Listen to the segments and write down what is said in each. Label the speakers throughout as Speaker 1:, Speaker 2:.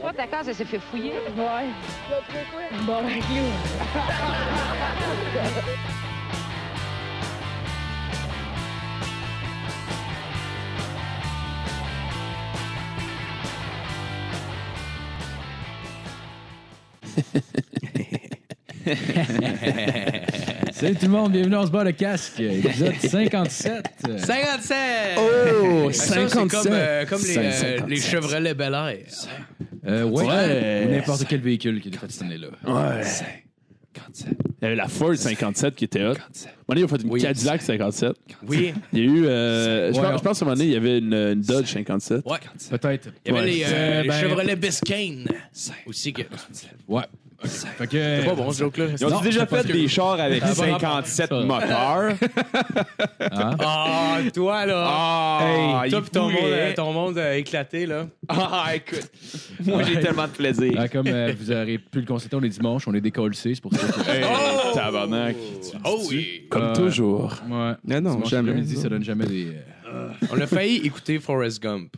Speaker 1: Toi, ta case, elle s'est fait fouiller.
Speaker 2: Ouais. Bon, avec nous.
Speaker 3: Salut tout le monde, bienvenue dans ce bas le casque, épisode 57.
Speaker 4: 57!
Speaker 5: Oh,
Speaker 4: Ça, c'est
Speaker 5: 57.
Speaker 4: comme, euh, comme les, euh,
Speaker 5: 57.
Speaker 4: les Chevrolet Bel Air.
Speaker 3: Euh, ouais,
Speaker 5: Ouais.
Speaker 3: ou n'importe quel véhicule qui est fait cette année-là.
Speaker 5: Ouais. Il y avait la Ford 57 qui était hot. Mon il a fait une
Speaker 4: Oui.
Speaker 5: Cadillac 57.
Speaker 4: Oui.
Speaker 5: Il y a eu. euh, je,
Speaker 3: Ouais,
Speaker 5: pense, je pense qu'à un moment donné, il y avait une, une Dodge 57.
Speaker 4: Ouais.
Speaker 3: Peut-être.
Speaker 4: Il y avait
Speaker 5: Ouais.
Speaker 4: les, euh,
Speaker 3: Euh,
Speaker 4: les
Speaker 3: ben,
Speaker 4: Chevrolet Biscayne aussi. Que...
Speaker 3: Ouais. Ok. Fait que. ben,
Speaker 4: C'est pas bon, ce joke-là.
Speaker 6: Ils ont
Speaker 3: Non,
Speaker 6: déjà
Speaker 3: c'est pas
Speaker 6: fait
Speaker 3: que-
Speaker 6: des chars avec
Speaker 3: Ça va
Speaker 6: 57
Speaker 3: rapport- ça.
Speaker 6: moteurs.
Speaker 4: Ah, toi, là.
Speaker 6: Ah,
Speaker 4: Hey,
Speaker 6: il
Speaker 4: toi, pis ton,
Speaker 6: voulait.
Speaker 4: monde, euh, ton monde euh, éclaté, là.
Speaker 6: Ah, écoute. Moi, j'ai
Speaker 3: Ouais.
Speaker 6: tellement de plaisir.
Speaker 3: Ah, comme euh, vous aurez pu le constater, on est dimanche, on est décollé, c'est pour ça. que-
Speaker 6: Hey,
Speaker 4: Oh!
Speaker 6: Tabarnak. Euh,
Speaker 4: Oh oui.
Speaker 5: Comme
Speaker 3: Ouais.
Speaker 5: toujours.
Speaker 3: Ouais.
Speaker 5: Ah Non, non,
Speaker 3: Dimanche
Speaker 5: jamais.
Speaker 3: après-midi, ça donne jamais des. euh,
Speaker 4: On a failli écouter Forrest Gump.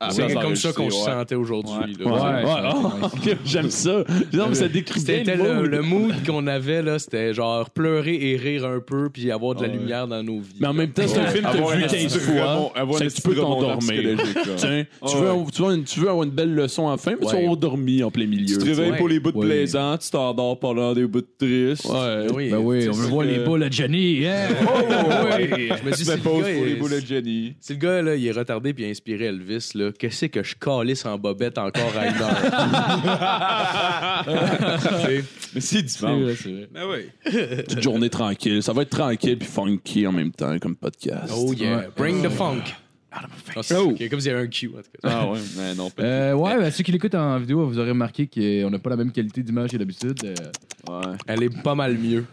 Speaker 6: Ah,
Speaker 4: c'est
Speaker 6: ouais,
Speaker 4: comme ça qu'on se
Speaker 6: ouais.
Speaker 4: sentait aujourd'hui. là.
Speaker 5: Ouais,
Speaker 3: Ouais.
Speaker 5: ouais, oh, j'aime ça. Non, mais ça décrit
Speaker 4: C'était
Speaker 5: bien
Speaker 4: le,
Speaker 5: le,
Speaker 4: le mood qu'on avait, là. C'était genre pleurer et rire un peu, puis avoir de la
Speaker 5: Ouais.
Speaker 4: lumière dans nos vies.
Speaker 5: Mais en même temps, c'est un film que
Speaker 6: Avoir
Speaker 5: t'as vu
Speaker 6: un
Speaker 5: 15
Speaker 6: petit
Speaker 5: fois.
Speaker 6: remon- avoir
Speaker 5: c'est
Speaker 6: un
Speaker 5: que tu
Speaker 6: petit
Speaker 5: peux
Speaker 6: remontant
Speaker 5: t'endormir.
Speaker 6: psychologique, là.
Speaker 5: Tiens, tu, veux,
Speaker 6: Ouais.
Speaker 5: avoir- tu, veux, avoir- tu veux avoir une belle leçon en fin, mais tu
Speaker 4: Ouais.
Speaker 5: vas endormi en plein milieu.
Speaker 6: Tu te réveilles pour les bouts
Speaker 3: Ouais.
Speaker 6: plaisants, tu t'endors pendant des bouts tristes.
Speaker 5: Ouais.
Speaker 4: Euh, oui.
Speaker 3: Ben oui,
Speaker 4: tu
Speaker 3: on
Speaker 4: sais,
Speaker 3: veut voir
Speaker 6: que-
Speaker 3: les boules à Jenny. hein?
Speaker 4: Oh, Je me dis,
Speaker 6: Tu
Speaker 4: si
Speaker 6: fais
Speaker 4: le
Speaker 6: pause
Speaker 4: gars
Speaker 6: pour les
Speaker 4: est-
Speaker 6: boules de Jenny.
Speaker 4: Si le gars, là, il est retardé puis inspiré Elvis, là, qu'est-ce que je calisse en bobette encore à une heure? Tu sais,
Speaker 6: Mais c'est
Speaker 3: C'est
Speaker 6: dimanche.
Speaker 3: vrai, c'est vrai.
Speaker 6: Ah oui.
Speaker 5: Petite journée tranquille. Ça va être tranquille puis funky en même temps comme podcast.
Speaker 4: oh yeah,
Speaker 3: Ouais.
Speaker 4: bring the funk. Ah, c'est-
Speaker 5: Oh.
Speaker 4: ok, comme s'il y avait un Q, en tout cas.
Speaker 6: Ah ouais, mais non, pas.
Speaker 3: Euh, ouais, ben, ceux qui l'écoutent en vidéo, vous aurez remarqué qu'on n'a pas la même qualité d'image que d'habitude. euh,
Speaker 6: Ouais.
Speaker 4: Elle est pas mal mieux.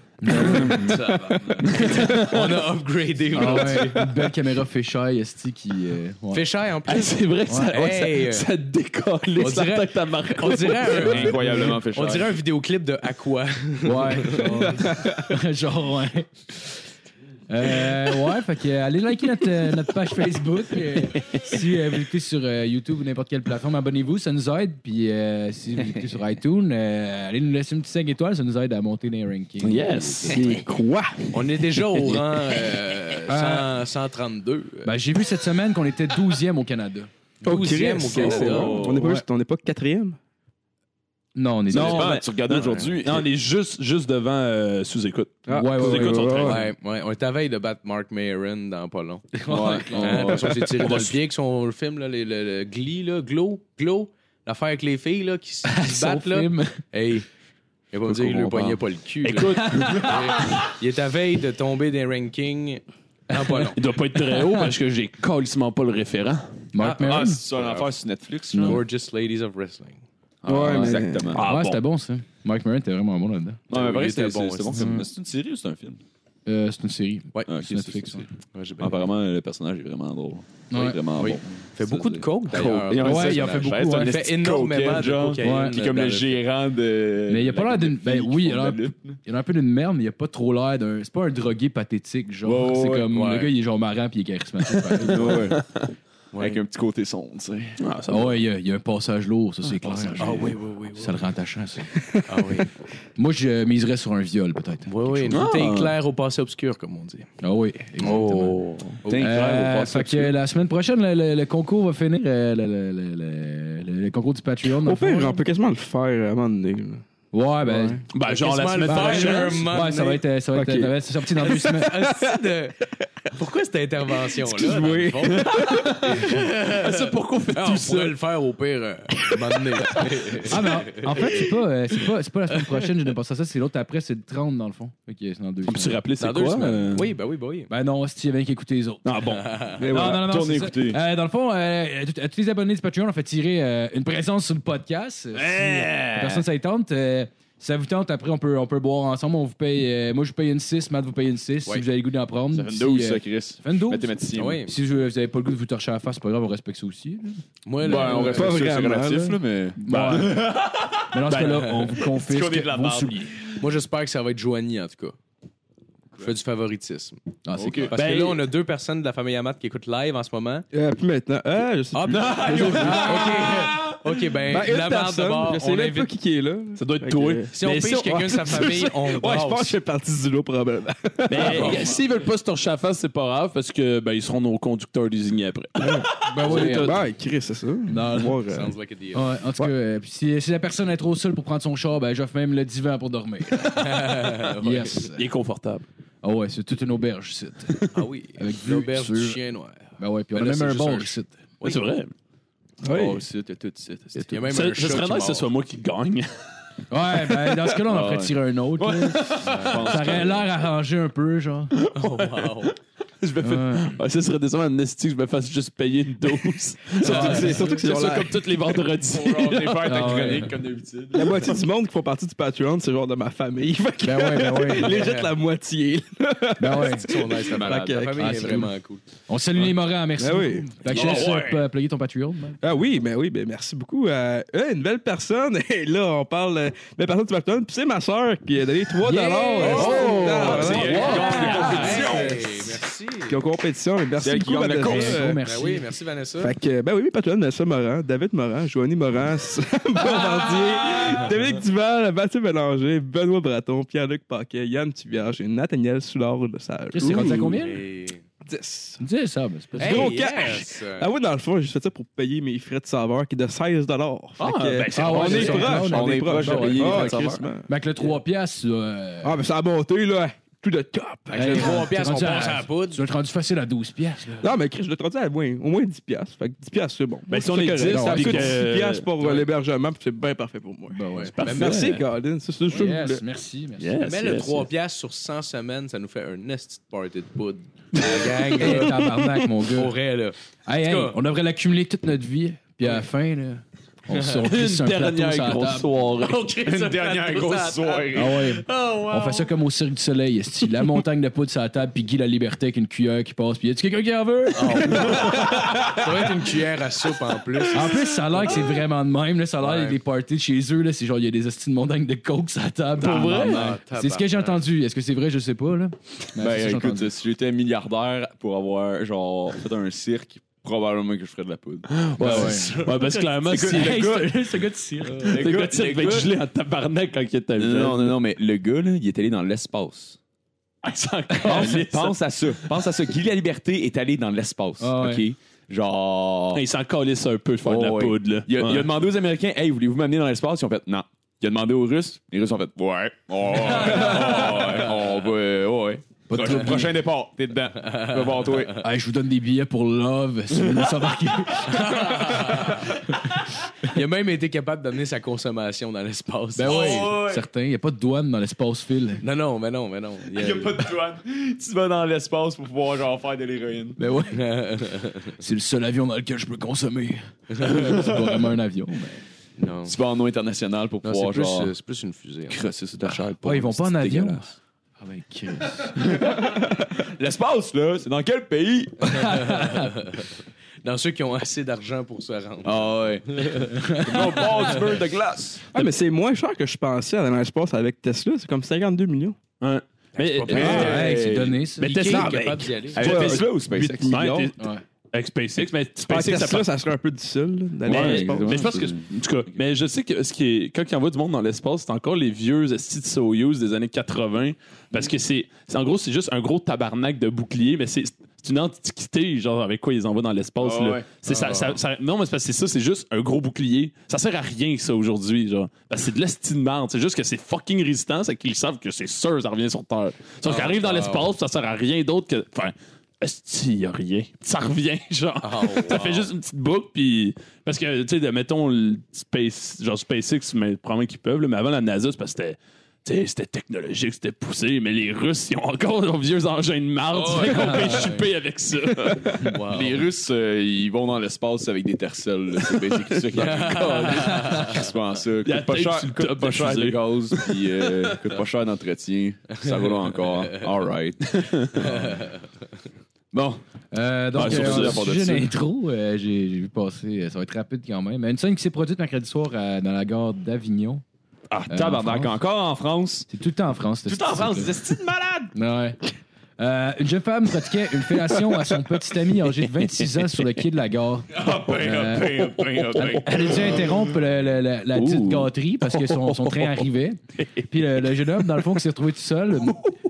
Speaker 4: On a upgradé.
Speaker 3: Ah ouais, une belle caméra fisheye, esti, qui... euh, ouais.
Speaker 4: Fait cher en
Speaker 5: Ah,
Speaker 4: plus.
Speaker 5: c'est vrai que ça,
Speaker 4: Ouais.
Speaker 5: ouais, ça-
Speaker 4: Hey, euh,
Speaker 5: ça, décolle
Speaker 4: on
Speaker 5: la
Speaker 4: dirait-
Speaker 5: tête à Marco.
Speaker 4: On dirait un,
Speaker 6: Incroyablement fait
Speaker 4: on dirait un vidéoclip de Aqua.
Speaker 3: Ouais, genre, genre, ouais. Euh, ouais, fait que euh, allez liker notre, euh, notre page Facebook. euh, si euh, vous écoutez sur euh, YouTube ou n'importe quelle plateforme, abonnez-vous, ça nous aide. Puis euh, si vous écoutez sur iTunes, euh, allez nous laisser une petite 5 étoiles, ça nous aide à monter dans les rankings.
Speaker 5: Yes. C'est quoi?
Speaker 4: On est déjà au rang euh,
Speaker 3: Ah.
Speaker 4: 100 132.
Speaker 3: Ben, j'ai vu cette semaine qu'on était 12e au Canada.
Speaker 4: 12e au Canada.
Speaker 6: bon.
Speaker 7: On n'est pas,
Speaker 3: Ouais.
Speaker 7: juste- on n'est pas quatrième?
Speaker 3: Non, on est
Speaker 5: Non,
Speaker 6: pas,
Speaker 5: ben,
Speaker 6: mais tu regardes
Speaker 5: non,
Speaker 6: aujourd'hui.
Speaker 5: Non, on est juste, juste devant euh, sous-écoute.
Speaker 3: Ah, ouais, ouais, ouais,
Speaker 5: sous-écoute
Speaker 3: ouais,
Speaker 5: sont
Speaker 3: ouais,
Speaker 5: très
Speaker 3: ouais.
Speaker 4: Ouais, ouais, on est à veille de battre Mark Maron dans pas long.
Speaker 6: Ouais.
Speaker 4: Hein,
Speaker 6: Ouais.
Speaker 4: parce qu'on s'est tiré
Speaker 5: On
Speaker 4: dans
Speaker 5: va
Speaker 4: le
Speaker 5: se-
Speaker 4: pied avec son film, là, les- le, le Glee, là, Glow, Glow, l'affaire avec les filles là, qui s- qui se
Speaker 3: Son
Speaker 4: battent. Là.
Speaker 3: film.
Speaker 4: Hey, il va me dire, il le
Speaker 5: comprendre.
Speaker 4: poignait pas le cul. là.
Speaker 5: Écoute,
Speaker 4: il est à veille de tomber des rankings dans pas long.
Speaker 5: il doit pas être très haut parce que j'ai calissement pas le référent.
Speaker 3: Mark Maron.
Speaker 6: Ah, c'est ça l'affaire sur Netflix, genre?
Speaker 4: Gorgeous Ladies of Wrestling.
Speaker 6: Ouais,
Speaker 3: mais-
Speaker 6: exactement.
Speaker 5: Ah,
Speaker 3: ouais,
Speaker 5: bon.
Speaker 3: c'était bon ça. Mark Maron était vraiment bon là-dedans.
Speaker 6: Ouais, mais
Speaker 4: Oui,
Speaker 6: pareil,
Speaker 4: il était
Speaker 6: c'était
Speaker 4: bon
Speaker 6: bon. C'était bon
Speaker 4: aussi.
Speaker 6: comme. C'est une série ou c'est un film?
Speaker 3: Euh, c'est une série.
Speaker 4: Ouais.
Speaker 6: Ah, ok,
Speaker 3: Sur Netflix,
Speaker 6: c'est-
Speaker 3: ouais.
Speaker 4: Ouais, j'ai bien-
Speaker 6: Apparemment, le personnage est vraiment drôle. Il
Speaker 3: Ouais.
Speaker 6: est vraiment
Speaker 4: Oui.
Speaker 6: bon.
Speaker 4: Fait beaucoup de coke d'ailleurs.
Speaker 6: Et en
Speaker 3: Ouais,
Speaker 6: fait,
Speaker 3: il en fait beaucoup, ouais.
Speaker 4: Il
Speaker 6: Il
Speaker 4: fait énormément de cocaïne.
Speaker 3: Ouais.
Speaker 6: Puis comme
Speaker 4: dans
Speaker 6: le gérant de.
Speaker 3: Mais il a pas l'air d'une- ben oui, alors-
Speaker 6: Ouais,
Speaker 3: Il en a un peu d'une merde, mais il a pas trop l'air d'un. C'est pas un drogué pathétique, genre.
Speaker 6: Ouais, ouais,
Speaker 3: c'est comme
Speaker 4: ouais.
Speaker 3: le gars, il est genre marrant puis il est charismatique. pareil.
Speaker 6: ouais. Avec un petit côté sombre, tu sais.
Speaker 5: Ah, ça
Speaker 3: Ah
Speaker 5: va.
Speaker 3: ouais, il y, a- il y a un passage lourd, ça, c'est clair.
Speaker 4: Ah oui, oui, oui. oui.
Speaker 3: Ça le rend attachant, ça.
Speaker 4: Ah oui.
Speaker 3: Moi, je miserais sur un viol, peut-être.
Speaker 4: Oui, oui.
Speaker 5: chose.
Speaker 4: Tout
Speaker 5: Ah.
Speaker 4: est clair au passé obscur, comme on dit.
Speaker 3: Ah oui, exactement.
Speaker 6: T'es incroyable
Speaker 3: Euh,
Speaker 6: au passé
Speaker 3: fait que
Speaker 6: obscur.
Speaker 3: la semaine prochaine, le, le- le concours va finir. euh, le, le- le- le- le- le concours du Patreon. dans
Speaker 7: Au
Speaker 3: le fond,
Speaker 7: pire,
Speaker 3: là.
Speaker 7: on peut quasiment le faire euh, à un moment donné. là.
Speaker 3: Ouais, ben.
Speaker 7: Ouais.
Speaker 5: Ben, genre la
Speaker 4: Quasiment le
Speaker 5: semaine
Speaker 4: faire,
Speaker 5: prochaine.
Speaker 4: un moment
Speaker 3: ouais, ça va
Speaker 4: donné.
Speaker 3: être. Ça va être
Speaker 7: Ok.
Speaker 3: ça va être sorti dans deux semaines.
Speaker 4: Asti de- Pourquoi cette intervention-là?
Speaker 7: Excuse-moi.
Speaker 4: C'est pourquoi on fait tout ça? On pourrait le faire au pire euh, un moment donné.
Speaker 3: Ah, mais en, en fait, c'est pas, euh, c'est pas, c'est pas la semaine prochaine, je ne pense à ça, c'est l'autre après, c'est le 30 dans le fond. Ok, c'est dans deux
Speaker 5: On peut se
Speaker 3: semaines.
Speaker 5: rappeler
Speaker 4: Dans
Speaker 5: c'est
Speaker 4: deux
Speaker 5: quoi?
Speaker 4: semaines.
Speaker 5: euh?
Speaker 4: Oui, ben oui, ben oui.
Speaker 3: Ben non, si il y avait qui écouter les autres.
Speaker 5: Ah bon.
Speaker 6: Mais
Speaker 3: Non,
Speaker 6: voilà,
Speaker 3: non, non, non,
Speaker 6: tournez
Speaker 3: c'est ça.
Speaker 6: écouter.
Speaker 3: Euh, dans le fond, euh, à tout- à tous les abonnés du Patreon, on fait tirer euh, une présence sur le podcast. Euh, Si la personne, ça y tente. euh, si ça vous tente, après, on peut, on peut boire ensemble. On vous paye, euh, moi, je vous paye une 6, Matt, vous paye une 6.
Speaker 4: Ouais.
Speaker 3: Si vous avez le goût d'en prendre.
Speaker 6: Ça fait une
Speaker 3: Si,
Speaker 6: 12,
Speaker 3: euh,
Speaker 6: ça, Chris.
Speaker 3: ça fait une 12.
Speaker 6: Mathématicien.
Speaker 4: Ben Oui.
Speaker 3: Si je- vous n'avez pas le goût de vous torcher à la face, c'est pas grave, on respecte ça aussi. là.
Speaker 4: Moi,
Speaker 6: Ben,
Speaker 4: là,
Speaker 6: on
Speaker 4: euh,
Speaker 6: reste pas
Speaker 7: pas
Speaker 6: sûr, c'est
Speaker 7: vraiment,
Speaker 6: relatif, là, mais.
Speaker 3: Ouais. Mais dans ce cas-là, on vous confisque
Speaker 6: Bah. Ben, qu'on est de la
Speaker 3: vos
Speaker 6: barbe?
Speaker 3: souliers.
Speaker 4: moi, j'espère que ça va être Joanie, en tout cas. Je fais du favoritisme.
Speaker 3: Ah, c'est
Speaker 6: Ok.
Speaker 3: clair.
Speaker 4: Parce
Speaker 5: Ben-
Speaker 4: que là, on a deux personnes de la famille Amat qui écoutent live en ce moment.
Speaker 7: Euh, puis maintenant. Ah, je sais
Speaker 4: Ah,
Speaker 7: plus.
Speaker 4: ben,
Speaker 7: Je sais plus.
Speaker 4: OK. OK, ben,
Speaker 7: Ben, une
Speaker 4: la barre de
Speaker 7: personne,
Speaker 4: bord,
Speaker 7: je sais
Speaker 4: on
Speaker 7: même pas
Speaker 4: l'invite.
Speaker 7: qui qui est là.
Speaker 5: Ça doit être
Speaker 7: Fait
Speaker 5: toi.
Speaker 7: que-
Speaker 4: Si on
Speaker 5: Mais
Speaker 4: pige quelqu'un de sa famille, Eh, on
Speaker 5: Ouais, je
Speaker 4: brasse. Ben,
Speaker 5: pense que je fais
Speaker 6: partie du lot, probablement.
Speaker 5: Mais s'ils veulent pas se torcher à face, c'est pas grave parce que ben, ils seront nos conducteurs désignés après.
Speaker 3: Ben oui,
Speaker 5: C'est
Speaker 3: ouais.
Speaker 5: tout.
Speaker 7: Ben, Chris, c'est ça.
Speaker 3: Non,
Speaker 7: Voir, euh,
Speaker 4: Sounds like a deal.
Speaker 3: en tout cas, euh, puis si, si la personne est trop seule pour prendre son char, ben j'offre même le divan pour dormir. yes.
Speaker 5: Il est confortable.
Speaker 3: Ah ouais, c'est toute une auberge ici.
Speaker 4: Ah oui,
Speaker 3: Avec vue
Speaker 4: l'auberge du
Speaker 3: sur-
Speaker 4: chien noir.
Speaker 3: Ben ouais, puis on
Speaker 4: Ben là,
Speaker 3: a
Speaker 4: c'est
Speaker 3: même un
Speaker 4: juste un
Speaker 3: bar
Speaker 4: ch-
Speaker 3: ici.
Speaker 5: Ouais, C'est vrai.
Speaker 4: Oh, c'est tout de suite. Il y a même
Speaker 5: Ça-
Speaker 4: un
Speaker 5: Ce
Speaker 4: chat
Speaker 5: serait
Speaker 4: qui
Speaker 5: nice que ce
Speaker 4: mord.
Speaker 5: soit moi qui gagne.
Speaker 3: Ouais, ben dans ce cas-là, on en ferait
Speaker 6: ouais.
Speaker 3: tirer un autre. là. Ça aurait l'air arrangé un peu, genre.
Speaker 4: Oh, wow.
Speaker 5: Je me fais-
Speaker 3: Ouais.
Speaker 5: Ah, ça serait décevant un esti que je me fasse juste payer une dose. surtout, que c'est- surtout que c'est ça comme tous les vendredis.
Speaker 3: Ah ouais.
Speaker 6: comme d'habitude.
Speaker 7: La moitié du monde qui font partie du Patreon, c'est genre de ma famille. Fait que
Speaker 3: Ben ouais, ben ouais.
Speaker 7: Légit la moitié.
Speaker 3: Ben ouais.
Speaker 4: Ils sont nice, la malade. La
Speaker 7: correct.
Speaker 4: famille
Speaker 3: Ah,
Speaker 4: est
Speaker 3: c'est
Speaker 4: vraiment cool.
Speaker 3: On salue les Morans, merci.
Speaker 7: Ben oui.
Speaker 3: beaucoup. Fait que je te laisse euh, pl- plugger ton Patreon. man.
Speaker 7: Ah oui, ben oui, ben merci beaucoup. Euh, euh, une belle personne. Et là, on parle euh, belle personne du Patreon. Puis c'est ma soeur qui a donné 3
Speaker 3: Yeah!
Speaker 7: euh,
Speaker 3: Oh!
Speaker 6: Ah,
Speaker 7: $5.
Speaker 5: C'est elle qui gagne la
Speaker 7: Ouais.
Speaker 5: compétition.
Speaker 4: Hey, Merci.
Speaker 7: Qui est en compétition. Mais Merci
Speaker 6: C'est elle qui
Speaker 7: beaucoup,
Speaker 6: gagne la
Speaker 7: Vanessa.
Speaker 6: course.
Speaker 7: Euh,
Speaker 3: Gros, merci.
Speaker 4: Ben oui, merci Vanessa.
Speaker 7: Fait que, ben oui, oui, Patreon, Vanessa Morin, David Morin, Joanie Morin, Bombardier, Dominique Duval, Mathieu Bélanger, Benoît Braton, Pierre-Luc Paquet, Yann Tivierge et Nathaniel Soulard de Sage.
Speaker 3: Chris, c'est rendu à
Speaker 7: Ouh.
Speaker 3: combien? là?
Speaker 4: Et-
Speaker 7: 10.
Speaker 3: Dis ça, ben, c'est pas
Speaker 4: Hey,
Speaker 7: gros
Speaker 4: yes.
Speaker 7: Ah oui, dans le fond, j'ai fait ça pour payer mes frais de serveur qui est de 16 Fait
Speaker 5: Ah,
Speaker 7: que,
Speaker 5: ben, c'est
Speaker 3: Ah
Speaker 5: bon,
Speaker 3: ouais,
Speaker 7: on,
Speaker 5: c'est
Speaker 7: est
Speaker 3: ça.
Speaker 7: proche,
Speaker 6: On
Speaker 7: on
Speaker 6: est
Speaker 7: est proche, Ah,
Speaker 6: proche de payer les frais de serveur.
Speaker 7: crissement.
Speaker 3: Ben, que le 3 piastres, euh,
Speaker 7: Ah, mais ça a monté, là, tout de top.
Speaker 4: Avec le
Speaker 3: Hey,
Speaker 4: 3 piastres, on
Speaker 3: t'es rendu
Speaker 4: passe
Speaker 3: à-
Speaker 4: à la poudre.
Speaker 3: tu vas te rendre facile à 12 piastres. là.
Speaker 7: Non, mais Chris, je l'ai traduit à moins, au moins 10 piastres. Fait que 10 piastres, c'est bon.
Speaker 5: Ben, si on
Speaker 7: C'est
Speaker 5: est
Speaker 7: correct.
Speaker 5: 10,
Speaker 7: ça me
Speaker 5: puis
Speaker 7: coûte
Speaker 5: que-
Speaker 7: 10 piastres pour euh,
Speaker 5: Ouais.
Speaker 7: l'hébergement, puis c'est bien parfait pour moi.
Speaker 3: Ben ouais.
Speaker 5: parfait.
Speaker 7: Merci, Colin. C'est ça que je voulais.
Speaker 3: Yes, merci, merci.
Speaker 5: Yes,
Speaker 4: Mais le
Speaker 5: yes,
Speaker 4: 3
Speaker 5: yes.
Speaker 4: piastres sur 100 semaines, ça nous fait un nasty de party de poudre. La gang,
Speaker 3: Hey,
Speaker 4: là,
Speaker 3: tabarnak, mon
Speaker 4: pour
Speaker 3: gars.
Speaker 4: vrai, là.
Speaker 3: Hey, hey,
Speaker 4: En tout cas-
Speaker 3: on devrait l'accumuler toute notre vie, puis à la fin, là, on se on crisse
Speaker 5: Une
Speaker 3: un plateau sur
Speaker 5: dernière
Speaker 3: la
Speaker 5: grosse
Speaker 3: table.
Speaker 5: soirée.
Speaker 4: On crée
Speaker 6: Une
Speaker 4: ça
Speaker 6: dernière
Speaker 4: plateau
Speaker 6: grosse
Speaker 4: sur la table.
Speaker 6: soirée.
Speaker 3: Ah ouais.
Speaker 4: Oh, wow.
Speaker 3: On fait ça comme au Cirque du Soleil, esti. La montagne de poudre sur la table, puis Guy la Liberté avec une cuillère qui passe, puis y a-tu quelqu'un qui en veut?
Speaker 4: Ça va être une cuillère à soupe en plus.
Speaker 3: En plus, ça a l'air que c'est vraiment de même. Là. Ça a l'air
Speaker 4: Ouais.
Speaker 3: des parties de chez eux. Là. C'est genre, il y a des hosties de montagne de coke sur la table.
Speaker 4: vrai?
Speaker 3: Tabarnak. C'est ce que j'ai entendu. Est-ce que c'est vrai? Je sais pas. Là. Mais c'est ça que
Speaker 6: Ben
Speaker 3: j'ai
Speaker 6: écoute,
Speaker 3: entendu.
Speaker 6: euh, si j'étais milliardaire pour avoir genre fait un cirque, probablement que je ferais de la poudre.
Speaker 3: Ouais, ouais.
Speaker 5: Ouais, parce que clairement,
Speaker 6: C'est
Speaker 5: si
Speaker 6: quoi,
Speaker 5: le
Speaker 3: Hey,
Speaker 5: gars.
Speaker 3: ce- ce gars de cirque.
Speaker 5: Le gars tire va être
Speaker 6: gars-
Speaker 5: gelé en tabarnak quand il est à
Speaker 6: Non, non, non, non, mais le gars, là, il est allé dans l'espace. Pense,
Speaker 5: Il
Speaker 6: pense à ça. Pense à ça. Guy La Liberté est allé dans l'espace.
Speaker 3: Ah ouais.
Speaker 6: OK? Genre.
Speaker 5: s'en calisse un peu de faire de la
Speaker 6: Oh, ouais.
Speaker 5: poudre. Là.
Speaker 6: Il a,
Speaker 5: Ouais.
Speaker 6: il a demandé aux Américains, hey, voulez-vous m'amener dans l'espace? Ils ont fait non. Il a demandé aux Russes, les Russes ont fait ouais. Oh, ouais, Oh, on va, oh, ouais, ouais.
Speaker 3: Pas de
Speaker 6: Prochain,
Speaker 3: trouble.
Speaker 6: prochain départ, t'es dedans. Va voir toi.
Speaker 3: Hey, je vous donne des billets pour Love si vous voulez s'embarquer.
Speaker 4: Il a même été capable d'amener sa consommation dans l'espace.
Speaker 3: Ben oui,
Speaker 6: Oh, ouais.
Speaker 3: certain. Il n'y a pas de douane dans l'espace fil.
Speaker 4: Non, non, mais non, mais non. Ah, Il y a-
Speaker 6: de douane. Tu vas dans l'espace pour pouvoir genre faire de l'héroïne.
Speaker 3: Ben oui. c'est le seul avion dans lequel je peux consommer. c'est pas vraiment un avion. mais-
Speaker 4: non.
Speaker 6: Tu vas en eau international pour
Speaker 4: Non,
Speaker 6: pouvoir
Speaker 4: c'est plus,
Speaker 6: genre
Speaker 4: euh, c'est plus une fusée. en fait.
Speaker 6: crosser sur ta chair.
Speaker 3: Ouais, ils vont pas en avion.
Speaker 6: dégueulasse.
Speaker 3: Ah ben, Chris.
Speaker 6: L'espace là, c'est dans quel pays?
Speaker 4: Dans ceux qui ont assez d'argent pour se rendre.
Speaker 6: Ah ouais. Mon bord du beurre de glace.
Speaker 7: Ah, mais c'est moins cher que je pensais à l'espace avec Tesla. C'est comme 52 millions.
Speaker 5: Ouais. Mais,
Speaker 4: pas
Speaker 5: euh,
Speaker 4: vrai.
Speaker 3: Ah, hey, Ah, c'est donné, ça.
Speaker 5: mais
Speaker 4: Ikea
Speaker 5: Tesla,
Speaker 4: est capable d'y aller.
Speaker 6: Avec
Speaker 7: Ouais,
Speaker 6: Tesla ou SpaceX?
Speaker 5: 8 millions.
Speaker 7: millions.
Speaker 5: t'es-
Speaker 3: Ouais.
Speaker 5: Avec SpaceX, mais
Speaker 7: Avec
Speaker 5: SpaceX, Ben, ça
Speaker 7: Tesla, ça serait un peu difficile là, d'aller
Speaker 5: Ouais,
Speaker 7: dans l'espace.
Speaker 6: exactement.
Speaker 5: Mais je pense que, en tout cas, mais je sais que ce qui est, quand il envoie du monde dans l'espace, c'est encore les vieux astis de Soyuz des années 80. Parce que c'est, c'est- en gros, c'est juste un gros tabarnak de bouclier, mais c'est, c'est une antiquité, genre, avec quoi ils envoient dans l'espace,
Speaker 6: Ah
Speaker 5: là.
Speaker 6: ouais.
Speaker 5: C'est ça, ça- ça- non, mais c'est parce que c'est ça, c'est juste un gros bouclier. Ça sert à rien, ça, aujourd'hui, genre. Parce que c'est de l'asti de merde. C'est juste que c'est fucking résistant, c'est qu'ils savent que c'est sûr, ça revient sur Terre.
Speaker 6: Ah,
Speaker 5: Sauf qu'ils arrivent dans l'espace, ça sert à rien d'autre que, enfin, asti, y a rien. Ça revient, genre.
Speaker 4: Oh, wow.
Speaker 5: Ça fait juste une petite boucle, puis. Parce que, tu sais, de- mettons, le Space, genre SpaceX, mais probablement qu'ils peuvent, là, mais avant la NASA, c'est parce que c'était. tu sais, C'était technologique, c'était poussé, mais les Russes, ils ont encore leurs vieux engins de marde.
Speaker 4: Oh,
Speaker 5: fait qu'on
Speaker 4: ouais.
Speaker 5: peut choper avec ça.
Speaker 4: Wow.
Speaker 6: Les Russes, euh, ils vont dans l'espace avec des tercelles. là. C'est basically ça qui arrive. Crissement ça.
Speaker 5: Il y a
Speaker 6: Coûte pas
Speaker 5: tape
Speaker 6: cher,
Speaker 5: sur le
Speaker 6: coûte
Speaker 5: top
Speaker 6: pas
Speaker 5: de
Speaker 6: cher de
Speaker 5: fusée.
Speaker 6: gaz, puis euh, coûte pas cher d'entretien. Ça roule encore. All right. bon,
Speaker 3: Euh, donc,
Speaker 6: Ah, sur
Speaker 3: euh,
Speaker 6: ce,
Speaker 3: on a
Speaker 6: à part de
Speaker 3: sujet
Speaker 6: ça.
Speaker 3: d'intro, euh, j'ai j'ai vu passer, euh, ça va être rapide quand même. Une scène qui s'est produite mercredi soir à- dans la gare d'Avignon.
Speaker 6: ah,
Speaker 3: Euh, en
Speaker 6: tabarnak,
Speaker 3: France?
Speaker 6: encore en France.
Speaker 3: C'est tout le temps en France.
Speaker 6: Tout en France, des esti de malades!
Speaker 3: Ouais. Euh, une jeune femme pratiquait une fellation à son petit ami âgé de 26 ans sur le quai de la gare. Euh, elle a dû interrompre le- le- le- la petite gâterie parce que son, son train arrivait. Puis le, le jeune homme, dans le fond, qui s'est retrouvé tout seul,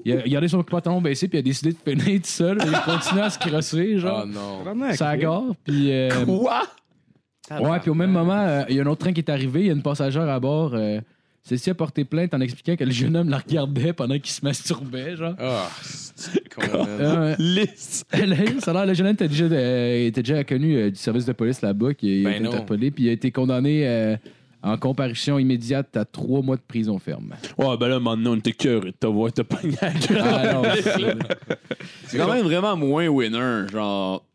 Speaker 3: il a il a gardé son pantalon baissé puis il a décidé de finir tout seul. Il continue à se crosser, genre.
Speaker 4: Oh non.
Speaker 3: Ça gare, puis. euh, Ouais, puis au même moment, euh, il y a un autre train qui est arrivé, il y a une passagère à bord. euh, Celle-ci a porté plainte en expliquant que le jeune homme la regardait pendant qu'il se masturbait, genre.
Speaker 4: Ah, c'est con, man.
Speaker 3: Euh,
Speaker 5: Liste.
Speaker 3: elle- ça a l'air, le jeune homme était déjà, euh, était déjà connu euh, du service de police là-bas, qui a
Speaker 4: Ben
Speaker 3: été
Speaker 4: non.
Speaker 3: interpellé, puis il a été condamné euh, en comparution immédiate à trois mois de prison ferme.
Speaker 5: Ouais, ben là, maintenant, on était curieux de te voir te pogner à la gueule.
Speaker 3: Ah non, c'est-
Speaker 6: C'est quand même vraiment moins winner, genre,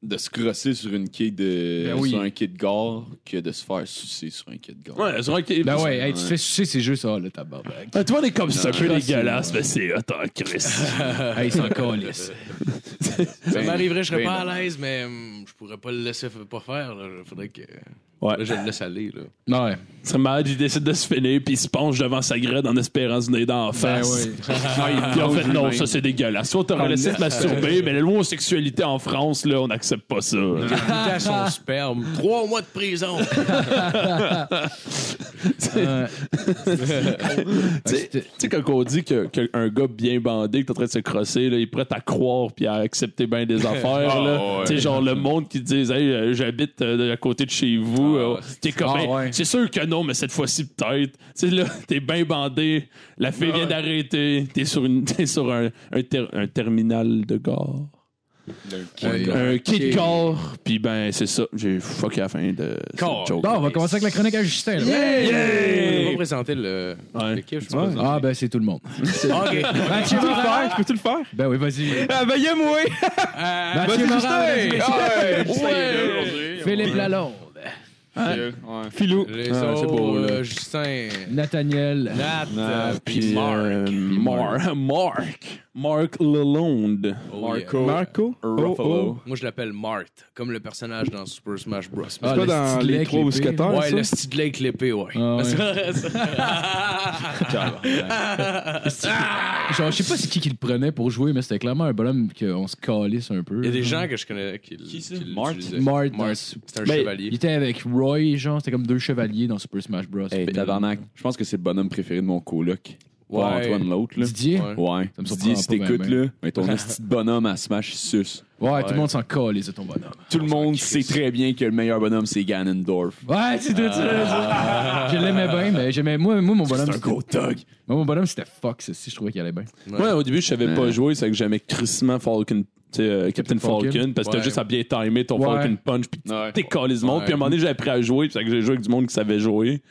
Speaker 6: de se crosser sur, une quai de,
Speaker 3: Ben oui.
Speaker 6: sur un kit de gare que de se faire sucer sur un kit de gare.
Speaker 5: Ouais, c'est vrai que.
Speaker 3: ben ouais, hey, tu te fais sucer ces jeux, ça, le tabarnak.
Speaker 5: Ah, tu vois, des comme ça, un peu
Speaker 3: c'est-
Speaker 5: dégueulasse, mais c'est hot, hein, Chris.
Speaker 3: hey, c'est encore lisse.
Speaker 4: Euh, Ça m'arriverait, je serais
Speaker 6: ben
Speaker 4: pas
Speaker 6: non.
Speaker 4: à l'aise, mais hum, je pourrais pas le laisser f- pas faire. Là. Faudrait que.
Speaker 5: Ouais.
Speaker 4: Là, je le laisse aller. Là.
Speaker 3: Ben Ouais.
Speaker 5: C'est malade, il décide de se finir, puis il se penche devant sa grade en espérant se donner dans la face.
Speaker 3: ouais.
Speaker 5: Puis en fait, non, ça c'est dégueulasse. Soit t'aurais laissé te masturber, mais la loi sexualité en France, là, on n'accepte pas ça.
Speaker 4: Goûter à son sperme. Trois mois de prison.
Speaker 3: Euh,
Speaker 5: Tu sais- tu sais, quand on dit que- qu'un gars bien bandé, que t'es en train de se crosser, là, il est prêt à croire puis à accepter bien des affaires. là.
Speaker 6: Ah, ouais.
Speaker 5: Tu sais, genre le monde qui te dit Hey, euh, j'habite euh, à côté de chez vous.
Speaker 4: Ah,
Speaker 5: euh,
Speaker 4: ouais.
Speaker 5: t'es comme,
Speaker 3: Ah,
Speaker 5: Hey,
Speaker 3: ouais.
Speaker 5: C'est sûr que non, mais cette fois-ci, peut-être. Tu sais, là, t'es bien bandé. La fille vient d'arrêter. T'es sur, une, t'es sur un, un ter- un terminal de gare.
Speaker 4: Euh,
Speaker 5: Un kit de gare. Puis ben, c'est ça. J'ai fucké à la fin de
Speaker 4: Car.
Speaker 5: cette joke.
Speaker 3: Bon, on va commencer avec la chronique à Justin. là.
Speaker 4: On va pas présenter le.
Speaker 5: Ouais.
Speaker 4: l'équipe, je suis
Speaker 7: Ouais.
Speaker 4: pas
Speaker 3: Ah, ben c'est tout le monde.
Speaker 4: présenté. Ok.
Speaker 3: Mathieu
Speaker 7: peux-tu le
Speaker 3: Morin.
Speaker 7: faire? Ah, Je peux-tu le faire?
Speaker 3: Ben oui, vas-y.
Speaker 7: Ah, ben, y'a moi!
Speaker 3: Mathieu
Speaker 7: vas-y,
Speaker 3: Morin,
Speaker 7: Justin.
Speaker 3: mesdames et messieurs. Philippe Lalonde.
Speaker 7: Filou.
Speaker 4: Les
Speaker 5: Ah, c'est beau,
Speaker 4: autres,
Speaker 5: là.
Speaker 4: euh, Justin.
Speaker 3: Nathaniel.
Speaker 4: Nat. euh,
Speaker 5: Puis euh, Mar- Mark. Mark Lalonde.
Speaker 4: oh, yeah.
Speaker 7: Marco. Oh, oh.
Speaker 6: Ruffalo.
Speaker 4: Moi, je l'appelle Marthe, comme le personnage dans Super Smash Bros.
Speaker 3: Ah,
Speaker 7: C'est
Speaker 3: le
Speaker 7: pas dans
Speaker 3: petit lait
Speaker 7: les trois
Speaker 3: clippé.
Speaker 7: mousquetaires,
Speaker 4: ouais,
Speaker 7: ça?
Speaker 4: le style de Lake l'épée, ouais.
Speaker 3: Ah, ouais.
Speaker 4: Ah!
Speaker 3: Genre, je sais pas c'est qui qui le prenait pour jouer, mais c'était clairement un bonhomme qu'on se calisse un peu.
Speaker 4: Il y a des gens que je connais qui, l-
Speaker 5: Qui ça?
Speaker 4: qui
Speaker 5: Marthe?
Speaker 4: l'utilisaient.
Speaker 3: Marthe.
Speaker 4: C'est un
Speaker 3: Ben,
Speaker 4: chevalier.
Speaker 3: Il était avec Roy, genre, c'était comme deux chevaliers dans Super Smash Bros.
Speaker 6: Hey,
Speaker 3: Ben,
Speaker 6: tabarnak. Je pense que c'est le bonhomme préféré de mon coloc.
Speaker 4: Ouais.
Speaker 6: Pas Antoine l'autre, là.
Speaker 3: Didier? Ouais.
Speaker 4: Ouais.
Speaker 6: Ouais.
Speaker 3: Ça me
Speaker 6: Didier, si
Speaker 3: surprend pas,
Speaker 6: t'écoutes,
Speaker 3: ben, ben.
Speaker 6: là, mais ton petit bonhomme à Smash suce.
Speaker 3: tout le monde s'en calisse de ton bonhomme.
Speaker 6: Tout le monde sait très bien que le meilleur bonhomme, c'est Ganondorf.
Speaker 3: Ouais, c'est tout ça. Je l'aimais bien, mais j'aimais. Moi, moi, mon bonhomme.
Speaker 6: C'est un
Speaker 3: c'était-
Speaker 6: gros thug.
Speaker 3: Moi, mon bonhomme, c'était fuck, c'est si je trouvais qu'il allait bien.
Speaker 5: Ouais. au début, je savais pas
Speaker 6: Ouais.
Speaker 5: jouer, c'est que j'aimais crissement Falcon. tu sais, euh, Captain
Speaker 3: Falcon.
Speaker 5: Falcon, parce que t'as
Speaker 4: Ouais.
Speaker 5: juste à bien timer ton
Speaker 3: Ouais.
Speaker 5: Falcon Punch, puis
Speaker 6: Ouais.
Speaker 5: t'es calé du monde.
Speaker 4: Ouais.
Speaker 5: Puis à un moment donné, j'ai appris à jouer, puis c'est que j'ai joué avec du monde qui savait jouer.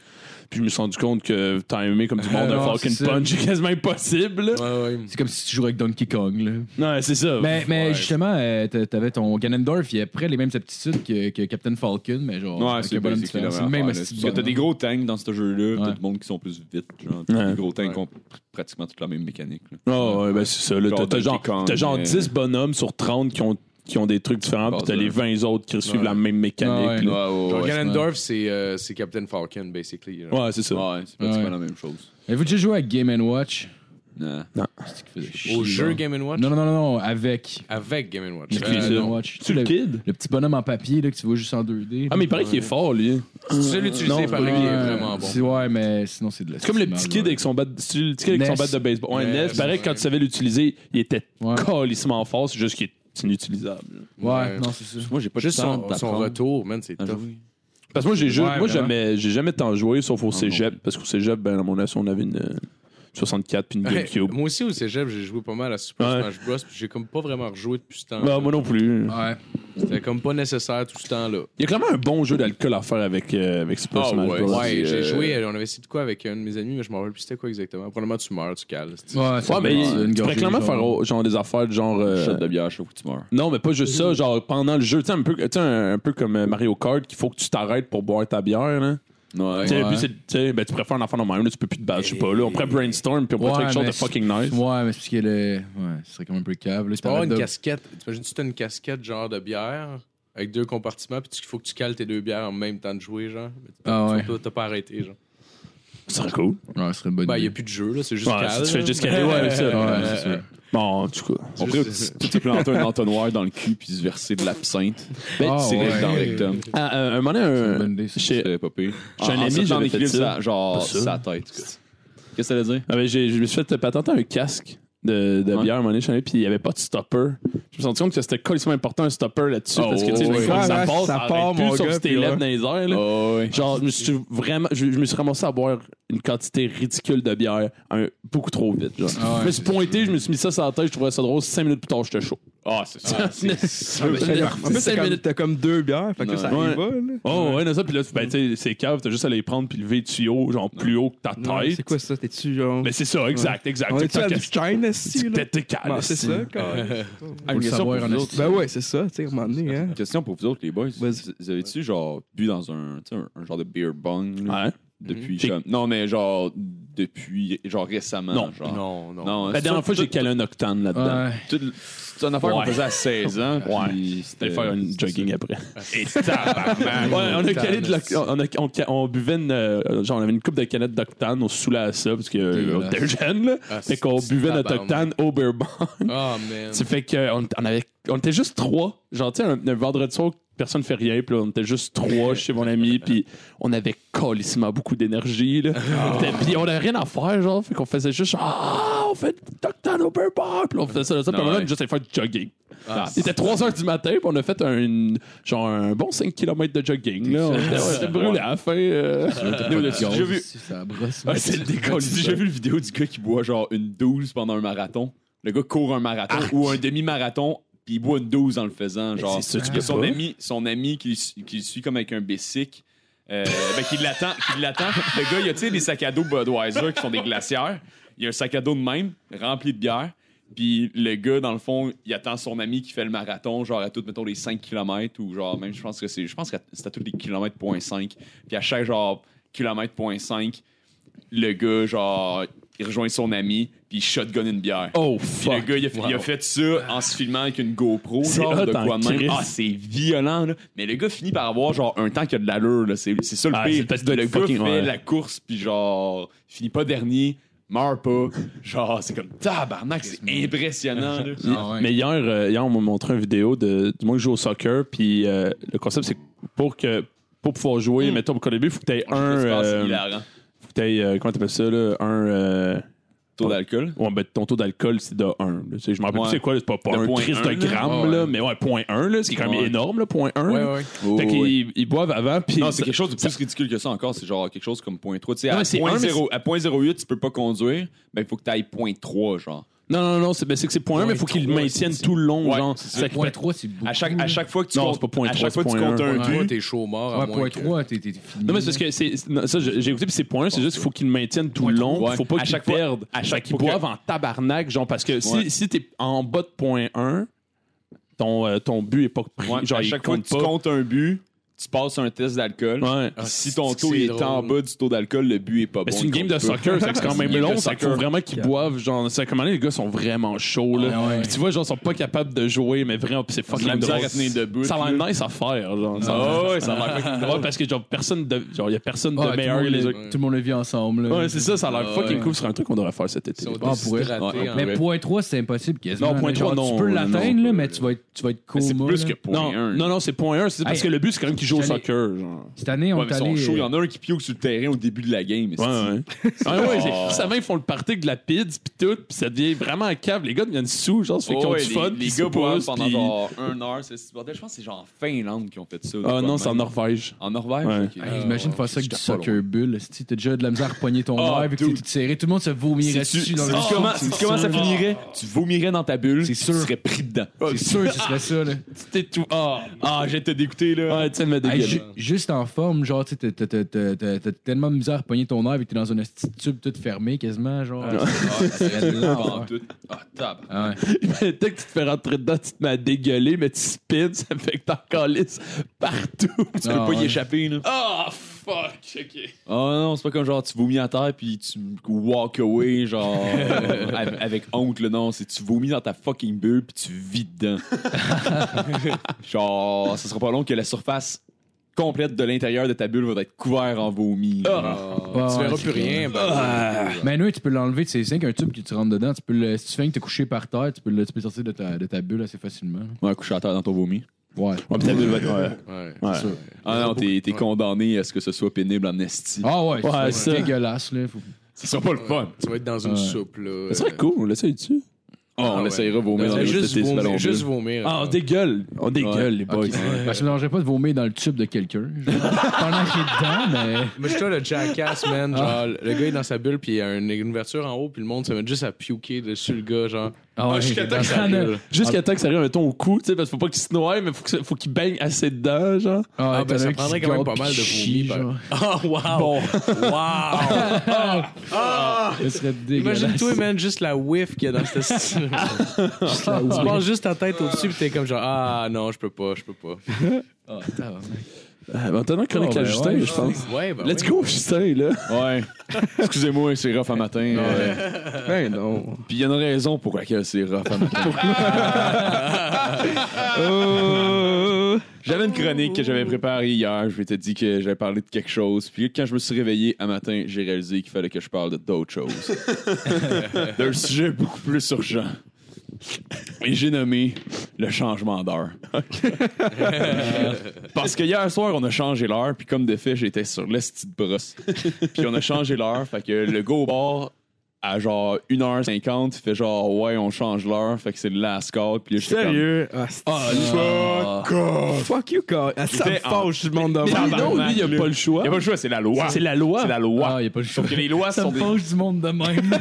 Speaker 5: Puis je me suis rendu compte que timer comme du monde
Speaker 3: non,
Speaker 5: un Falcon
Speaker 3: c'est ça.
Speaker 5: Punch est quasiment impossible.
Speaker 4: Ouais, ouais.
Speaker 3: C'est comme si tu jouais avec Donkey Kong, là.
Speaker 5: Non, c'est ça.
Speaker 3: Mais, mais justement, euh, t'a- t'avais ton Ganondorf, il a près les mêmes aptitudes que, que Captain Falcon, mais genre,
Speaker 6: Ouais,
Speaker 3: avec
Speaker 6: c'est hein.
Speaker 3: un bonhomme
Speaker 6: basic,
Speaker 3: différent.
Speaker 6: la
Speaker 3: C'est le
Speaker 6: même
Speaker 3: même
Speaker 6: affaire, là.
Speaker 3: style
Speaker 6: Parce que t'as des gros tanks dans ce jeu-là,
Speaker 3: Ouais.
Speaker 6: t'as du monde qui sont plus vite, genre. T'as
Speaker 5: Ouais.
Speaker 6: des gros tanks
Speaker 4: Ouais.
Speaker 6: qui ont pr- pratiquement toute la même mécanique. là.
Speaker 5: Oh, ouais, ben c'est ça. là.
Speaker 6: Genre
Speaker 5: T'as- T'as
Speaker 6: Donkey
Speaker 5: genre,
Speaker 6: Kong,
Speaker 5: t'as genre
Speaker 6: mais-
Speaker 5: 10 bonhommes sur 30 qui ont, qui ont des trucs différents, puis t'as
Speaker 6: Bazar.
Speaker 5: les 20 autres qui suivent la même mécanique.
Speaker 3: Ouais.
Speaker 5: là.
Speaker 4: Genre,
Speaker 6: Ouais,
Speaker 4: Ganondorf, c'est euh, c'est Captain Falcon, basically.
Speaker 5: Ouais, c'est ça.
Speaker 6: ouais, c'est pratiquement la même chose.
Speaker 3: Avez-vous déjà joué à Game Watch
Speaker 6: Non.
Speaker 3: C'est qui faisait chier,
Speaker 4: Au jeu
Speaker 3: là.
Speaker 4: Game Watch?
Speaker 3: Non, non, non, non, avec.
Speaker 4: Avec Game Watch.
Speaker 5: C'est
Speaker 4: Euh,
Speaker 5: qui, ça?
Speaker 3: Game Watch.
Speaker 5: Tu le kid?
Speaker 3: Le petit bonhomme en papier là, que tu vois juste en 2D.
Speaker 5: Ah, mais il paraît qu'il est fort, lui.
Speaker 4: Tu sais l'utiliser, il paraît qu'il est vraiment bon.
Speaker 3: C'est, ouais, mais sinon, c'est de la
Speaker 5: C'est comme le petit kid avec son bat, c'est le petit kid avec son
Speaker 3: NES.
Speaker 5: bat de baseball. Ouais,
Speaker 4: Ouais,
Speaker 5: NES, pareil,
Speaker 4: ouais.
Speaker 5: quand tu savais l'utiliser, il était
Speaker 3: Ouais.
Speaker 5: calissement fort, c'est juste qu'il est inutilisable.
Speaker 3: Ouais, non, c'est ça.
Speaker 6: Moi, j'ai pas
Speaker 4: Juste
Speaker 6: de temps
Speaker 4: son, son
Speaker 6: d'apprendre
Speaker 4: retour, man, c'est
Speaker 6: à
Speaker 4: tough.
Speaker 6: jouer.
Speaker 5: Parce que moi, j'ai joué-
Speaker 3: Ouais,
Speaker 5: moi,
Speaker 3: vraiment.
Speaker 5: jamais, j'ai jamais tant joué, sauf au cégep, parce qu'au cégep, ben, à mon avis, on avait une euh, 64 puis une
Speaker 4: Ouais,
Speaker 5: GameCube.
Speaker 4: Moi aussi, au cégep, j'ai joué pas mal à Super
Speaker 5: Ouais.
Speaker 4: Smash Bros. Puis j'ai comme pas vraiment rejoué depuis ce temps-là.
Speaker 5: Bah, moi non plus.
Speaker 3: Ouais.
Speaker 4: C'était comme pas nécessaire tout ce temps-là.
Speaker 5: Il y a clairement un bon jeu d'alcool à faire avec, euh, avec Super
Speaker 6: Ah,
Speaker 5: Smash
Speaker 6: ouais.
Speaker 5: Bros.
Speaker 4: Ouais, j'ai
Speaker 6: euh,
Speaker 4: joué, euh, on avait essayé de quoi avec un de mes amis, mais je m'en rappelle plus c'était quoi exactement. Probablement tu meurs, tu cales. c'est-
Speaker 3: Ouais, c'est
Speaker 5: Ouais, mais
Speaker 3: une
Speaker 5: tu pourrais
Speaker 3: gorgée,
Speaker 5: clairement
Speaker 3: genre.
Speaker 5: faire oh, genre des affaires de genre. euh,
Speaker 6: Shot de bière, je trouve que tu meurs.
Speaker 5: Non, mais pas juste ça, genre pendant le jeu, tu sais, un peu, tu sais, un, un peu comme euh, Mario Kart, qu'il faut que tu t'arrêtes pour boire ta bière, là.
Speaker 6: Ouais.
Speaker 5: Tu sais, le
Speaker 3: Ouais.
Speaker 5: but, c'est de- tu sais, ben, tu préfères un enfant dans même, là, tu peux plus te battre, je sais pas, là. On pourrait brainstorm, puis on pourrait
Speaker 3: Ouais,
Speaker 5: faire quelque chose
Speaker 3: mais
Speaker 5: de fucking nice.
Speaker 3: Ouais, mais c'est parce que le. Ouais, ce serait comme un peu cave. Là, c'est
Speaker 4: Tu peux avoir
Speaker 3: pas
Speaker 4: une casquette. T'imagines-tu t'as une casquette genre de bière avec deux compartiments, puis il faut que tu cales tes deux bières en même temps de jouer, genre. Mais t'as-
Speaker 3: Ah ouais.
Speaker 4: surtout, T'as pas arrêté, genre.
Speaker 5: Ce serait cool.
Speaker 6: Ouais, ce serait une bonne
Speaker 4: Ben, il n'y
Speaker 6: idée.
Speaker 4: a plus de jeu, là, c'est juste
Speaker 5: Ouais,
Speaker 4: Cal,
Speaker 5: si tu fais
Speaker 4: là.
Speaker 5: juste caler, ouais, c'est ça.
Speaker 6: Ouais, c'est ça.
Speaker 5: Bon, en tout cas.
Speaker 6: On pourrait se se planter un entonnoir dans le cul puis se verser de l'absinthe.
Speaker 5: Ben,
Speaker 3: Ah,
Speaker 6: C'est
Speaker 3: ouais.
Speaker 6: dans le rectum.
Speaker 5: Ah, euh, un moment donné, un-
Speaker 6: Bonne idée, ça,
Speaker 5: chez-
Speaker 6: c'est pas pire.
Speaker 5: J'ai un
Speaker 6: En- en
Speaker 5: ami,
Speaker 6: sortant
Speaker 5: j'avais
Speaker 6: d'équilibre,
Speaker 5: fait ça.
Speaker 6: ça, Genre,
Speaker 5: Pas sûr.
Speaker 6: sa tête. quoi. Qu'est-ce que ça veut dire?
Speaker 5: Ah ben, j'ai- je me suis fait patenter un casque de, de
Speaker 6: Ouais.
Speaker 5: bière à un moment donné, je suis allé, puis il n'y avait pas de stopper. Je me suis rendu compte que c'était colissement important un stopper là-dessus
Speaker 6: Oh,
Speaker 5: parce que tu sais,
Speaker 6: ouais.
Speaker 5: une fois que
Speaker 7: Ouais,
Speaker 5: ça
Speaker 7: ouais,
Speaker 5: passe,
Speaker 7: ça
Speaker 5: ça
Speaker 7: part,
Speaker 5: part
Speaker 7: mon
Speaker 5: plus sauf
Speaker 7: gars,
Speaker 5: si t'es
Speaker 7: puis
Speaker 5: lèvres
Speaker 7: ouais.
Speaker 5: dans les airs. Là.
Speaker 6: Oh, ouais.
Speaker 5: Genre, je me suis vraiment, je, je me suis ramassé à boire une quantité ridicule de bière un- beaucoup trop vite. genre.
Speaker 3: Ah ouais,
Speaker 5: je me suis
Speaker 3: c'est
Speaker 5: pointé, je me suis mis ça sur la tête, je trouvais ça drôle. Cinq minutes plus tard, j'étais chaud.
Speaker 6: Ah, c'est ça.
Speaker 5: Cinq
Speaker 7: En plus, t'as comme,
Speaker 5: minutes.
Speaker 7: t'as comme deux bières, fait que
Speaker 6: Ouais.
Speaker 7: ça y va. Là.
Speaker 5: Oh ouais, non, ça, puis là, ben, tu sais, c'est cave, t'as juste à les prendre puis lever le tuyau, genre plus haut que ta tête.
Speaker 7: Non, C'est quoi ça? T'es-tu genre.
Speaker 5: Mais c'est ça, exact, exact.
Speaker 7: On est-tu
Speaker 5: Tant
Speaker 7: à
Speaker 5: que-
Speaker 7: Liechtenstein, est-ce
Speaker 5: tu
Speaker 7: là?
Speaker 5: pètes tes cales,
Speaker 7: Ouais, C'est
Speaker 5: si.
Speaker 7: ça, quand même.
Speaker 3: Faut le
Speaker 6: question
Speaker 3: savoir
Speaker 6: pour
Speaker 3: en
Speaker 6: vous
Speaker 3: esti.
Speaker 7: Ben ouais, c'est ça, tu sais, à un moment donné, hein.
Speaker 6: Question pour vous autres, les boys.
Speaker 7: Vas-y.
Speaker 6: Vous avez-tu, genre, bu dans un, tu sais, un- un genre de beer bong? là,
Speaker 5: Ouais.
Speaker 6: Depuis,
Speaker 5: J'ai-
Speaker 6: comme- Non, mais genre, depuis, genre récemment.
Speaker 5: Non.
Speaker 6: genre.
Speaker 4: Non, non.
Speaker 6: Non,
Speaker 5: Ben, La dernière fois, j'ai calé un octane là-dedans.
Speaker 3: Ouais.
Speaker 6: Tout le- C'est une affaire qu'on
Speaker 5: Ouais.
Speaker 6: faisait à 16 ans.
Speaker 5: Ouais.
Speaker 6: puis
Speaker 5: T'allais
Speaker 6: C'était
Speaker 5: faire une jogging après. Et tabarnak. ouais, on a
Speaker 4: Octane,
Speaker 5: calé de l'oc-
Speaker 4: c'est-
Speaker 5: on, a- on ca- on buvait une. euh, genre, on avait une coupe de canettes d'octane, on se saoulait à ça parce que euh, on
Speaker 6: Dégueulasse.
Speaker 5: était jeune, là.
Speaker 4: Ah,
Speaker 5: Fait
Speaker 4: c'est-
Speaker 5: qu'on
Speaker 4: c'est
Speaker 5: buvait notre octane
Speaker 4: tabarnak.
Speaker 5: au beer bond.
Speaker 4: Ah, man.
Speaker 5: Ça fait qu'on on avait, on était juste trois. Genre, tu sais, un, un vendredi soir, personne fait rien. Puis là, on était juste trois chez mon ami. Puis on avait colissement beaucoup d'énergie. là. C'était- Puis on avait rien à faire, genre. Fait qu'on faisait juste genre, Ah, on fait Doctor au beurre bar. Puis on faisait ça, là, ça. Puis à un
Speaker 6: Ouais.
Speaker 5: moment, on a juste allé faire du jogging.
Speaker 4: Ah,
Speaker 5: Il était 3 h du matin. Puis on a fait un, genre, un bon 5 km de jogging. Là. On était- on était brûlé à la fin. euh.
Speaker 6: J'ai vu.
Speaker 3: Ça brosse.
Speaker 6: Ah, c'est le décolle. J'ai déjà vu le vidéo du gars qui boit genre une 12 pendant un marathon. Le gars court un marathon ou un demi-marathon, puis il boit une 12 en le faisant. Genre,
Speaker 5: c'est ça, tu
Speaker 6: Que
Speaker 5: peux
Speaker 6: son
Speaker 5: pas.
Speaker 6: ami, son ami qui, su- qui le suit comme avec un bessic, euh, ben, qui l'attend, qui l'attend. Le gars, il y a tu sais des sacs à dos Budweiser qui sont des glacières. Il y a un sac à dos de même rempli de bière. Puis le gars, dans le fond, il attend son ami qui fait le marathon, genre à tout, mettons, les 5 km ou genre même, je pense que c'est, je pense que c'est à tous les kilomètres, point 5. Puis à chaque genre kilomètre, point 5, le gars, genre, il rejoint son ami, puis il shotgun une bière.
Speaker 5: Oh,
Speaker 6: Puis le
Speaker 5: fuck.
Speaker 6: gars, il a, il a fait ça en se filmant avec une GoPro,
Speaker 5: C'est
Speaker 6: genre de
Speaker 5: hot en
Speaker 6: quoi de même.
Speaker 5: Christ.
Speaker 6: Ah, c'est violent, là. Mais le gars finit par avoir, genre, un temps qui a de l'allure, là. C'est c'est ça le
Speaker 5: Ah, c'est
Speaker 6: pire.
Speaker 5: parce que
Speaker 6: Le
Speaker 5: le
Speaker 6: gars
Speaker 5: fucking-
Speaker 6: fait
Speaker 5: ouais.
Speaker 6: la course, puis genre, finit pas dernier, meurt pas. Genre, c'est comme tabarnak, c'est impressionnant, là.
Speaker 3: Ah ouais.
Speaker 5: Mais hier, euh, hier, on m'a montré une vidéo de, du moins que je joue au soccer. Puis euh, le concept, c'est que pour que pour pouvoir
Speaker 6: Hmm.
Speaker 5: jouer, mettons, pour qu'au début, il faut que tu aies un.
Speaker 6: Je sais pas,
Speaker 5: euh,
Speaker 6: c'est hilarant.
Speaker 5: faut que t'aies, euh, comment t'appelles ça, là, un. euh,
Speaker 6: Taux d'alcool.
Speaker 5: ouais, ben, ton taux d'alcool, c'est de 1. là. Tu sais, Je m'en rappelle
Speaker 6: Ouais.
Speaker 5: plus c'est quoi, là, c'est pas, pas
Speaker 6: De
Speaker 5: un
Speaker 6: point
Speaker 5: triste de
Speaker 6: un, là.
Speaker 5: gramme,
Speaker 4: Ouais.
Speaker 5: là, mais ouais, point 1, là, c'est quand même
Speaker 6: Ouais.
Speaker 5: énorme, là, point 1.
Speaker 4: Ouais, ouais.
Speaker 5: Fait qu'ils ils boivent avant, puis.
Speaker 6: Oh, Non, c'est quelque chose de plus ridicule que ça encore. C'est genre quelque chose comme 0.3. Tu sais,
Speaker 5: Non,
Speaker 6: à
Speaker 5: mais c'est un, mais
Speaker 6: 0.0 à 0.08, tu peux pas conduire, mais il faut que tu ailles 0.3, genre.
Speaker 5: Non, non, non, c'est ben, c'est que c'est point 1, mais il faut
Speaker 3: Point
Speaker 5: qu'ils le
Speaker 3: trois,
Speaker 5: maintiennent
Speaker 6: c'est-
Speaker 5: tout le long,
Speaker 6: Ouais,
Speaker 5: genre.
Speaker 6: c'est
Speaker 5: Fait que-
Speaker 3: Point 3, c'est beaucoup.
Speaker 6: À chaque, à chaque fois que tu
Speaker 5: Non,
Speaker 6: comptes,
Speaker 5: c'est pas point
Speaker 6: à
Speaker 5: trois,
Speaker 6: chaque fois
Speaker 5: c'est
Speaker 6: que tu
Speaker 5: point
Speaker 6: comptes
Speaker 5: un.
Speaker 6: un
Speaker 4: Point
Speaker 6: but,
Speaker 4: trois, t'es chaud mort. à
Speaker 3: Ouais,
Speaker 4: moins
Speaker 3: point
Speaker 4: que-
Speaker 3: 3, t'es t'es- t'es fini. Ah,
Speaker 5: Non, mais c'est parce que c'est. non, Ça, je- j'ai écouté, puis c'est point 1, c'est juste qu'il faut qu'ils le maintiennent tout le
Speaker 6: Point
Speaker 5: long.
Speaker 6: trois, ouais.
Speaker 5: Faut pas
Speaker 6: À
Speaker 5: qu'ils
Speaker 6: chaque fois-
Speaker 5: perdent.
Speaker 6: à
Speaker 5: Fait
Speaker 6: chaque
Speaker 5: qu'ils
Speaker 6: fois que-
Speaker 5: boivent en tabarnak, genre, parce que si,
Speaker 6: Ouais.
Speaker 5: si t'es en bas de point 1, ton, euh, ton but est pas pris.
Speaker 6: Ouais,
Speaker 5: genre,
Speaker 6: à
Speaker 5: il
Speaker 6: chaque fois que
Speaker 5: compte
Speaker 6: tu
Speaker 5: pas.
Speaker 6: comptes un but, tu passes un test d'alcool.
Speaker 5: Ouais.
Speaker 3: Ah,
Speaker 6: Puis Si
Speaker 4: c'est-
Speaker 6: ton
Speaker 4: c'est
Speaker 6: taux
Speaker 4: que
Speaker 6: il
Speaker 4: c'est
Speaker 6: est en
Speaker 4: drôle.
Speaker 6: bas du taux d'alcool, le but est pas
Speaker 5: Mais
Speaker 6: bon.
Speaker 5: c'est une game de soccer, fait que c'est quand même
Speaker 6: une game
Speaker 5: long,
Speaker 6: de
Speaker 5: ça faut
Speaker 6: soccer.
Speaker 5: vraiment qu'ils boivent, genre, c'est quand même les gars sont vraiment chauds, là.
Speaker 3: Ah ouais.
Speaker 5: Puis tu vois, genre, ils sont pas capables de jouer, mais vraiment, puis c'est
Speaker 6: C'est
Speaker 5: fucking
Speaker 6: la misère
Speaker 5: drôle.
Speaker 6: à tenir debout.
Speaker 5: Ça a l'air nice à faire, genre. Ça a l'air-
Speaker 6: Ah ouais, ça a l'air
Speaker 5: Ouais, parce que, genre, personne de, genre, y a personne de
Speaker 3: Ah, tout,
Speaker 5: meilleur que les
Speaker 3: le
Speaker 5: autres.
Speaker 3: monde, tout le monde le vit ensemble. là.
Speaker 5: Ouais, c'est ça, ça a l'air
Speaker 4: Ah
Speaker 5: fucking
Speaker 4: ouais.
Speaker 5: cool, c'est un truc qu'on devrait faire cet été.
Speaker 4: Ils sont
Speaker 3: Ah, pour
Speaker 4: déshydratés
Speaker 6: vrai.
Speaker 4: en-
Speaker 3: Mais point 3, c'est impossible quasiment.
Speaker 5: Non, point
Speaker 3: là. Genre,
Speaker 5: 3,
Speaker 3: Tu peux
Speaker 5: non,
Speaker 3: l'atteindre,
Speaker 5: non.
Speaker 3: là, mais tu vas être, tu vas être
Speaker 6: Mais
Speaker 3: coma.
Speaker 6: c'est plus
Speaker 3: là.
Speaker 6: que point
Speaker 5: Non,
Speaker 6: un.
Speaker 5: non, non, c'est point 1. C'est parce
Speaker 3: Hey,
Speaker 5: que le but, c'est quand même qu'ils jouent au
Speaker 3: j'allais-
Speaker 5: soccer. Genre.
Speaker 3: Cette année, on
Speaker 6: Ouais,
Speaker 3: est
Speaker 6: mais ils sont
Speaker 3: allé...
Speaker 6: chauds. Il y en a un qui pioque sur le terrain au début de la game.
Speaker 5: euh, Ouais,
Speaker 6: c'est-
Speaker 5: ouais. Ah, ouais, ouais, c'est-
Speaker 6: Oh.
Speaker 5: Puis ça va, ils font le party avec de la pizza, puis tout, puis ça devient vraiment un cave. Les gars deviennent sous, genre, ça fait qu'ils ont
Speaker 6: Oh, Ouais,
Speaker 5: du
Speaker 6: les-
Speaker 5: fun.
Speaker 6: Les gars boivent pendant genre un heure. c'est- c'est- Je pense que c'est genre en Finlande qui ont fait ça.
Speaker 5: Ah non,
Speaker 6: Quoi,
Speaker 5: c'est en
Speaker 6: même.
Speaker 5: Norvège.
Speaker 6: En Norvège?
Speaker 5: Ouais.
Speaker 6: ok.
Speaker 3: euh, Hey, Imagine faire ça avec du soccer bull. Si t'as déjà de la misère à poigner ton
Speaker 6: Ah,
Speaker 3: verre, vu que t'es
Speaker 6: dude.
Speaker 3: tout serré, tout le monde se vomirait
Speaker 6: Si
Speaker 3: dessus
Speaker 6: tu-
Speaker 3: dans le
Speaker 6: Ah, si tu
Speaker 3: sol.
Speaker 6: comment- si tu comment ça finirait?
Speaker 5: Ah,
Speaker 6: Tu vomirais dans ta bulle,
Speaker 3: C'est
Speaker 6: puis
Speaker 3: sûr.
Speaker 6: tu serais pris dedans.
Speaker 3: C'est sûr que ce serait ça, là.
Speaker 5: C'était tout. Ah,
Speaker 6: Ah, j'étais dégoûté, là.
Speaker 5: ouais, tu sais, mais
Speaker 3: Hey,
Speaker 5: dégueulasse.
Speaker 3: ju- juste en forme, genre, tu sais, t'as- t'as- t'as t'as- t'as tellement de misère à pogner ton air vu que t'es dans un esti de tube tout fermé quasiment, genre.
Speaker 6: Avant
Speaker 3: Ah,
Speaker 6: tout. Ah, tabarnak.
Speaker 3: ouais.
Speaker 5: Dès que tu te fais rentrer dedans, tu te mets à dégueuler, mais tu spins, ça fait que t'en calisses partout.
Speaker 6: Tu peux
Speaker 3: Ah,
Speaker 6: pas y
Speaker 3: ouais.
Speaker 6: échapper, là.
Speaker 5: Ah, fuck, ok.
Speaker 6: Oh non, c'est pas comme genre tu vomis à terre puis tu walk away, genre euh, avec avec honte, là. Non, c'est tu vomis dans ta fucking bulle puis tu vis dedans. genre, ça sera pas long que la surface complète de l'intérieur de ta bulle va être couvert en vomi.
Speaker 5: Ah!
Speaker 3: Bon,
Speaker 4: tu verras
Speaker 3: ouais,
Speaker 4: plus
Speaker 3: c'est
Speaker 4: rien. ben, ouais.
Speaker 3: Mais non, tu peux l'enlever de ses cinq, un tube que tu rentres dedans. Tu peux le, si tu finis de te coucher par terre, tu peux, le, tu peux sortir de ta, de ta bulle assez facilement.
Speaker 6: Ouais, coucher à terre dans ton vomi.
Speaker 3: Ouais.
Speaker 5: Ouais, puis ta bulle va être- ouais.
Speaker 4: Ouais.
Speaker 5: Ouais.
Speaker 3: c'est sûr.
Speaker 6: Ah non, t'es t'es condamné à ce que ce soit pénible en esti.
Speaker 3: Ah ouais,
Speaker 5: Ouais,
Speaker 3: c'est
Speaker 5: ça.
Speaker 3: dégueulasse. Là. Faut-
Speaker 6: Ce sera pas le fun.
Speaker 4: Tu vas être dans une
Speaker 3: Ouais.
Speaker 4: soupe, là.
Speaker 5: Ça serait
Speaker 4: euh,
Speaker 5: cool, on l'essaye dessus.
Speaker 6: Oh, on
Speaker 4: Ah ouais.
Speaker 6: essayera vomir
Speaker 5: Ben,
Speaker 4: Ouais,
Speaker 6: dans les
Speaker 4: juste
Speaker 6: tétés, ce ballon
Speaker 4: vomir. Juste
Speaker 6: bleu.
Speaker 4: vomir.
Speaker 5: Ah, on
Speaker 4: là.
Speaker 5: dégueule. On dégueule,
Speaker 6: Ouais.
Speaker 5: les boys.
Speaker 3: Ok. Ben, ça me dérangeait pas de vomir dans le tube de quelqu'un. genre, Pendant qu'il est dedans, mais.
Speaker 4: Mais je suis le jackass, man. Genre, le gars est dans sa bulle, puis il y a une, une ouverture en haut, puis le monde se met juste à puker dessus le gars, genre.
Speaker 3: Ah ouais, il
Speaker 4: jusqu'à
Speaker 3: est
Speaker 4: temps
Speaker 3: dans
Speaker 4: que ça
Speaker 3: sa bulle.
Speaker 4: arrive.
Speaker 5: Jusqu'à temps que ça arrive, mettons, au cou, tu sais, parce qu'il faut pas qu'il se noie, mais faut que ça- faut qu'il baigne assez dedans, genre.
Speaker 3: Ah,
Speaker 4: Ah, ben,
Speaker 3: t'en as
Speaker 4: ça
Speaker 3: un qui
Speaker 4: prendrait
Speaker 3: se
Speaker 4: quand même
Speaker 3: gâte
Speaker 4: pas mal
Speaker 3: puis
Speaker 4: de
Speaker 3: chie,
Speaker 4: vomi, par-
Speaker 3: genre.
Speaker 4: Oh, wow!
Speaker 3: Ça serait dégueulasse.
Speaker 4: Imagine-toi, man, juste la whiff qu'il y a dans cette style. tu passes juste ta tête au-dessus, pis t'es comme genre, ah non, je peux pas, je peux pas.
Speaker 6: Ah,
Speaker 5: Euh, maintenant, chronique
Speaker 3: Oh, ben
Speaker 5: à Justin,
Speaker 3: ouais,
Speaker 5: je pense.
Speaker 4: Ouais, ben.
Speaker 5: Let's
Speaker 4: oui.
Speaker 5: go, Justin, là.
Speaker 6: Ouais. Excusez-moi, c'est rough à matin. euh,
Speaker 7: Ben non.
Speaker 6: Puis il y a une raison pourquoi que c'est rough à matin.
Speaker 7: Euh,
Speaker 6: J'avais une chronique que j'avais préparée hier. Je m'étais dit que j'avais parlé de quelque chose. Puis quand je me suis réveillé un matin, j'ai réalisé qu'il fallait que je parle de d'autres choses. D'un sujet beaucoup plus urgent. Et j'ai nommé le changement d'heure. Parce que hier soir, on a changé l'heure. Puis comme de fait, j'étais sur l'esti de brosse. Puis on a changé l'heure. Fait que le go bar à genre 1h50, il fait genre ouais, on change l'heure. Fait que c'est le last call. Puis là, j'étais comme,
Speaker 7: Sérieux? Ah, c'est-
Speaker 5: Ah.
Speaker 6: Fuck off.
Speaker 7: Fuck you, car. Ah, Ça me
Speaker 6: J'étais en-
Speaker 7: fâche, je m'en donne.
Speaker 6: Mais
Speaker 5: Non, lui, il a
Speaker 6: là.
Speaker 5: pas le choix.
Speaker 6: Il a pas le choix, c'est la loi.
Speaker 5: C'est la loi.
Speaker 6: C'est la loi.
Speaker 3: Ah, y a pas le choix.
Speaker 6: Sauf que les lois
Speaker 3: Ça
Speaker 6: sont
Speaker 3: me
Speaker 6: des...
Speaker 3: fâche du monde de même.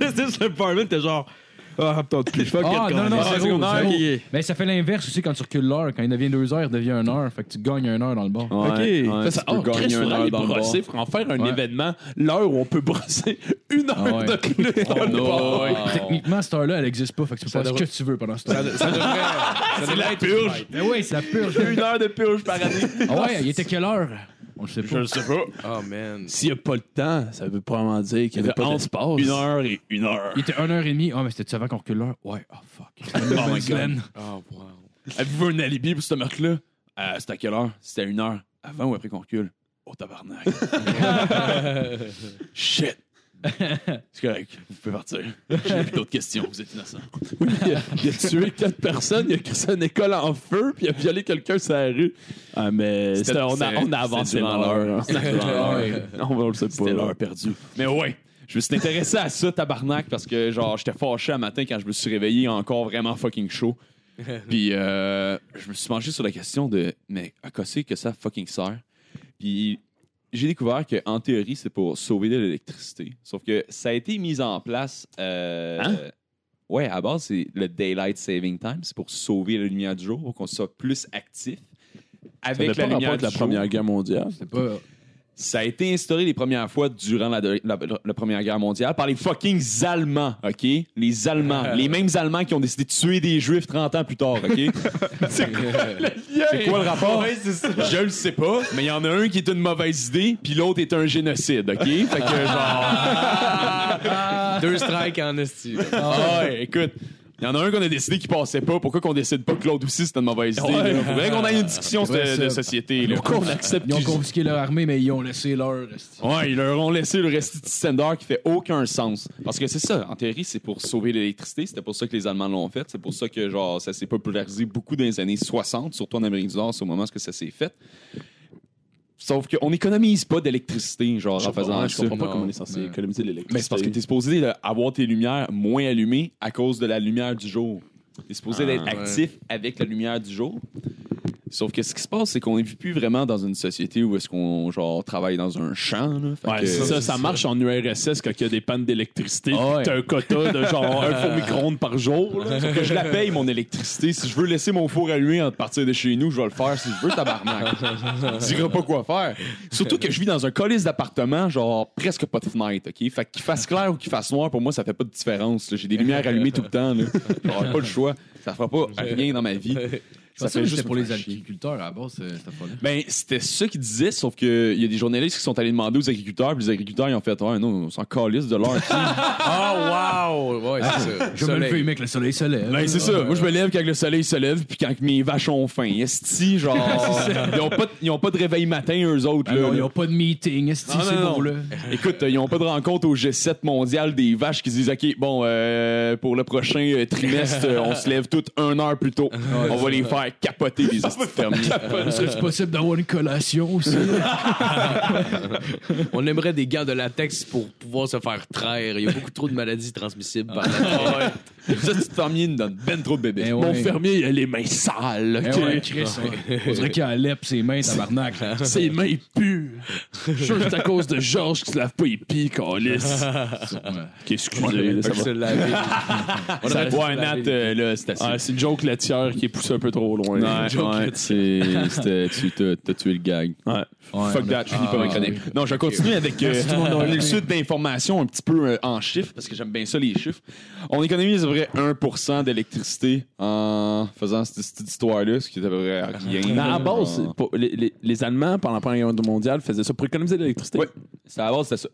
Speaker 7: C'est juste le barman, t'es genre. Ah, putain, plus fuck
Speaker 3: Ah,
Speaker 7: you,
Speaker 3: non,
Speaker 7: car.
Speaker 3: non,
Speaker 7: Ah,
Speaker 3: zéro,
Speaker 7: c'est bon,
Speaker 3: zéro.
Speaker 7: ok.
Speaker 3: Mais ça fait l'inverse aussi quand tu recules l'heure. Quand il devient deux heures, il devient une heure. Fait que tu gagnes une heure dans le bar.
Speaker 7: Ok.
Speaker 5: Ça, ça,
Speaker 6: tu
Speaker 5: oh,
Speaker 6: peux
Speaker 5: Chris,
Speaker 6: gagner un
Speaker 5: faudrait
Speaker 6: heure
Speaker 5: les
Speaker 6: dans le
Speaker 5: brosser,
Speaker 6: bar.
Speaker 5: faudrait en faire un
Speaker 3: Ouais.
Speaker 5: événement, l'heure où on peut brosser une heure
Speaker 3: Ah ouais.
Speaker 5: de plus dans
Speaker 6: Oh
Speaker 5: le bar.
Speaker 6: non.
Speaker 3: euh, Techniquement, cette heure-là, elle existe pas. Fait que tu peux
Speaker 4: Ça
Speaker 3: faire ce
Speaker 4: devrait-
Speaker 3: que tu veux pendant ce
Speaker 4: Ça,
Speaker 3: temps-là.
Speaker 4: de- ça devrait.
Speaker 5: C'est la purge.
Speaker 3: Mais oui, ça purge.
Speaker 5: Une heure de purge par année.
Speaker 3: Ah ouais, il était quelle heure? On le sait pas.
Speaker 5: sais pas.
Speaker 4: Oh, man.
Speaker 5: S'il n'y a pas le temps, ça veut probablement dire qu'il y a pas de passe. Une heure et une heure.
Speaker 3: Il était 1h30. Ah, mais c'était avant qu'on recule l'heure? Ouais, oh fuck.
Speaker 5: Oh my God.
Speaker 3: Glenn.
Speaker 4: Oh, wow.
Speaker 5: Avez-vous un alibi pour ce meurtre-là? Euh, C'était à quelle heure? C'était à une heure. Avant ou après qu'on recule? Au tabarnak. Shit. C'est correct. Vous pouvez partir. J'ai plus d'autres questions. Vous êtes innocent. Oui, il a, il a tué quatre personnes. Il a cassé une école en feu. Puis il a violé quelqu'un sur la rue. Ah, mais c'était- on, a,
Speaker 6: c'était-
Speaker 5: on a avancé
Speaker 6: c'était
Speaker 5: dans
Speaker 6: durant
Speaker 5: l'heure.
Speaker 6: l'heure.
Speaker 5: hein. C'était durant l'heure. Non, on le sait pas.
Speaker 6: C'était l'heure
Speaker 5: perdue.
Speaker 6: Mais ouais, je me suis intéressé à ça, tabarnak, parce que genre, j'étais fâché un matin quand je me suis réveillé encore vraiment fucking chaud. Puis euh, je me suis penché sur la question de mais à quoi c'est que ça fucking sert? Puis j'ai découvert que en théorie, c'est pour sauver de l'électricité. Sauf que ça a été mis en place. euh,
Speaker 5: Hein?
Speaker 6: Ouais, à base, c'est le Daylight Saving Time. C'est pour sauver la lumière du jour, pour qu'on soit plus actif. Avec la lumière
Speaker 5: de la
Speaker 6: du jour.
Speaker 5: Première Guerre mondiale.
Speaker 3: C'est pas.
Speaker 6: Ça a été instauré les premières fois durant la, la- la Première Guerre mondiale par les fucking Allemands, OK? Les Allemands. les mêmes Allemands qui ont décidé de tuer des Juifs 30 ans plus tard, OK? C'est quoi le rapport? Je le sais pas, mais il y en a un qui est une mauvaise idée, puis l'autre est un génocide, OK? Fait que genre...
Speaker 4: Deux strikes en esti. là.
Speaker 6: Ah ouais, écoute... Il y en a un qu'on a décidé qui passait pas. Pourquoi qu'on décide pas que l'autre aussi c'était une mauvaise idée?
Speaker 5: Ouais.
Speaker 6: Il faudrait qu'on ait une discussion
Speaker 3: C'est vrai,
Speaker 6: de,
Speaker 3: ça.
Speaker 6: de société. là.
Speaker 5: Pourquoi on accepte
Speaker 3: Ils ont
Speaker 5: qu'ils-
Speaker 3: confisqué leur armée, mais ils ont laissé leur. esti.
Speaker 6: Ouais, ils leur ont laissé le reste de standard qui fait aucun sens. Parce que c'est ça, en théorie, c'est pour sauver l'électricité. C'était pour ça que les Allemands l'ont fait. C'est pour ça que genre ça s'est popularisé beaucoup dans les années 60, surtout en Amérique du Nord, c'est au moment où ça s'est fait. Sauf qu'on n'économise pas d'électricité, genre, en faisant
Speaker 5: Ouais, je
Speaker 6: ça.
Speaker 5: comprends pas
Speaker 4: Non,
Speaker 5: comment on est censé
Speaker 3: mais-
Speaker 5: économiser l'électricité.
Speaker 6: Mais c'est parce que t'es supposé là, avoir tes lumières moins allumées à cause de la lumière du jour. T'es supposé
Speaker 5: Ah,
Speaker 6: être
Speaker 4: ouais.
Speaker 6: actif avec la lumière du jour. Sauf que ce qui se passe, c'est qu'on n'est plus vraiment dans une société où est-ce qu'on genre travaille dans un champ. là. Fait
Speaker 5: Ouais,
Speaker 6: que-
Speaker 5: c'est ça, ça marche en URSS quand il y a des pannes d'électricité.
Speaker 6: Ah ouais.
Speaker 5: T'as un quota de genre un four micro-ondes par jour. là.
Speaker 6: Sauf que je la paye, mon électricité. Si je veux laisser mon four allumé en partir de chez nous, je vais le faire si je veux, tabarnak. Tu diras pas quoi faire. Surtout que je vis dans un colis d'appartement, genre presque pas de fenêtre, OK? Fait qu'il fasse clair ou qu'il fasse noir, pour moi, ça fait pas de différence. là. J'ai des lumières allumées tout le temps. là. J'aurai pas le choix. Ça fera pas rien dans ma vie.
Speaker 3: Ça
Speaker 5: fait
Speaker 3: fait
Speaker 5: juste
Speaker 3: juste pour
Speaker 5: me
Speaker 3: les
Speaker 5: faire chier.
Speaker 3: agriculteurs à la base, euh, cette affaire-là.
Speaker 6: Ben, c'était ça qu'ils disaient, sauf qu'il y a des journalistes qui sont allés demander aux agriculteurs, puis les agriculteurs, ils ont fait Ouais, non, on s'en calisse de leur.
Speaker 4: Oh, wow! Ouais, c'est ça.
Speaker 3: Je me
Speaker 4: Soleil.
Speaker 3: lève mec, le soleil se lève.
Speaker 6: ben, c'est ça. Moi, je me lève quand le soleil se lève, puis quand mes vaches ont faim. Esti, genre. ils, ont pas, de- ils ont pas de réveil matin, eux autres,
Speaker 3: Ah
Speaker 6: là.
Speaker 3: non, ils
Speaker 6: là.
Speaker 3: n'ont pas de meeting, est-ce
Speaker 6: Non,
Speaker 3: que c'est
Speaker 6: non,
Speaker 3: beau,
Speaker 6: non.
Speaker 3: là?
Speaker 6: Écoute, euh, ils ont pas de rencontre au G7 mondial des vaches qui se disent OK, bon, euh, pour le prochain euh, trimestre, euh, on se lève toutes un heure plus tôt. on va les faire capoter, les esti de fermiers.
Speaker 3: Est-ce que c'est possible d'avoir une collation aussi?
Speaker 4: On aimerait des gants de latex pour pouvoir se faire traire. Il y a beaucoup trop de maladies transmissibles par la
Speaker 6: Ça, c'est fermier, ils nous donnent ben trop de bébés.
Speaker 3: Eh
Speaker 5: Mon
Speaker 3: ouais.
Speaker 5: fermier, il a les mains sales.
Speaker 3: Eh
Speaker 5: ok?
Speaker 3: ouais, Chris, ouais. on dirait qu'il a lèpre ses mains, tabarnak.
Speaker 5: Ses mains puent. Je suis sûr que c'est à cause de Georges qui se lave pas les pieds, câlisse. Ok, excusez, là, ça va.
Speaker 6: On aurait ouais, Nat, euh, là, c'est assez.
Speaker 5: Ah, c'est une joke laitière qui est poussée un peu trop loin.
Speaker 6: Ouais, ouais, c'est- c'était- tu t'as- t'as tué le gag.
Speaker 5: Ouais.
Speaker 6: Fuck that, je finis pas ma chronique. Non, je continue avec euh, une suite d'informations un petit peu euh, en chiffres, parce que j'aime bien ça, les chiffres. On économise à peu près 1% d'électricité en faisant cette, cette histoire-là, ce qui est à peu près rien.
Speaker 5: Mais à la base, c'est pas- les, les- les Allemands, pendant la Première Guerre mondiale, faisaient ça pour économiser de l'électricité.
Speaker 6: Ouais. C'est à la base, c'était ça.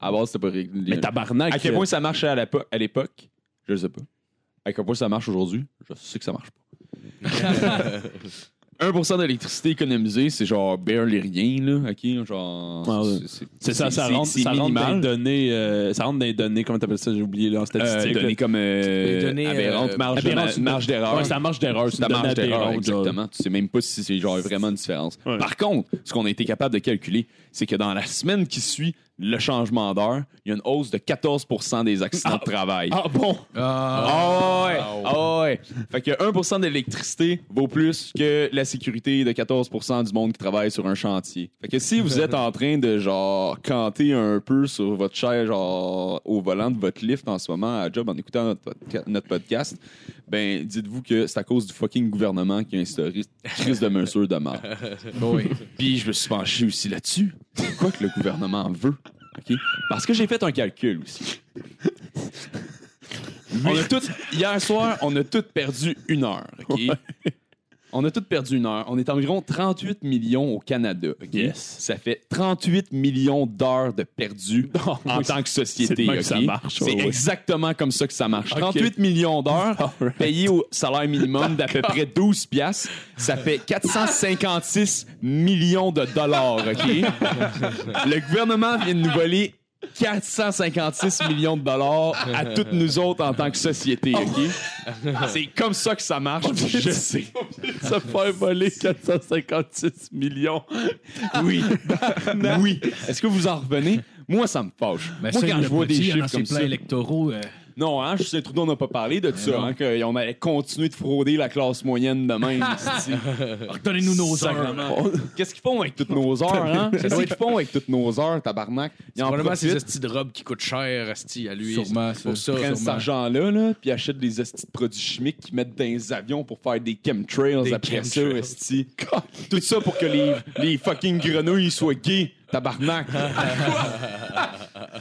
Speaker 6: À la base, c'était pas réglé.
Speaker 5: Mais tabarnak. euh,
Speaker 6: À quel point ça marchait à la po- à l'époque, je sais pas. À quel point ça marche aujourd'hui, je sais que ça marche pas. 1% d'électricité économisée, c'est genre barely rien, là. OK? Genre.
Speaker 5: Ah ouais.
Speaker 6: c'est- c'est-
Speaker 5: C'est ça, ça
Speaker 6: c'est-
Speaker 5: rentre,
Speaker 6: c'est
Speaker 5: ça rentre dans les
Speaker 6: minimal.
Speaker 5: données, euh, ça rentre dans les données, comment t'appelles ça, j'ai oublié là, en
Speaker 6: Euh,
Speaker 5: statistique.
Speaker 6: données comme euh,
Speaker 4: Les données, euh,
Speaker 6: aberrantes, marge, de-
Speaker 5: aberrantes,
Speaker 6: marge
Speaker 5: là.
Speaker 6: d'erreur.
Speaker 5: Ouais, c'est la marge d'erreur, c'est
Speaker 6: Ta
Speaker 5: une
Speaker 6: marge
Speaker 5: donnée
Speaker 6: d'erreur,
Speaker 5: aberrante, genre.
Speaker 6: exactement. Tu sais même pas si c'est genre vraiment une différence.
Speaker 5: Ouais.
Speaker 6: Par contre, ce qu'on a été capable de calculer, c'est que dans la semaine qui suit le changement d'heure, il y a une hausse de 14 des accidents de travail.
Speaker 5: Ah bon?
Speaker 3: Ah,
Speaker 6: Ah ouais, ah ouais. Fait que 1% d'électricité vaut plus que la sécurité de 14% du monde qui travaille sur un chantier. Fait que si vous êtes en train de genre canter un peu sur votre chaise genre au volant de votre lift en ce moment à job en écoutant notre, podca- notre podcast, ben dites-vous que c'est à cause du fucking gouvernement qui a instauré cette crise de mesures de mort.
Speaker 3: oui.
Speaker 6: Puis je me suis penché aussi là-dessus. C'est quoi que le gouvernement veut? OK? Parce que j'ai fait un calcul aussi. On a toutes- hier soir, on a tous perdu une heure. OK? On a tous perdu une heure. On est environ 38 millions au Canada. OK?
Speaker 5: Yes.
Speaker 6: Ça fait 38 millions d'heures de perdu en tant que société.
Speaker 5: c'est de même que
Speaker 6: OK?
Speaker 5: ça marche, ouais,
Speaker 6: C'est
Speaker 5: ouais.
Speaker 6: exactement comme ça que ça marche. 38 millions d'heures payées au salaire minimum d'à peu près 12 piastres, ça fait 456 millions de dollars, OK? Le gouvernement vient de nous voler 456 millions de dollars à toutes nous autres en tant que société, OK? C'est comme ça que ça marche, je sais.
Speaker 5: Ça fait voler 456 millions.
Speaker 6: Ah. Oui. oui. Est-ce que vous en revenez? Moi, ça me fâche.
Speaker 3: Ben,
Speaker 6: Moi,
Speaker 3: ça,
Speaker 6: quand
Speaker 3: il
Speaker 6: je
Speaker 3: a
Speaker 6: vois
Speaker 3: pas
Speaker 6: des
Speaker 3: dit, dans
Speaker 6: chiffres
Speaker 3: ses
Speaker 6: comme
Speaker 3: plans
Speaker 6: ça...
Speaker 3: électoraux. euh,
Speaker 6: Non, hein, Justin Trudeau n'a pas parlé de ça,
Speaker 3: non.
Speaker 6: hein, qu'on allait continuer de frauder la classe moyenne de même. esti.
Speaker 3: Donnez-nous nos heures.
Speaker 6: Sacrement. Qu'est-ce qu'ils font avec toutes nos heures, hein? Qu'est-ce qu'ils font avec toutes nos heures, tabarnak? Ils en
Speaker 4: Probablement ces
Speaker 6: profitent,
Speaker 4: hosties de robes qui coûtent cher, asti, à lui.
Speaker 3: Sûrement,
Speaker 4: C'est pour
Speaker 3: ça.
Speaker 4: ça.
Speaker 6: prennent cet
Speaker 3: sûrement.
Speaker 6: argent-là, là, puis achètent des estis de produits chimiques qu'ils mettent dans les avions pour faire des chemtrails
Speaker 4: Des
Speaker 6: après
Speaker 4: chemtrails.
Speaker 6: ça, esti. Tout ça pour que les, les fucking grenouilles soient gays, tabarnak.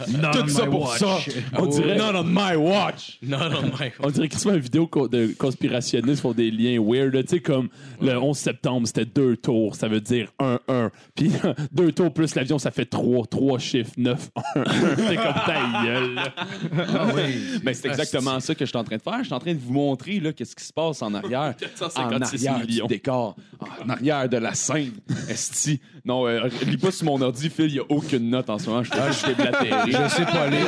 Speaker 3: Non,
Speaker 6: Tout ça
Speaker 3: my
Speaker 6: pour
Speaker 3: watch.
Speaker 6: ça.
Speaker 5: On dirait,
Speaker 6: None on my watch.
Speaker 4: Non, non, mais...
Speaker 5: on dirait qu'ils se font une vidéo co- de conspirationnistes font des liens weird. là. Tu sais, comme le 11 septembre, c'était deux tours, ça veut dire 1-1. Puis deux tours plus l'avion, ça fait trois. Trois chiffres, 9-1. C'est comme ta gueule. là.
Speaker 6: Mais Ben, c'est exactement ça que je suis en train de faire. Je suis en train de vous montrer là, qu'est-ce qui se passe en arrière. en
Speaker 5: 456
Speaker 6: arrière
Speaker 5: millions.
Speaker 6: du décor. En arrière Ah, de la scène. Esti. Non, euh, lis pas sur mon ordi, Phil. Il n'y a aucune note en ce moment. Je te- je t'ai blatéré.
Speaker 4: Je sais pas lire.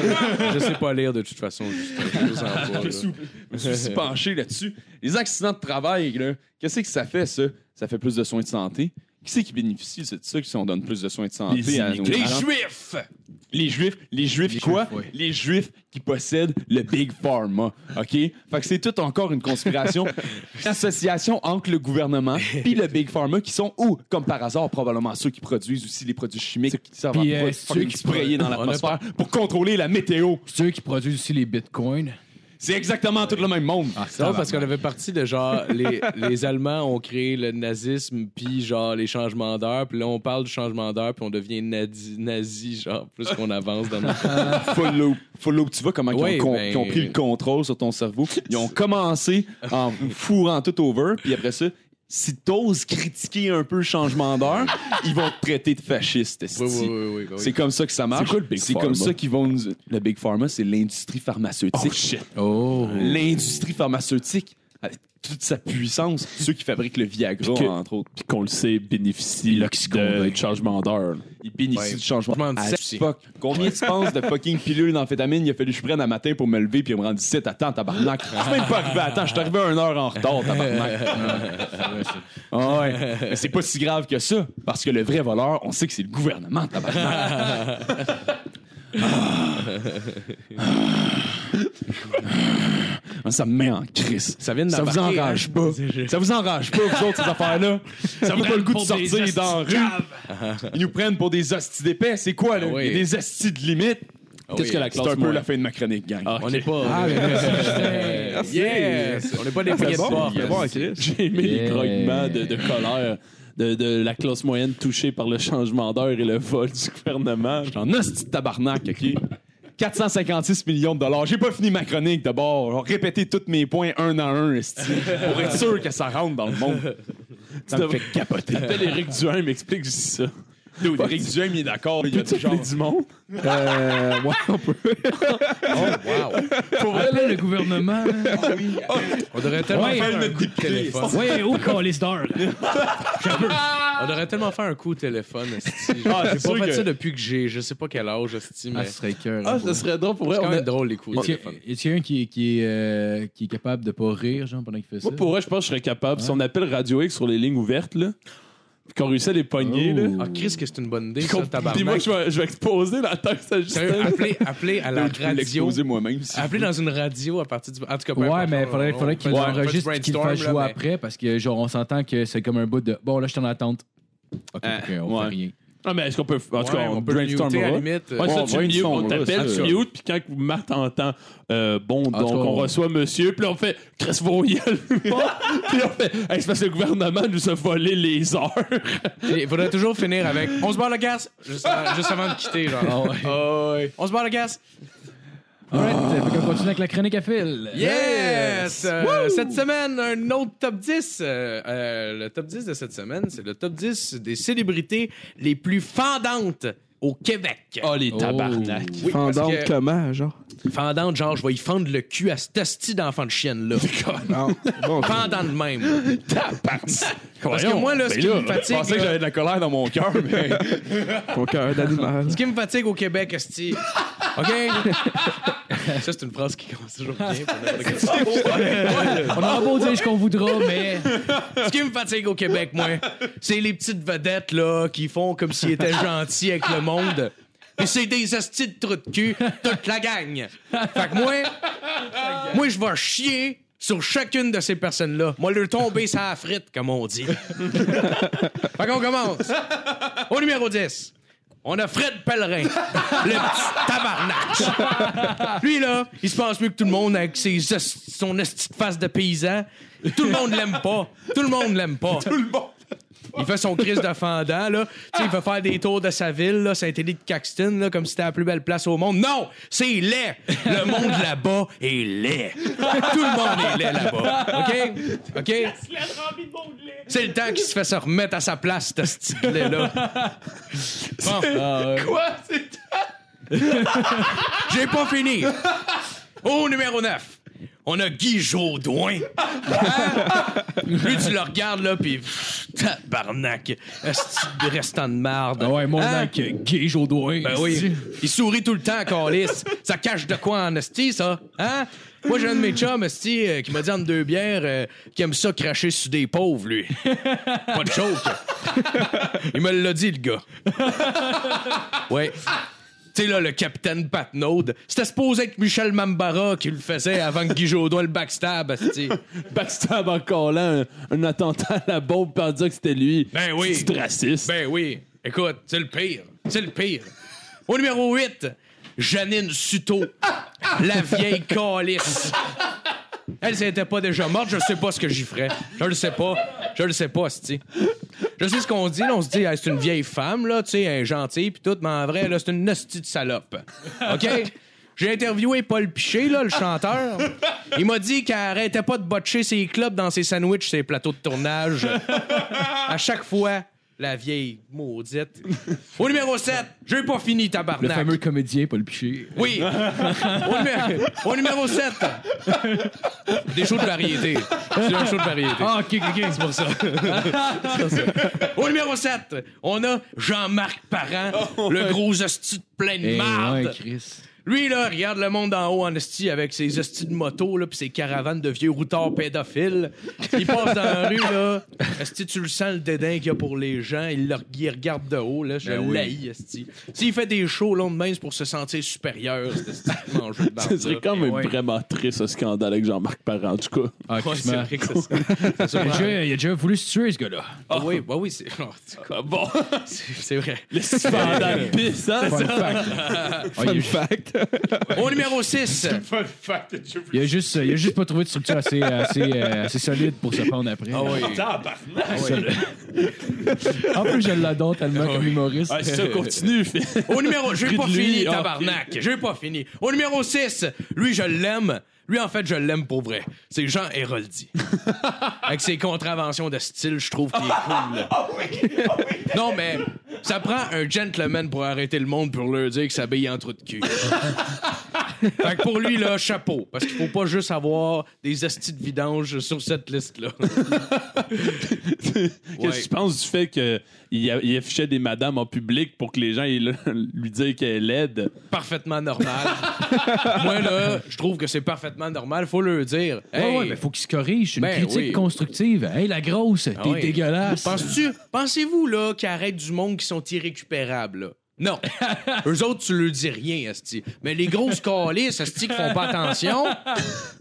Speaker 4: Je sais pas lire de toute façon. Justin. Je vous en prie, là.
Speaker 6: Je me suis aussi penché là-dessus. Les accidents de travail, là, qu'est-ce que ça fait, ça? Ça fait plus de soins de santé. Qui c'est qui bénéficie de ça si on donne plus de soins de santé
Speaker 5: Les
Speaker 6: à nos
Speaker 5: immigrés.
Speaker 6: gens?
Speaker 5: Les
Speaker 6: Juifs! Les Juifs, les Juifs
Speaker 3: Les
Speaker 6: quoi?
Speaker 3: Juifs, oui.
Speaker 6: Les Juifs qui possèdent le Big Pharma, OK? Fait que c'est tout encore une conspiration, une association entre le gouvernement puis le Big Pharma qui sont, où, comme par hasard, probablement ceux qui produisent aussi les produits chimiques qui servent
Speaker 3: Puis,
Speaker 6: à
Speaker 3: euh,
Speaker 6: pro-
Speaker 3: ceux qui
Speaker 6: fucking sprayer dans
Speaker 3: pro-
Speaker 6: l'atmosphère pour contrôler la météo.
Speaker 3: C'est eux qui produisent aussi les bitcoins.
Speaker 6: C'est exactement tout le même monde.
Speaker 4: C'est drôle parce qu'on avait parti de genre les, les Allemands ont créé le nazisme puis genre les changements d'heure puis là on parle du changement d'heure puis on devient nazi, nazi, genre plus qu'on avance dans notre
Speaker 6: follow, follow, tu vois comment
Speaker 4: Ouais,
Speaker 6: ils, ont, con-
Speaker 4: ben-
Speaker 6: qu'ils ont pris le contrôle sur ton cerveau. Ils ont commencé en fourrant tout over, puis après ça, si t'oses critiquer un peu le changement d'heure, ils vont te traiter de fasciste. esti.
Speaker 4: oui, oui, oui, oui, oui.
Speaker 6: C'est comme ça que ça marche.
Speaker 5: C'est quoi le Big
Speaker 6: C'est
Speaker 5: Pharma?
Speaker 6: comme ça qu'ils vont nous... Le Big Pharma, c'est l'industrie pharmaceutique.
Speaker 3: Oh.
Speaker 6: L'industrie pharmaceutique, avec toute sa puissance, ceux qui fabriquent le Viagra,
Speaker 5: Puis que-
Speaker 6: entre autres,
Speaker 5: Puis qu'on le sait, bénéficie de changement d'heure.
Speaker 6: ils bénéficient
Speaker 4: Ouais.
Speaker 6: du changement.
Speaker 4: Changement de
Speaker 6: Ah,
Speaker 4: sexe.
Speaker 6: fuck. Combien tu penses de fucking pilules d'amphétamine il a fallu que je prenne un matin pour me lever puis me rendre ici? Attends, tabarnak. Je suis même pas arrivé à temps. Je suis arrivé une heure en retard, tabarnak. Ah ouais. Mais c'est pas si grave que ça, parce que le vrai voleur, on sait que c'est le gouvernement, tabarnak. Ah, ça me met en crise.
Speaker 4: Ça vient de
Speaker 6: Ça vous
Speaker 4: d'embarquer,
Speaker 6: enrage
Speaker 4: hein.
Speaker 6: pas. Ça vous enrage pas, vous autres, ces affaires-là. Ça vous donne pas le goût de
Speaker 5: pour des
Speaker 6: sortir dans la rue. Ils nous prennent pour des hosties d'épais. C'est quoi, là?
Speaker 4: Ah oui.
Speaker 6: Il y a Des hosties de limite.
Speaker 4: Qu'est-ce que la
Speaker 6: C'est un peu la fin de ma chronique, gang.
Speaker 4: On n'est pas
Speaker 3: Ah, mais
Speaker 4: Euh, yes! on n'est pas des
Speaker 7: C'est
Speaker 4: paquets de
Speaker 7: bon,
Speaker 4: porc.
Speaker 7: c'est bon, Chris.
Speaker 5: J'ai aimé les
Speaker 3: Yeah.
Speaker 5: grognements de, de colère de, de la classe moyenne touchée par le changement d'heure et le vol du gouvernement.
Speaker 6: J'en hostie de tabarnak, OK? 456 millions de dollars. J'ai pas fini ma chronique d'abord. J'ai répété tous mes points un à un, esti, pour être sûr que ça rentre dans le monde. Ça me fait capoter.
Speaker 5: Peut-être Éric Duhain m'explique juste ça.
Speaker 6: Dude, Eric Duhem, il est d'accord. Il a dit genre...
Speaker 5: du monde.
Speaker 7: Euh, ouais, on peut.
Speaker 3: Appelle le gouvernement.
Speaker 4: On devrait tellement
Speaker 3: Ouais.
Speaker 4: faire un
Speaker 6: notre
Speaker 4: coup de téléphone.
Speaker 3: Ouais, au colis d'or.
Speaker 4: On devrait tellement faire un coup de téléphone, esti.
Speaker 6: Ah, c'est
Speaker 4: J'ai
Speaker 6: sûr
Speaker 4: pas fait
Speaker 6: que-
Speaker 4: ça depuis que j'ai je sais pas quel âge, esti, mais
Speaker 3: Ah, ce
Speaker 4: c'est
Speaker 3: serait cœur.
Speaker 6: hein,
Speaker 5: Ah, ça serait drôle pour vrai.
Speaker 4: quand
Speaker 5: on a-
Speaker 4: même drôle les coups de
Speaker 3: Est-ce
Speaker 4: téléphone.
Speaker 3: qu'il y a un qui, qui, est, euh, qui est capable de pas rire, genre, pendant qu'il fait ça?
Speaker 5: Moi, pour vrai, je pense que je serais capable. Si on appelle Radio X sur les lignes ouvertes, là, puis qu'on réussit à les pogner, là.
Speaker 4: Ah, Chris, que c'est une bonne idée,
Speaker 5: puis
Speaker 4: ça,
Speaker 5: qu'on- puis moi,
Speaker 4: tabarnak.
Speaker 5: je vais, je vais exposer la taxe à Justin.
Speaker 4: Sérieux, appelez, appelez à la
Speaker 6: Dude, je peux
Speaker 4: radio.
Speaker 6: l'exposer moi-même.
Speaker 5: Ah,
Speaker 6: si-
Speaker 4: Appeler dans une radio à partir du. En tout cas, peu
Speaker 3: Ouais,
Speaker 4: importe,
Speaker 3: mais
Speaker 4: on-
Speaker 3: faudrait,
Speaker 4: on-
Speaker 3: faudrait qu'il
Speaker 4: on- on-
Speaker 3: enregistre
Speaker 4: on fait
Speaker 3: qu'il
Speaker 4: brainstorm,
Speaker 3: fasse
Speaker 4: là,
Speaker 3: jouer
Speaker 4: mais-
Speaker 3: après parce que, genre, on s'entend que c'est comme un bout de bon, là, je suis en attente. Ok,
Speaker 6: Ah,
Speaker 3: ok, on
Speaker 6: ouais.
Speaker 3: fait rien.
Speaker 5: Ah, mais est-ce qu'on peut. En tout
Speaker 4: Ouais,
Speaker 5: cas, on,
Speaker 4: on peut le
Speaker 5: brainstormera.
Speaker 4: muter, à la limite. euh.
Speaker 5: Ouais, ça,
Speaker 6: on
Speaker 5: tu
Speaker 6: brainstormera,
Speaker 5: mutes, on
Speaker 6: ça,
Speaker 5: t'appelle,
Speaker 6: c'est
Speaker 5: tu
Speaker 6: ça.
Speaker 5: mutes, puis quand Marthe entend, euh, bon,
Speaker 3: Ah,
Speaker 5: donc
Speaker 3: toi,
Speaker 5: on
Speaker 3: on-
Speaker 5: reçoit monsieur, puis là, on fait Chris Voyelle, puis on fait, hey, c'est parce que le gouvernement nous a volé les heures.
Speaker 4: Il faudrait toujours finir avec on se barre le gaz juste avant, juste avant de quitter genre. Ah ouais. On se barre le gaz.
Speaker 3: Alright, fait qu'on continue avec la chronique à fil.
Speaker 4: Yes! Euh, cette semaine, un autre top 10. Euh, euh, le top 10 de cette semaine, c'est le top 10 des célébrités les plus fendantes au Québec.
Speaker 5: Oh, les tabarnak.
Speaker 3: tabarnak.
Speaker 4: Oui, parce
Speaker 7: Fendante
Speaker 4: que-
Speaker 7: comment, genre?
Speaker 4: Fendante, genre, je vais y fendre le cul à cet asti d'enfant de chienne-là.
Speaker 7: Non. Ah, Bon,
Speaker 4: Pendant de même. Parce que
Speaker 5: Voyons,
Speaker 4: moi, là, ce
Speaker 5: ben
Speaker 4: qui
Speaker 5: là,
Speaker 4: me fatigue.
Speaker 6: Je pensais que
Speaker 4: là,
Speaker 6: j'avais de la colère dans mon cœur, mais
Speaker 7: ton cœur d'animal.
Speaker 4: Ce qui me fatigue au Québec, Esti. OK? ça, c'est une phrase qui commence toujours bien. pour n'importe quel-
Speaker 3: On aura beau dire ce qu'on voudra, mais.
Speaker 4: Ce qui me fatigue au Québec, moi, c'est les petites vedettes, là, qui font comme s'ils étaient gentils avec le monde. Puis c'est des hosties de trous de cul, toute la gang. Fait que moi, moi, je vais chier sur chacune de ces personnes-là. Moi, leur tomber ça la frite, comme on dit. fait qu'on commence. Au numéro 10. On a Fred Pellerin, le petit tabarnak. Lui, là, il se pense mieux que tout le monde avec ses, os- son petite face de paysan. Tout le monde l'aime pas. Tout le monde l'aime pas. Tout le monde. Il fait son crise de fendant, là. Tu sais, il va faire des tours de sa ville, là, Saint-Élie de Caxton, là, comme si c'était la plus belle place au monde. Non! C'est laid! Le monde là-bas est laid. Tout le monde est laid là-bas. OK? OK? C'est le temps qu'il se fait se remettre à sa place, ce style là Bon. Ah, Quoi? C'est J'ai pas fini. Au numéro 9, on a Guy Jodoin. Hein? Lui, tu le regardes, là, pis pff, tabarnak. Esti de restant de marde.
Speaker 3: Ah ouais, mon
Speaker 4: Hein?
Speaker 3: mec, gay, Jodoin.
Speaker 4: Ben oui. Il sourit tout le temps, Calis. Ça cache de quoi en esti, ça? Hein? Moi, j'ai un de mes chums, esti, euh, qui m'a dit en deux bières euh, qu'il aime ça cracher sur des pauvres, lui. Pas de joke. Il me l'a dit, le gars. Ouais. Tu sais, là, le capitaine Patnaud, c'était supposé être Michel Mambara qui le faisait avant que Guy Jodoin le backstab, esti.
Speaker 5: Backstab en collant un, un attentat à la bombe pour dire que c'était lui.
Speaker 4: Ben oui.
Speaker 5: C'est du raciste.
Speaker 4: Ben oui. Écoute, c'est le pire. C'est le pire. Au numéro 8, Janine Suto, la vieille calice. Elle, si elle était pas déjà morte, je sais pas ce que j'y ferais. Je le sais pas. Je le sais pas, sti. Je sais ce qu'on dit, là, on se dit, Hey, c'est une vieille femme, là, tu sais, elle est gentille, puis tout, mais en vrai, là, c'est une hostie de salope. OK? J'ai interviewé Paul Piché, là, le chanteur. Il m'a dit qu'elle arrêtait pas de botcher ses clubs dans ses sandwichs, ses plateaux de tournage. À chaque fois, la vieille maudite. Au numéro 7, j'ai pas fini,
Speaker 3: Le
Speaker 4: tabarnak.
Speaker 3: fameux comédien, Paul Piché.
Speaker 4: Oui. au, numé- au numéro 7. Des shows de variété. C'est un show de variété.
Speaker 3: Ah, ok, ok, ok, c'est pour ça.
Speaker 4: Au numéro 7, on a Jean-Marc Parent, le gros hostie de plein de
Speaker 3: Eh,
Speaker 4: marde.
Speaker 3: ouais, Chris.
Speaker 4: Lui, là, regarde le monde d'en haut en hostie avec ses hosties de moto, là, pis ses caravanes de vieux routards pédophiles. Il passe dans la rue, là. Hostie, tu le sens, le dédain qu'il y a pour les gens. Il, leur, il regarde de haut, là. Je l'haïs, hostie. S'il fait des shows longs de main, c'est pour se sentir supérieur, cet hostie de mangeux de
Speaker 5: Ce serait
Speaker 4: barbe-là.
Speaker 5: quand même
Speaker 4: Ouais.
Speaker 5: vraiment triste, ce scandale avec Jean-Marc Parent, en tout cas.
Speaker 3: Ah,
Speaker 4: Ouais,
Speaker 3: Chris,
Speaker 4: c'est
Speaker 3: man.
Speaker 4: vrai que c'est ça. C'est
Speaker 3: il,
Speaker 4: ça,
Speaker 3: a
Speaker 4: vraiment.
Speaker 3: déjà, il a déjà voulu se tuer, ce gars-là.
Speaker 4: Ah oui, bah oui, c'est oh, c'est-
Speaker 5: bon,
Speaker 4: c'est- c'est vrai.
Speaker 5: le scandale pissant,
Speaker 3: Fun
Speaker 5: ça.
Speaker 3: fact. Ah, il,
Speaker 7: Fun
Speaker 3: a, ju-
Speaker 7: fact.
Speaker 4: Au numéro 6,
Speaker 3: il a juste, il a juste pas trouvé de structure assez, assez, euh, assez solide pour se prendre après.
Speaker 4: Ah oui.
Speaker 3: En plus, je l'adore tellement comme humoriste.
Speaker 6: Ah,
Speaker 5: Ouais, ben, ça continue. fait.
Speaker 4: Au numéro, j'ai
Speaker 5: Pris
Speaker 4: pas
Speaker 5: de lui,
Speaker 4: fini,
Speaker 5: ah.
Speaker 4: tabarnak. J'ai pas fini. Au numéro 6, lui, je l'aime. Lui, en fait, je l'aime pour vrai. C'est Jean Héroldi. Avec ses contraventions de style, je trouve qu'il est cool.
Speaker 3: Ah
Speaker 4: Non, mais ça prend un gentleman pour arrêter le monde pour leur dire que ça bille en trou de cul. fait que pour lui, là, chapeau. Parce qu'il faut pas juste avoir des astis de vidange sur cette liste-là.
Speaker 5: Qu'est-ce que tu penses du fait qu'il il affichait des madames en public pour que les gens aient le- lui disent qu'elle est laide?
Speaker 4: Parfaitement normal. Moi, là, je trouve que c'est parfaitement normal. Faut le dire.
Speaker 3: Ouais,
Speaker 4: Hey,
Speaker 3: ouais, mais faut qu'il se corrige. C'est une
Speaker 4: Ben
Speaker 3: critique
Speaker 4: oui.
Speaker 3: constructive. Hey, la grosse, t'es
Speaker 4: Ah ouais.
Speaker 3: dégueulasse.
Speaker 4: Penses-tu, pensez-vous là qu'il arrête du monde qui sont irrécupérables là? Non. Eux autres, tu leur dis rien, Asti. Mais les grosses calices, Asti, qui font pas attention,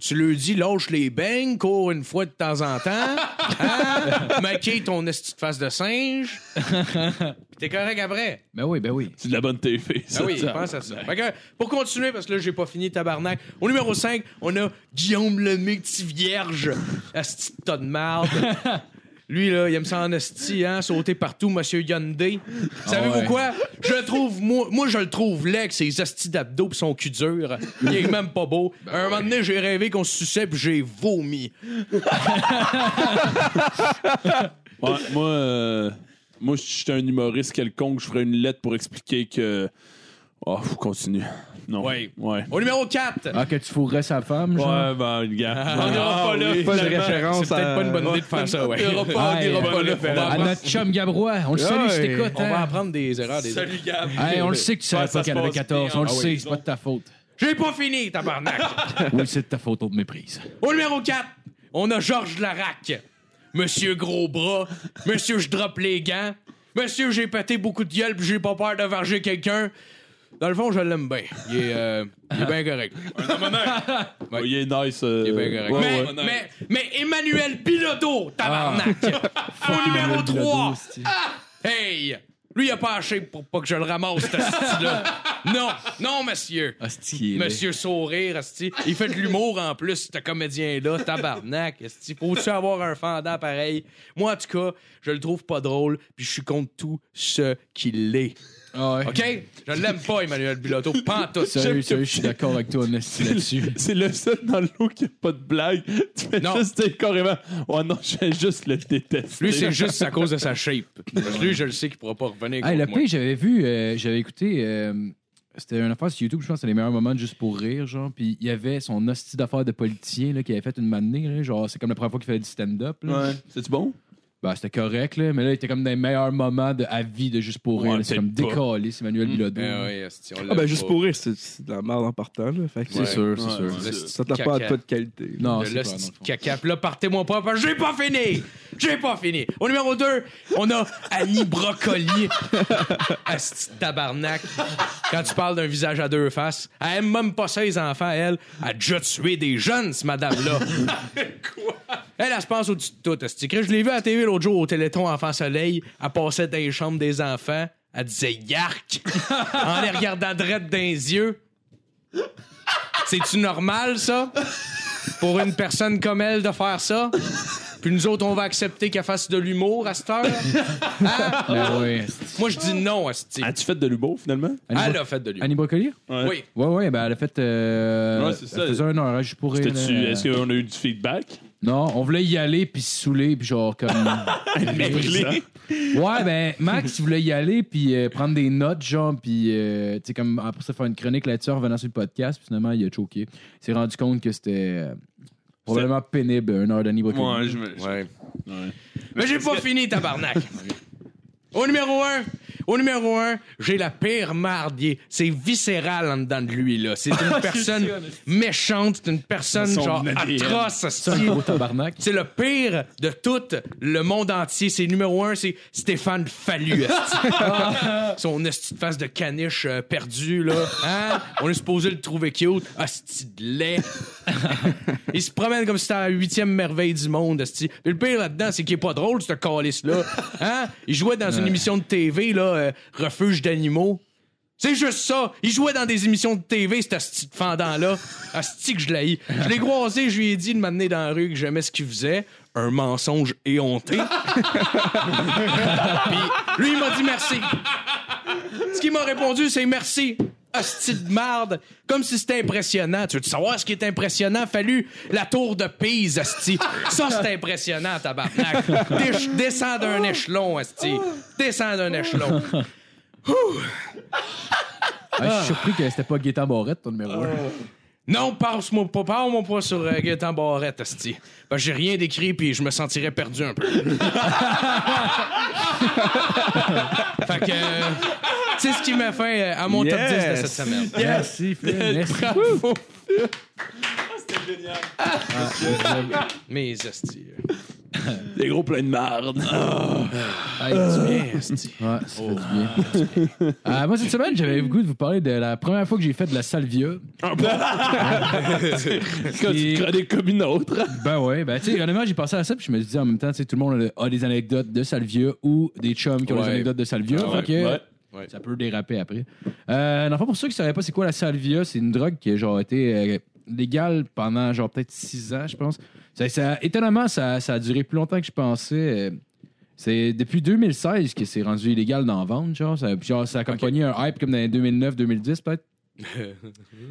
Speaker 4: tu leur dis lâche les beignes, cours une fois de temps en temps, hein? maquille ton Asti de face de singe, pis t'es correct après.
Speaker 3: Ben oui, ben oui.
Speaker 5: C'est de la bonne TV, ça.
Speaker 4: Ah oui,
Speaker 5: ça.
Speaker 4: pense à ça. Fait que, pour continuer, parce que là, j'ai pas fini, tabarnak. Au numéro 5, on a Guillaume Lemay, petit vierge. Asti de tas de marde. Lui, là, il aime ça en asti, hein, sauter partout, monsieur Hyundai. Savez-vous
Speaker 3: ouais.
Speaker 4: quoi? Je le trouve, moi, moi, je le trouve laid avec ses astis d'abdos pis son cul dur. Il est même pas beau. un moment donné, j'ai rêvé qu'on se suçait pis j'ai vomi.
Speaker 5: Ouais, moi, euh, moi, si j'étais un humoriste quelconque, je ferais une lettre pour expliquer que. Oh, faut continuer. Non.
Speaker 4: Ouais.
Speaker 5: Ouais.
Speaker 4: Au numéro 4,
Speaker 3: Ah, que tu fourrais sa femme, genre.
Speaker 5: Ouais, ben, le gars.
Speaker 4: on n'ira pas là.
Speaker 7: Pas de
Speaker 4: finalement.
Speaker 7: référence
Speaker 4: ah C'est peut-être
Speaker 7: à-
Speaker 4: pas une bonne idée de faire ça, ouais.
Speaker 6: On ira pas, on
Speaker 3: Hey,
Speaker 6: ira pas
Speaker 3: bonne
Speaker 6: là. On va
Speaker 3: À
Speaker 6: apprendre-
Speaker 3: notre chum Gabrois. On le salue, si
Speaker 7: Ouais.
Speaker 3: t'écoutes.
Speaker 4: On va
Speaker 3: hein.
Speaker 4: apprendre des erreurs des
Speaker 6: Salut, Gab.
Speaker 3: Hey, on le sait que tu savais
Speaker 6: Ouais, ça
Speaker 3: pas
Speaker 6: se
Speaker 3: qu'elle avait
Speaker 6: passe
Speaker 3: 14.
Speaker 6: bien.
Speaker 3: On le
Speaker 6: Ah oui,
Speaker 3: sait,
Speaker 6: ils
Speaker 3: c'est pas de ta faute.
Speaker 4: J'ai pas fini, tabarnak!
Speaker 3: Oui, c'est de ta faute, on te méprise.
Speaker 4: Au numéro 4, on a Georges Larac. Monsieur Gros Bras. Monsieur Je droppe les gants. Monsieur J'ai pété beaucoup de gueule pis j'ai pas peur de varger quelqu'un. Dans le fond, je l'aime bien. Il est, euh, il est bien correct.
Speaker 5: Ouais, Il est nice. euh,
Speaker 4: Il est bien correct.
Speaker 5: ouais,
Speaker 4: mais,
Speaker 5: ouais.
Speaker 4: mais, mais Emmanuel Bilodeau, tabarnak!
Speaker 5: Ah.
Speaker 4: Au numéro 3, hey! Lui, il a pas acheté pour pas que je le ramasse, ce là Non, non, monsieur. Monsieur Sourire, esti. Il fait de l'humour en plus, ce comédien-là, tabarnak, esti. Faut-tu avoir un fendant pareil? Moi, en tout cas, je le trouve pas drôle, puis je suis contre tout ce qu'il est.
Speaker 3: Ah ouais.
Speaker 4: OK? Je l'aime pas, Emmanuel Bilodeau, pantoute.
Speaker 3: Sérieux, sérieux, je suis d'accord avec toi, Nasty, là-dessus.
Speaker 5: C'est le seul dans l'eau qui a pas de blague. Tu fais
Speaker 4: Non.
Speaker 5: juste dire carrément. Oh non, je fais juste le détester.
Speaker 4: Lui, c'est juste à cause de sa shape. Parce que lui, je le sais qu'il pourra pas revenir
Speaker 3: Hey,
Speaker 4: contre
Speaker 3: le
Speaker 4: moi.
Speaker 3: pire, j'avais vu, euh, j'avais écouté, euh, c'était une affaire sur YouTube, je pense que c'est les meilleurs moments de juste pour rire, genre. Puis il y avait son hostie d'affaires de politicien là, qui avait fait une manée, là, genre, c'est comme la première fois qu'il faisait du stand-up. là.
Speaker 5: Ouais. C'est-tu bon?
Speaker 3: Ben, c'était correct, là, mais là, il était comme dans les meilleurs moments de à vie de juste pour rire.
Speaker 5: Ouais,
Speaker 3: là. c'est comme
Speaker 5: peut-être pas. Mm. Eh
Speaker 3: décalé, c'est Manuel Bilodeau.
Speaker 4: Ah oui, esti, on
Speaker 7: Ah,
Speaker 4: l'aime
Speaker 7: ben, juste
Speaker 4: pas.
Speaker 7: pour rire, c'est- c'est de la merde en partant. Là. Fait que
Speaker 3: C'est
Speaker 4: Ouais.
Speaker 3: sûr, c'est
Speaker 5: Ouais,
Speaker 3: sûr.
Speaker 5: ouais.
Speaker 4: L'esti
Speaker 7: Ça t'a pas
Speaker 4: caca.
Speaker 7: de pas de qualité. là.
Speaker 3: Non,
Speaker 4: Le
Speaker 3: c'est pas,
Speaker 4: là,
Speaker 3: non,
Speaker 4: c'est
Speaker 3: je
Speaker 4: du
Speaker 3: pense.
Speaker 4: caca. Puis là, partez-moi pas, parce que j'ai pas fini! J'ai pas fini! Au numéro 2, on a Annie Brocoli. Asti de tabarnak. Quand tu parles d'un visage à deux faces, elle aime même pas ça, les enfants, elle. Elle a déjà tué des jeunes, cette madame-là. Elle, elle se passe au-dessus de tout. esti. Chris, Je l'ai vu à la TV l'autre jour au Téléthon Enfant Soleil. Elle passait dans les chambres des enfants. Elle disait yark en les regardant droit dans les yeux. C'est-tu normal, ça? Pour une personne comme elle de faire ça? Puis nous autres, on va accepter qu'elle fasse de l'humour à cette heure? Hein?
Speaker 3: Ben oui.
Speaker 5: Ah!
Speaker 4: Moi, je dis non à ce type.
Speaker 5: As-tu fait de l'humour finalement?
Speaker 4: Elle a fait de l'humour.
Speaker 3: Annie Brocoli?
Speaker 4: Oui.
Speaker 3: Ouais, ouais, ben elle a fait. Euh,
Speaker 5: Ouais, c'est ça.
Speaker 3: Elle faisait un heure, je pourrais.
Speaker 5: T'as-tu-
Speaker 3: là,
Speaker 5: Est-ce qu'on a eu du feedback?
Speaker 3: Non, on voulait y aller puis se saouler puis genre comme.
Speaker 5: Mépris.
Speaker 3: ouais, ben Max il voulait y aller puis euh, prendre des notes genre puis euh, tu sais comme après ça faire une chronique là-dessus en revenant sur le podcast puis finalement il a choqué. Il s'est rendu compte que c'était euh, probablement pénible une heure d'Annie Brocoli.
Speaker 6: Moi, je me. je-
Speaker 4: Ouais. Mais j'ai pas fini, tabarnak. Au numéro un, au numéro un, j'ai la pire mardier. C'est viscéral en dedans de lui, là.
Speaker 3: Ah,
Speaker 4: C'est une personne méchante, c'est une personne
Speaker 5: Son
Speaker 4: genre
Speaker 5: ADN.
Speaker 4: atroce,
Speaker 3: C'est un
Speaker 4: hostie.
Speaker 3: gros tabarnak.
Speaker 4: C'est le pire de tout le monde entier. C'est numéro un, c'est Stéphane Fallu. esti. Son esti de face de caniche euh, perdu, là. Hein? On est supposé le trouver cute. Esti de lait. Il se promène comme si c'était la huitième merveille du monde, esti. Puis le pire là-dedans, c'est qu'il est pas drôle, ce calice-là. Hein? Il jouait dans une émission de TV, là, euh, Refuge d'animaux. C'est juste ça. Il jouait dans des émissions de TV, cet asti de fendant-là. Asti que je l'ai. Je l'ai croisé, je lui ai dit de m'amener dans la rue que j'aimais ce qu'il faisait. Un mensonge éhonté. Puis lui, il m'a dit merci. Ce qu'il m'a répondu, c'est merci. Asti de marde. Comme si c'était impressionnant. Tu veux savoir ce qui est impressionnant? Fallu la tour de Pise, Asti. Ça, c'est impressionnant, tabarnak. Déch- Descends d'un échelon, Asti. Descends d'un échelon.
Speaker 3: Ah, je suis surpris que c'était pas Gaétan Barrette ton numéro un.
Speaker 4: Non, passe-moi pas, parle-moi pas sur euh, Gaëtan Barrette, esti. Ben, j'ai rien décrit, puis je me sentirais perdu un peu. fait que, euh, c'est ce qui m'a fait euh, à mon top 10 de
Speaker 7: Yes.
Speaker 4: cette semaine.
Speaker 3: Merci Phil, merci.
Speaker 4: Bravo! Mes esti. euh.
Speaker 5: Des gros pleins de marde.
Speaker 3: Ah, il fait du bien, esti. Ouais, ça fait du bien. Euh, moi, cette semaine, j'avais le goût de vous parler de la première fois que j'ai fait de la salvia.
Speaker 5: Quand tu te connais comme une autre.
Speaker 3: Ben ouais, ben tu sais, honnêtement, j'ai pensé à ça, puis je me suis dit en même temps, tu sais, tout le monde a- a des anecdotes de Salvia ou des chums qui ont des
Speaker 4: Ouais.
Speaker 3: anecdotes de Salvia.
Speaker 5: Ah ouais,
Speaker 3: fait que
Speaker 5: ouais.
Speaker 3: Ça peut déraper après. Euh, dans le fond, pour ceux qui ne sauraient pas c'est quoi la salvia, c'est une drogue qui a genre été euh, légale pendant genre peut-être six ans, je pense. Ça, ça- étonnamment, ça, ça a duré plus longtemps que je pensais. euh, C'est depuis 2016 que c'est rendu illégal d'en vendre, genre. Ça, puis genre, ça a accompagné un hype comme dans les 2009-2010, peut-être.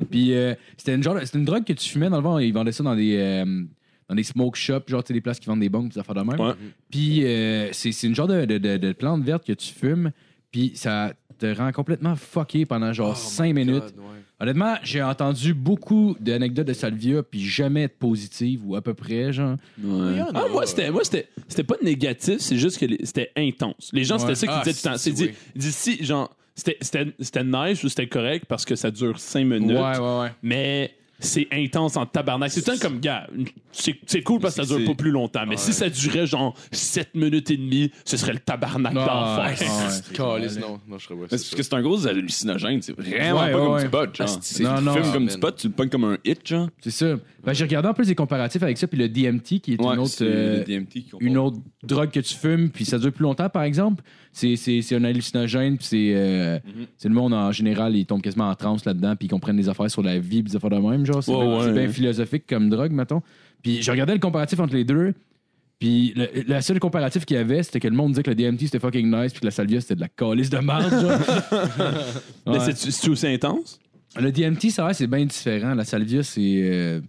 Speaker 3: puis euh, c'était une, genre, c'était une drogue que tu fumais, dans le fond, ils vendaient ça dans des, euh, dans des smoke shops, genre, tu sais, des places qui vendent des bombes, des affaires de même.
Speaker 5: Ouais.
Speaker 3: Puis euh, c'est c'est une genre de, de- de- de plante verte que tu fumes, puis ça te rend complètement fucké pendant
Speaker 6: Oh
Speaker 3: genre cinq minutes.
Speaker 4: Ah,
Speaker 3: Honnêtement, j'ai entendu beaucoup d'anecdotes de Salvia, puis jamais de positives ou à peu près, genre.
Speaker 5: Ouais. Ah, moi, c'était, moi c'était, c'était pas négatif, c'est juste que les- c'était intense. Les gens,
Speaker 3: Ouais.
Speaker 5: c'était ça qu'ils
Speaker 4: Ah,
Speaker 5: disaient tout le temps.
Speaker 4: si,
Speaker 5: C'est dit,
Speaker 4: oui.
Speaker 5: dit si, genre, c'était, c'était, c'était nice ou c'était correct parce que ça dure 5 minutes,
Speaker 3: ouais.
Speaker 5: mais c'est intense en tabarnak. C'est tout le temps comme, gars, c'est, c'est cool parce que ça dure pas plus longtemps, mais si ça durait genre 7 minutes et demie, ce serait le tabarnak
Speaker 3: Ah,
Speaker 5: d'enfer.
Speaker 3: ouais, ouais.
Speaker 4: Calice, non, non, je serais pas
Speaker 6: Mais C'est parce que c'est un gros hallucinogène. C'est vraiment
Speaker 3: Ouais,
Speaker 6: pas
Speaker 3: ouais,
Speaker 6: comme
Speaker 3: ouais.
Speaker 6: du pot, genre.
Speaker 3: Ah,
Speaker 6: C'est-
Speaker 3: non,
Speaker 6: tu
Speaker 3: non.
Speaker 6: le filmes
Speaker 3: Ah,
Speaker 6: comme
Speaker 4: man.
Speaker 6: du pot, tu le pognes comme un hit, genre.
Speaker 3: C'est ça. Ben, j'ai regardé en plus des comparatifs avec ça, puis le DMT, qui est
Speaker 6: Ouais,
Speaker 3: une autre.
Speaker 6: c'est
Speaker 3: euh,
Speaker 6: le DMT qui
Speaker 3: une autre drogue que tu fumes, puis ça dure plus longtemps, par exemple, c'est, c'est, c'est un hallucinogène, puis c'est, euh,
Speaker 5: Mhm.
Speaker 3: c'est le monde en général, ils tombent quasiment en transe là-dedans, puis ils comprennent des affaires sur la vie, puis des affaires de même, genre. C'est,
Speaker 5: Ouais,
Speaker 3: bien,
Speaker 5: ouais.
Speaker 3: c'est bien philosophique comme drogue, mettons. Puis je regardais le comparatif entre les deux, puis le, la seule comparatif qu'il y avait, c'était que le monde disait que le DMT c'était fucking nice, puis que la salvia c'était de la calice de marde, genre.
Speaker 5: Mais
Speaker 3: Ouais.
Speaker 5: c'est, c'est aussi intense?
Speaker 3: Le DMT, ça va, c'est bien différent. La salvia, c'est. euh,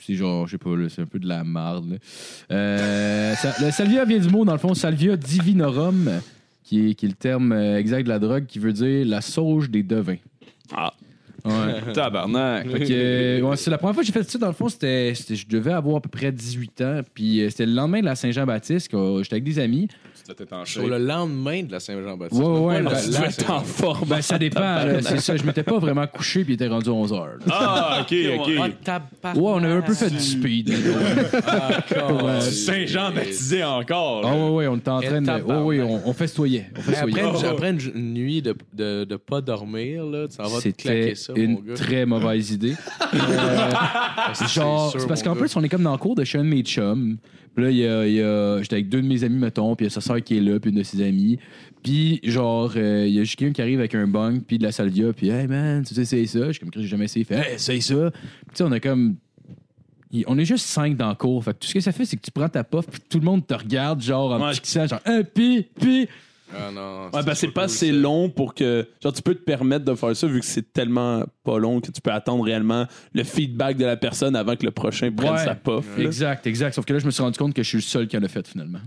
Speaker 3: c'est genre, je sais pas, là, c'est un peu de la marde. là. Euh, ça- le salvia vient du mot, dans le fond, salvia divinorum, qui est, qui est le terme euh, exact de la drogue, qui veut dire la sauge des devins.
Speaker 5: Ah.
Speaker 3: Ouais.
Speaker 6: Tabarnak.
Speaker 3: Fait que, euh, ouais, c'est la première fois que j'ai fait ça, dans le fond, c'était, c'était- je devais avoir à peu près 18 ans. Puis euh, c'était le lendemain de la Saint-Jean-Baptiste, que euh, j'étais avec des amis.
Speaker 6: Tu t'es penché.
Speaker 4: Sur le lendemain de la Saint-Jean-Baptiste.
Speaker 3: Ouais, ouais, ouais,
Speaker 4: Pas
Speaker 3: ben, là,
Speaker 4: le-
Speaker 5: Tu
Speaker 4: la-
Speaker 5: dois être en forme.
Speaker 3: Ben, ça dépend, là, c'est ça. Je m'étais pas vraiment couché, puis il était rendu 11 heures. là.
Speaker 6: Ah, ok, ok.
Speaker 4: Ah, tabarnak.
Speaker 3: Ouais, on avait un peu fait du speed. là, pour, euh,
Speaker 6: Saint-Jean baptisé
Speaker 5: hein.
Speaker 6: encore.
Speaker 3: Ah
Speaker 6: là.
Speaker 3: ouais, ouais, on était en
Speaker 4: Et
Speaker 3: train de...
Speaker 4: Eh, tabarnak.
Speaker 3: Ouais, ouais, on, on festoyait. On
Speaker 4: Mais Après,
Speaker 3: festoyait.
Speaker 4: une- après une, une nuit de, de, de pas dormir, là, ça va te
Speaker 3: C'était
Speaker 4: claquer ça, mon
Speaker 3: une
Speaker 4: gars.
Speaker 3: très mauvaise idée. Euh,
Speaker 4: Ah, c'est
Speaker 3: genre,
Speaker 4: sûr,
Speaker 3: c'est parce
Speaker 4: mon
Speaker 3: qu'en
Speaker 4: gars.
Speaker 3: plus, on est comme dans le cours de chez un de mes chums. Puis là, il y a, il y a- j'étais avec deux de mes amis, mettons, puis il y a sa soeur qui est là, puis une de ses amies. Puis, genre, euh, il y a juste quelqu'un qui arrive avec un bang, puis de la salvia, puis Hey man, tu sais, essayer ça. Je suis comme, Chris, j'ai jamais essayé. Il fait, Hey, essaye ça. Puis, tu sais, on a comme. il- On est juste cinq dans le cours. Fait que tout ce que ça fait, c'est que tu prends ta puff, puis tout le monde te regarde, genre, en
Speaker 5: Ouais.
Speaker 3: petit kissant, genre, Hey, pi, pi.
Speaker 4: Ah non.
Speaker 5: Ouais, ben, c'est pas
Speaker 4: cool,
Speaker 5: assez
Speaker 4: ça.
Speaker 5: long pour que. Genre, tu peux te permettre de faire ça vu que c'est tellement pas long que tu peux attendre réellement le feedback de la personne avant que le prochain prenne
Speaker 3: Ouais.
Speaker 5: sa puff. là.
Speaker 3: Exact, exact. Sauf que là, je me suis rendu compte que je suis le seul qui en a fait, finalement.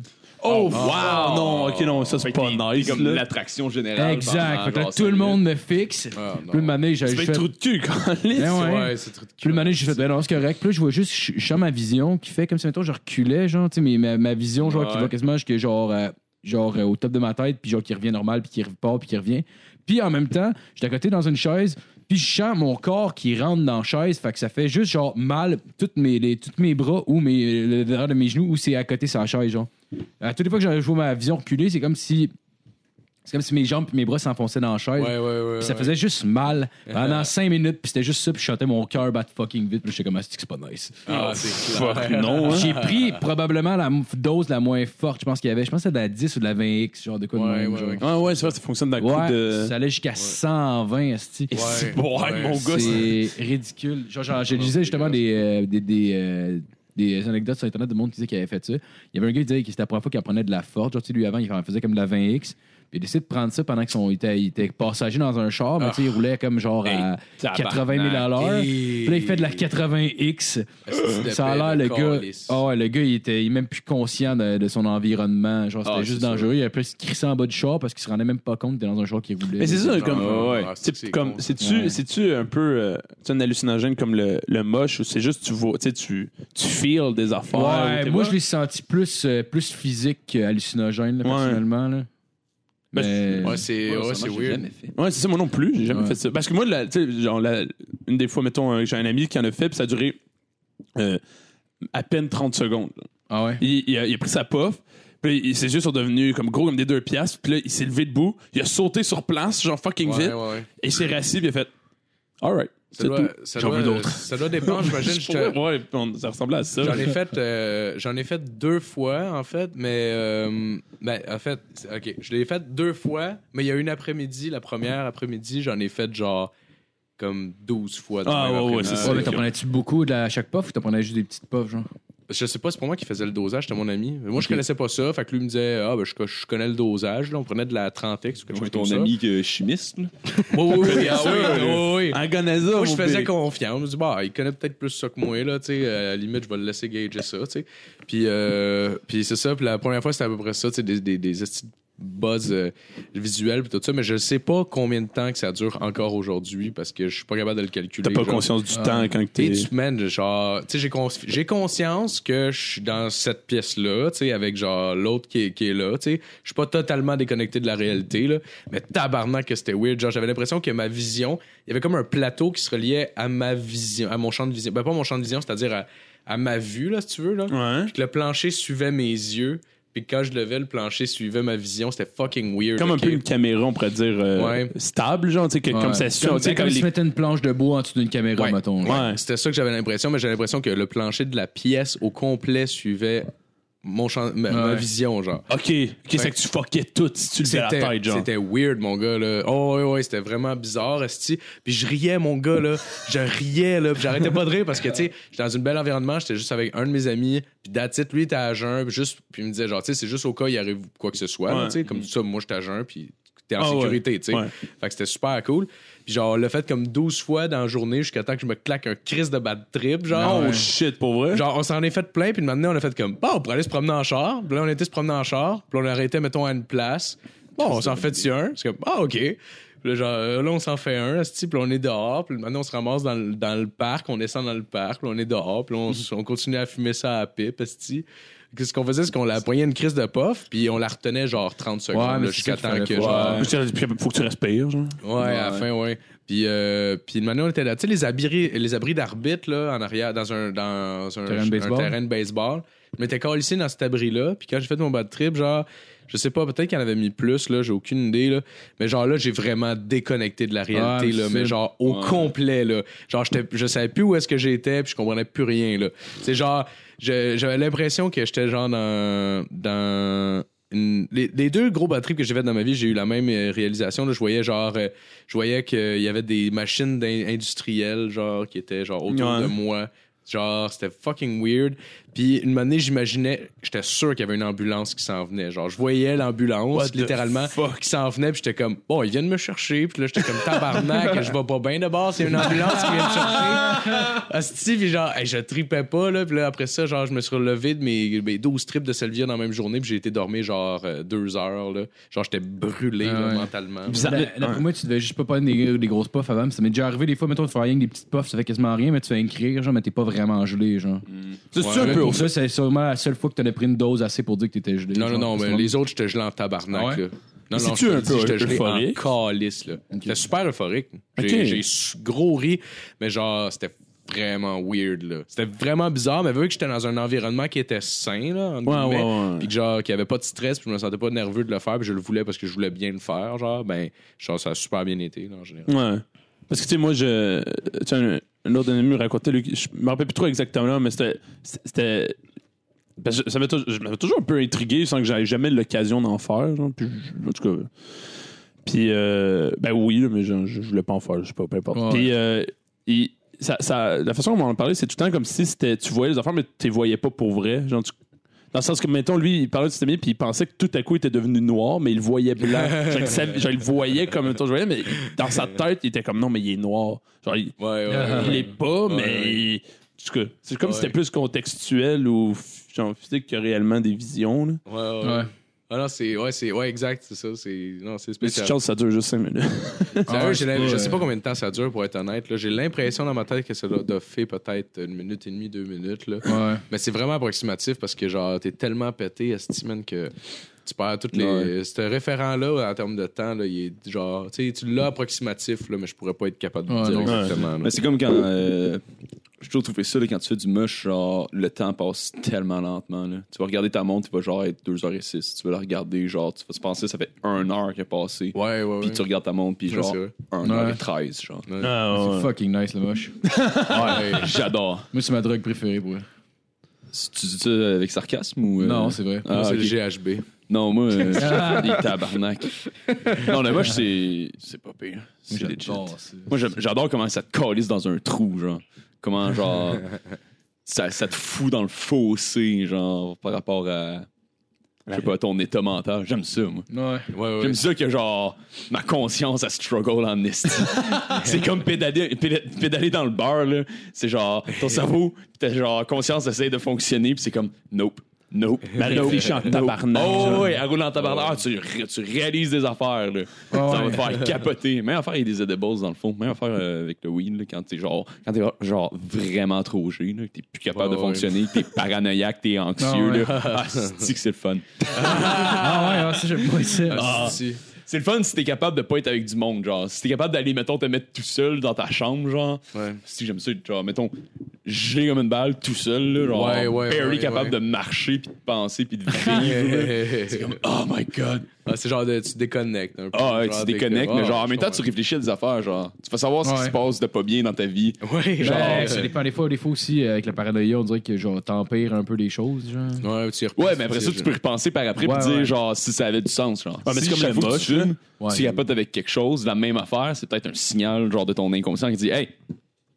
Speaker 5: Oh, wow! Non, ok, non, ça c'est
Speaker 6: Fait que
Speaker 5: pas
Speaker 6: t'es- t'es
Speaker 5: nice.
Speaker 6: comme
Speaker 5: là.
Speaker 6: l'attraction générale.
Speaker 3: exact.
Speaker 6: pendant
Speaker 3: Fait que là,
Speaker 6: genre
Speaker 3: tout le
Speaker 6: cinq
Speaker 3: monde me fixe.
Speaker 4: Ah non.
Speaker 3: Puis là, une année, j'ai
Speaker 5: Ah, Tu fais
Speaker 3: j'ai
Speaker 5: le
Speaker 3: fait.
Speaker 5: trou de cul, quand
Speaker 3: Eh ouais.
Speaker 4: Ouais, c'est trop de
Speaker 3: Puis le matin, j'ai fait, ben non, c'est correct. Puis là, je vois juste, je je sens ma vision qui fait comme si, mettons, je reculais, genre, tu sais, mais ma, ma vision, genre, qui
Speaker 6: Ouais.
Speaker 3: va quasiment jusqu'à, genre, euh, genre euh, au top de ma tête, puis genre, qui revient normal, puis qui repart, puis qui revient. Puis en même temps, j'étais à côté dans une chaise, puis je sens mon corps qui rentre dans la chaise, fait que ça fait juste, genre, mal, toutes mes, les, toutes mes bras ou mes, le derrière de mes genoux, ou c'est à côté sur la chaise, genre. À toutes les fois que je vois ma vision reculer, c'est comme si. C'est comme si mes jambes et mes bras s'enfonçaient dans la chaise.
Speaker 4: Ouais, ouais, ouais.
Speaker 3: Puis ça faisait juste mal pendant 5 minutes, puis c'était juste ça, puis je chantais mon cœur battre fucking vite, puis j'étais comme, Ah, c'est que c'est pas nice.
Speaker 4: Ah, c'est clair.
Speaker 5: Fuck, non, hein.
Speaker 3: J'ai pris probablement la m- dose la moins forte, je pense qu'il y avait. Je pense que c'était de la 10 ou de la 20X, genre de quoi de
Speaker 4: Ouais,
Speaker 3: même,
Speaker 4: ouais,
Speaker 3: genre.
Speaker 4: ouais.
Speaker 5: Ah ouais, c'est vrai, ça fonctionne d'un
Speaker 3: Ouais,
Speaker 5: coup de.
Speaker 3: ça allait jusqu'à 120, asti.
Speaker 4: Ouais,
Speaker 5: Ouais, mon gars, c'est-
Speaker 3: C'est ridicule. Genre, genre, je lisais justement des, euh, des, des, euh, des anecdotes sur Internet de monde qui disait qu'il avait fait ça. Il y avait un gars qui disait que c'était la première fois qu'il en prenait de la forte. Genre, tu sais, lui, avant, il en faisait comme de la 20X. Puis il décide de prendre ça pendant qu'il était, il était passager dans un char, mais tu
Speaker 4: Ah.
Speaker 3: sais, il roulait comme genre à 80 000 à l'heure. Puis là, il fait de la 80X.
Speaker 5: Mmh.
Speaker 4: Ah,
Speaker 3: Ça a l'air, le gars. Ah ouais, le gars, il était il est même plus conscient de, de son environnement. Genre, c'était
Speaker 6: Ah,
Speaker 3: juste
Speaker 6: c'est sûr.
Speaker 3: dangereux. Il a plus se crissé en bas du char parce qu'il se rendait même pas compte qu'il était dans un char qui roulait.
Speaker 5: Mais c'est ça,
Speaker 4: Ouais,
Speaker 5: comme.
Speaker 4: ouais. Ah, c'est que
Speaker 5: C'est
Speaker 4: c'est
Speaker 5: comme.
Speaker 4: con, ça.
Speaker 5: C'est-tu
Speaker 3: Ouais.
Speaker 5: c'est-tu un peu. euh, c'est un hallucinogène comme le, le moche ou c'est juste tu vois. Tu sais, tu, tu feels des affaires. ou
Speaker 3: Ouais,
Speaker 5: t'es
Speaker 3: moi,
Speaker 5: pas-
Speaker 3: je l'ai senti plus, euh, plus physique qu'hallucinogène, là,
Speaker 5: Ouais.
Speaker 3: personnellement. Là.
Speaker 5: Ben,
Speaker 3: Mais-
Speaker 4: Ouais, c'est ouais, c'est weird.
Speaker 5: Ouais, c'est ça, moi non plus, j'ai jamais
Speaker 3: Ouais.
Speaker 5: fait ça. Parce que moi, la- tu sais, genre, la- une des fois, mettons, euh, j'ai un ami qui en a fait, puis ça a duré euh, à peine 30 secondes. là.
Speaker 3: Ah ouais?
Speaker 5: Il, il a, il a pris sa puff. Puis il- ses yeux sont devenus comme gros comme des deux piastres. Puis là, il s'est levé debout. Il a sauté sur place, genre fucking
Speaker 4: Ouais,
Speaker 5: vite.
Speaker 4: ouais, ouais.
Speaker 5: Et il s'est rassis, puis il a fait Alright.
Speaker 4: Ça doit, ça
Speaker 5: J'en
Speaker 4: doit-
Speaker 5: veux d'autres.
Speaker 4: Ça doit dépendre, j'imagine. je te-
Speaker 5: Ouais, on- ça ressemblait à ça.
Speaker 4: J'en ai fait, euh, j'en ai fait deux fois en fait, mais euh, ben, en fait, c'est- ok, je l'ai fait deux fois, mais il y a une après-midi, la première après-midi, j'en ai fait genre comme 12 fois. dans
Speaker 5: Ah,
Speaker 4: le même
Speaker 5: ouais, ouais,
Speaker 4: après-midi.
Speaker 5: c'est
Speaker 3: Ouais, mais t'en prenais-tu beaucoup de la, à chaque puff ou t'en prenais juste des petites puffs, genre?
Speaker 4: Je sais pas, c'est pour moi qui faisait le dosage, c'était mon ami. Mais Moi, je
Speaker 3: Ok.
Speaker 4: connaissais pas ça, fait que lui me disait ah ben je, co- je connais le dosage, là, on prenait de la 30x ou quelque
Speaker 6: Moi,
Speaker 4: chose
Speaker 6: ton
Speaker 4: comme ça.
Speaker 6: ami euh, chimiste, là.
Speaker 4: Oui, oui, oui, ah
Speaker 6: ça, Ah,
Speaker 4: oui,
Speaker 6: là.
Speaker 4: oui, oui.
Speaker 5: Un Ganaza,
Speaker 4: Moi, je
Speaker 5: mon
Speaker 4: faisais
Speaker 5: big.
Speaker 4: confiance. Je me dis, bah, il connaît peut-être plus ça que moi, là, tu sais. Euh, À la limite, je vais le laisser gager ça, tu sais. Puis, euh, puis c'est ça. Puis la première fois, c'était à peu près ça, tu sais, des, des, des esti de buzz euh, visuels, puis tout ça. Mais je sais pas combien de temps que ça dure encore aujourd'hui parce que je suis pas capable de le calculer.
Speaker 5: T'as pas
Speaker 4: genre.
Speaker 5: conscience du
Speaker 3: Ah.
Speaker 5: temps quand que
Speaker 4: Et
Speaker 5: t'es.
Speaker 4: tu man, genre, tu sais, j'ai consci- j'ai conscience que je suis dans cette pièce-là, tu sais, avec genre l'autre qui, est- qui est là, tu sais. Je suis pas totalement déconnecté de la réalité, là, mais tabarnak que c'était weird. Genre, j'avais l'impression que ma vision, il y avait comme un plateau qui se reliait à ma vision, à mon champ de vision. Ben, pas mon champ de vision, c'est-à-dire à, à ma vue, là, si tu veux, là.
Speaker 5: Ouais.
Speaker 4: Puis que le plancher suivait mes yeux, puis quand je levais, le plancher suivait ma vision. C'était fucking weird.
Speaker 5: Comme un
Speaker 4: ok?
Speaker 5: peu une caméra, on pourrait dire euh,
Speaker 4: Ouais.
Speaker 5: stable, genre, tu sais, que- comme
Speaker 3: Ouais.
Speaker 5: ça suit,
Speaker 3: Comme,
Speaker 5: tu sais,
Speaker 3: ben, comme
Speaker 5: comme
Speaker 3: si
Speaker 5: les-
Speaker 3: tu mettais une planche de bois en dessous d'une caméra,
Speaker 4: Ouais.
Speaker 3: mettons. genre.
Speaker 5: Ouais.
Speaker 4: C'était ça que j'avais l'impression, mais j'ai l'impression que le plancher de la pièce au complet suivait mon champ- ma, ma
Speaker 3: Ouais.
Speaker 4: vision, genre.
Speaker 5: Ok, ok, c'est que tu fuckais tout si tu le fais à la
Speaker 4: C'était
Speaker 5: tête, genre.
Speaker 4: c'était weird, mon gars, là. Oh, ouais, ouais, c'était vraiment bizarre, esti. Puis je riais, mon gars, là. Je riais, là. Puis j'arrêtais pas de rire parce que, tu sais, j'étais dans un bel environnement. J'étais juste avec un de mes amis. Puis Datit, lui, était à jeun. Puis, juste, puis il me disait, genre, tu sais, c'est juste au cas il arrive quoi que ce soit, là,
Speaker 5: Ouais.
Speaker 4: tu sais. Comme ça, moi, j'étais à jeun. Puis t'es en
Speaker 5: Ah ouais.
Speaker 4: sécurité, tu sais.
Speaker 5: Ouais.
Speaker 4: Fait que c'était super cool. Puis genre, le fait comme 12 fois dans la journée jusqu'à temps que je me claque un crise de bad trip, genre.
Speaker 5: Oh
Speaker 3: Ouais.
Speaker 5: shit, pour vrai.
Speaker 4: Genre, on s'en est fait plein, puis maintenant, on a fait comme, bon, on pourrait aller se promener en char. Puis là, on était se promener en char, puis on arrêtait, mettons, à une place. Bon, on s'en fait sur un. C'est comme, ah, OK. Puis là, genre, euh, là, on s'en fait un, asti, puis là, on est dehors, puis maintenant, on se ramasse dans le, dans le parc, on descend dans le parc, puis là, on est dehors, puis là, on, s- on continue à fumer ça à la pipe, asti. Ce qu'on faisait, c'est qu'on la poignait une crise de puff, puis on la retenait genre 30 secondes,
Speaker 3: mais
Speaker 4: là,
Speaker 3: c'est ça
Speaker 4: jusqu'à
Speaker 3: qu'il
Speaker 4: temps
Speaker 3: fallait
Speaker 4: que
Speaker 3: faire.
Speaker 4: genre.
Speaker 5: Je dirais, puis, Faut que tu respires, genre.
Speaker 4: Ouais, à la fin, ouais. Puis, euh, puis une manière, on était là. Tu sais, les abris, les abris d'arbitre, là, en arrière, dans un, dans un,
Speaker 3: Terrain de
Speaker 4: un
Speaker 3: baseball.
Speaker 4: terrain de baseball. Je m'étais calissé dans cet abri-là. Puis quand j'ai fait mon bad trip, genre, je sais pas, peut-être qu'il y en avait mis plus, là, j'ai aucune idée, là. Mais genre là, j'ai vraiment déconnecté de la réalité,
Speaker 3: Ah,
Speaker 4: là.
Speaker 3: c'est-
Speaker 4: Mais genre au
Speaker 6: Ouais.
Speaker 4: complet, là. Genre, j'étais- je savais plus où est-ce que j'étais, puis je comprenais plus rien, là. C'est genre, je- j'avais l'impression que j'étais genre dans. dans une- les, les deux gros bad trips que j'ai fait dans ma vie, j'ai eu la même euh, réalisation. Là, je voyais genre, euh, je voyais qu'il y avait des machines d'in- industrielles genre qui étaient genre autour
Speaker 5: Ouais.
Speaker 4: de moi. Genre, c'était fucking weird. Puis une année, j'imaginais, j'étais sûr qu'il y avait une ambulance qui s'en venait. Genre, je voyais l'ambulance littéralement qui s'en venait, puis j'étais comme bon, ils viennent me chercher. Puis là, j'étais comme tabarnak, je vais pas bien d'abord, c'est une ambulance qui vient me chercher. Asti, puis genre, hey, je tripais pas là. Puis là, après ça, genre, je me suis relevé de mes, mes 12 trips de Selvia dans la même journée, puis j'ai été dormir genre euh, deux heures là. Genre, j'étais brûlé
Speaker 3: Ah
Speaker 4: là,
Speaker 3: ouais.
Speaker 4: mentalement.
Speaker 5: Bizarre.
Speaker 3: D'après moi, tu devais juste pas prendre des, des grosses puffs avant. puis Ça m'est déjà arrivé des fois, mettons, de faire rien que des petites puffs, ça fait quasiment rien, mais tu fais un crier, genre, mais t'es pas vraiment gelé, genre.
Speaker 4: Mm.
Speaker 5: C'est
Speaker 4: Ouais.
Speaker 5: sûr un peu
Speaker 3: Pour ça, c'est sûrement la seule fois que t'en as pris une dose assez pour dire que t'étais gelé.
Speaker 4: Non, non,
Speaker 3: genre,
Speaker 4: non,
Speaker 3: parce
Speaker 4: mais
Speaker 3: que-
Speaker 4: les autres, j'étais gelé en tabarnak.
Speaker 3: Ah ouais?
Speaker 4: là. Non,
Speaker 5: Mais
Speaker 4: non,
Speaker 5: c'est-tu
Speaker 4: je te
Speaker 5: un
Speaker 4: le dis,
Speaker 5: peu
Speaker 4: j'étais gelé en
Speaker 5: euphorique?
Speaker 4: calice. là. J'étais super euphorique. J'ai
Speaker 5: Ok.
Speaker 4: j'ai su- gros ri, mais genre, c'était vraiment weird. là. C'était vraiment bizarre, mais vu que j'étais dans un environnement qui était sain, là, entre
Speaker 5: Ouais,
Speaker 4: guillemets,
Speaker 5: ouais, ouais.
Speaker 4: puis que genre, qu'il n'y avait pas de stress, puis je me sentais pas nerveux de le faire, puis je le voulais parce que je voulais bien le faire, genre, ben, genre, ça a super bien été, là, en général.
Speaker 5: Ouais. Parce que, tu sais, moi, je. Tu sais, un, un autre ami me racontait, lui, je me rappelle plus trop exactement, mais c'était. C'était. parce que ça m'avait tou- je m'avais toujours un peu intrigué sans que j'avais jamais l'occasion d'en faire. genre, puis je- en tout cas. Puis, euh, ben oui, là, mais je, je voulais pas en faire, je sais pas, peu importe.
Speaker 3: Ouais.
Speaker 5: Puis, euh, il- ça, ça- la façon dont on en parlait, c'est tout le temps comme si c'était, tu voyais les affaires, mais tu les voyais pas pour vrai. Genre, tu- dans le sens que, mettons, lui, il parlait de cet ami, puis il pensait que tout à coup, il était devenu noir, mais il le voyait blanc. genre, il savait- genre, il le voyait comme, mettons, je voyais, mais dans sa tête, il était comme, non, mais il est noir. Genre, il,
Speaker 4: Ouais, ouais,
Speaker 3: Euh,
Speaker 5: il est pas,
Speaker 4: Ouais,
Speaker 5: mais.
Speaker 4: ouais.
Speaker 5: il- en tout cas, c'est comme si
Speaker 4: Ouais.
Speaker 5: c'était plus contextuel ou f- genre physique que réellement des visions. là.
Speaker 4: ouais, ouais, ouais.
Speaker 3: Ouais.
Speaker 4: Ah non, c'est, ouais, c'est, ouais, exact, c'est ça, c'est, non, c'est
Speaker 5: Mais
Speaker 4: spécial.
Speaker 5: c'est chose, ça dure juste 5 minutes.
Speaker 4: Sérieux,
Speaker 3: ouais,
Speaker 4: j'ai
Speaker 3: c'est
Speaker 4: l'im-
Speaker 3: pas,
Speaker 4: je sais pas
Speaker 3: euh,
Speaker 4: combien de temps ça dure pour être honnête. là. J'ai l'impression dans ma tête que ça doit doit faire peut-être une minute et demie, deux minutes. Là.
Speaker 3: Ouais.
Speaker 4: Mais c'est vraiment approximatif parce que genre t'es tellement pété à cette semaine que tu perds toutes les. Ce référent-là, en termes de temps, là, il est genre. Tu sais, tu l'as approximatif, là, mais je pourrais pas être capable de
Speaker 3: Ouais,
Speaker 4: dire
Speaker 3: non.
Speaker 4: exactement. là.
Speaker 6: Mais c'est comme quand. euh, J'ai toujours trouvé ça, là, quand tu fais du mush, genre, le temps passe tellement lentement. Là. Tu vas regarder ta montre, il va genre être 2h06. Tu vas la regarder, genre, tu vas se penser, ça fait 1 heure qu'elle est passée.
Speaker 4: Ouais, ouais, ouais.
Speaker 6: Puis tu regardes ta montre, puis
Speaker 4: Ouais,
Speaker 6: genre,
Speaker 4: c'est vrai.
Speaker 6: 1h13, genre.
Speaker 4: Ah,
Speaker 3: C'est fucking nice, le moche.
Speaker 4: Ouais,
Speaker 6: J'adore.
Speaker 3: Moi, c'est ma drogue préférée, pour vrai.
Speaker 6: Tu dis ça avec sarcasme ou. euh?
Speaker 3: Non, c'est vrai.
Speaker 6: Ah,
Speaker 4: moi, c'est
Speaker 6: ok.
Speaker 4: le GHB.
Speaker 6: Non, moi, euh, les tabarnak. Non, le moche, c'est. C'est pas pire. C'est legit.
Speaker 3: J'adore ça.
Speaker 6: Moi, j'aime- j'adore comment ça te calisse dans un trou, genre. Comment, genre. ça, ça te fout dans le fossé, genre, par rapport à. Je sais pas, ton état mental. J'aime ça, moi.
Speaker 3: Ouais.
Speaker 4: Ouais, ouais.
Speaker 6: J'aime ça que, genre, ma conscience, elle struggle en esti. c'est comme pédaler, péda- pédaler dans le bar, là. C'est genre, ton cerveau, pis ta genre, conscience essaie de fonctionner, pis c'est comme, nope, nope.
Speaker 5: Elle réfléchit en tabarnak.
Speaker 6: Oh, ouais, elle roule en tabarnak. Ah, tu, ré- tu réalises des affaires, là. ça va
Speaker 3: ouais.
Speaker 6: te faire capoter. Même affaire avec des edibles, dans le fond. Même affaire euh, avec le weed, là, quand t'es genre, quand t'es genre vraiment trop gé, là, que t'es plus capable
Speaker 4: Ouais,
Speaker 6: de
Speaker 4: ouais.
Speaker 6: fonctionner, que t'es paranoïaque, t'es anxieux,
Speaker 3: Ah, ouais.
Speaker 6: là. Ah, c'est que c'est le fun.
Speaker 3: Ah ouais, ouais, ça, j'aime pas ça.
Speaker 4: Ah,
Speaker 6: Ah.
Speaker 4: si.
Speaker 6: C'est le fun si t'es capable de pas être avec du monde, genre. Si t'es capable d'aller, mettons, te mettre tout seul dans ta chambre, genre.
Speaker 4: Ouais.
Speaker 6: Si j'aime ça, genre, mettons, j'ai comme une balle tout seul, là, genre.
Speaker 4: Ouais, ouais,
Speaker 6: barely
Speaker 4: ouais,
Speaker 6: capable
Speaker 4: ouais.
Speaker 6: de marcher, puis de penser, puis de vivre. là. c'est comme, oh my god.
Speaker 4: Ah, c'est genre de, tu déconnectes un peu.
Speaker 6: Ah, ouais,
Speaker 4: Genre,
Speaker 6: tu
Speaker 4: t'es-
Speaker 6: déconnectes,
Speaker 4: Ah,
Speaker 6: mais genre, en
Speaker 4: je
Speaker 6: même temps, tu
Speaker 4: comprends.
Speaker 6: réfléchis à des affaires, genre. Tu vas savoir ce qui
Speaker 3: Ouais.
Speaker 6: se passe de pas bien dans ta vie.
Speaker 4: Ouais, genre.
Speaker 3: Ben, ça dépend des fois, des fois aussi, euh, avec la paranoïa, on dirait que genre t'empires un peu les choses, genre.
Speaker 4: Ouais, tu y
Speaker 6: Ouais,
Speaker 4: repenses,
Speaker 6: mais après ça,
Speaker 4: sais,
Speaker 6: tu peux repenser par après
Speaker 3: Ouais,
Speaker 6: puis dire,
Speaker 3: ouais.
Speaker 6: genre, si ça avait du sens, genre.
Speaker 5: Ouais, mais
Speaker 6: si
Speaker 5: c'est comme
Speaker 6: chaque
Speaker 5: le
Speaker 6: fois que tu
Speaker 5: moche,
Speaker 6: fumes,
Speaker 3: Ouais.
Speaker 6: tu capotes avec quelque chose, la même affaire, c'est peut-être un signal, genre, de ton inconscient qui dit, hey,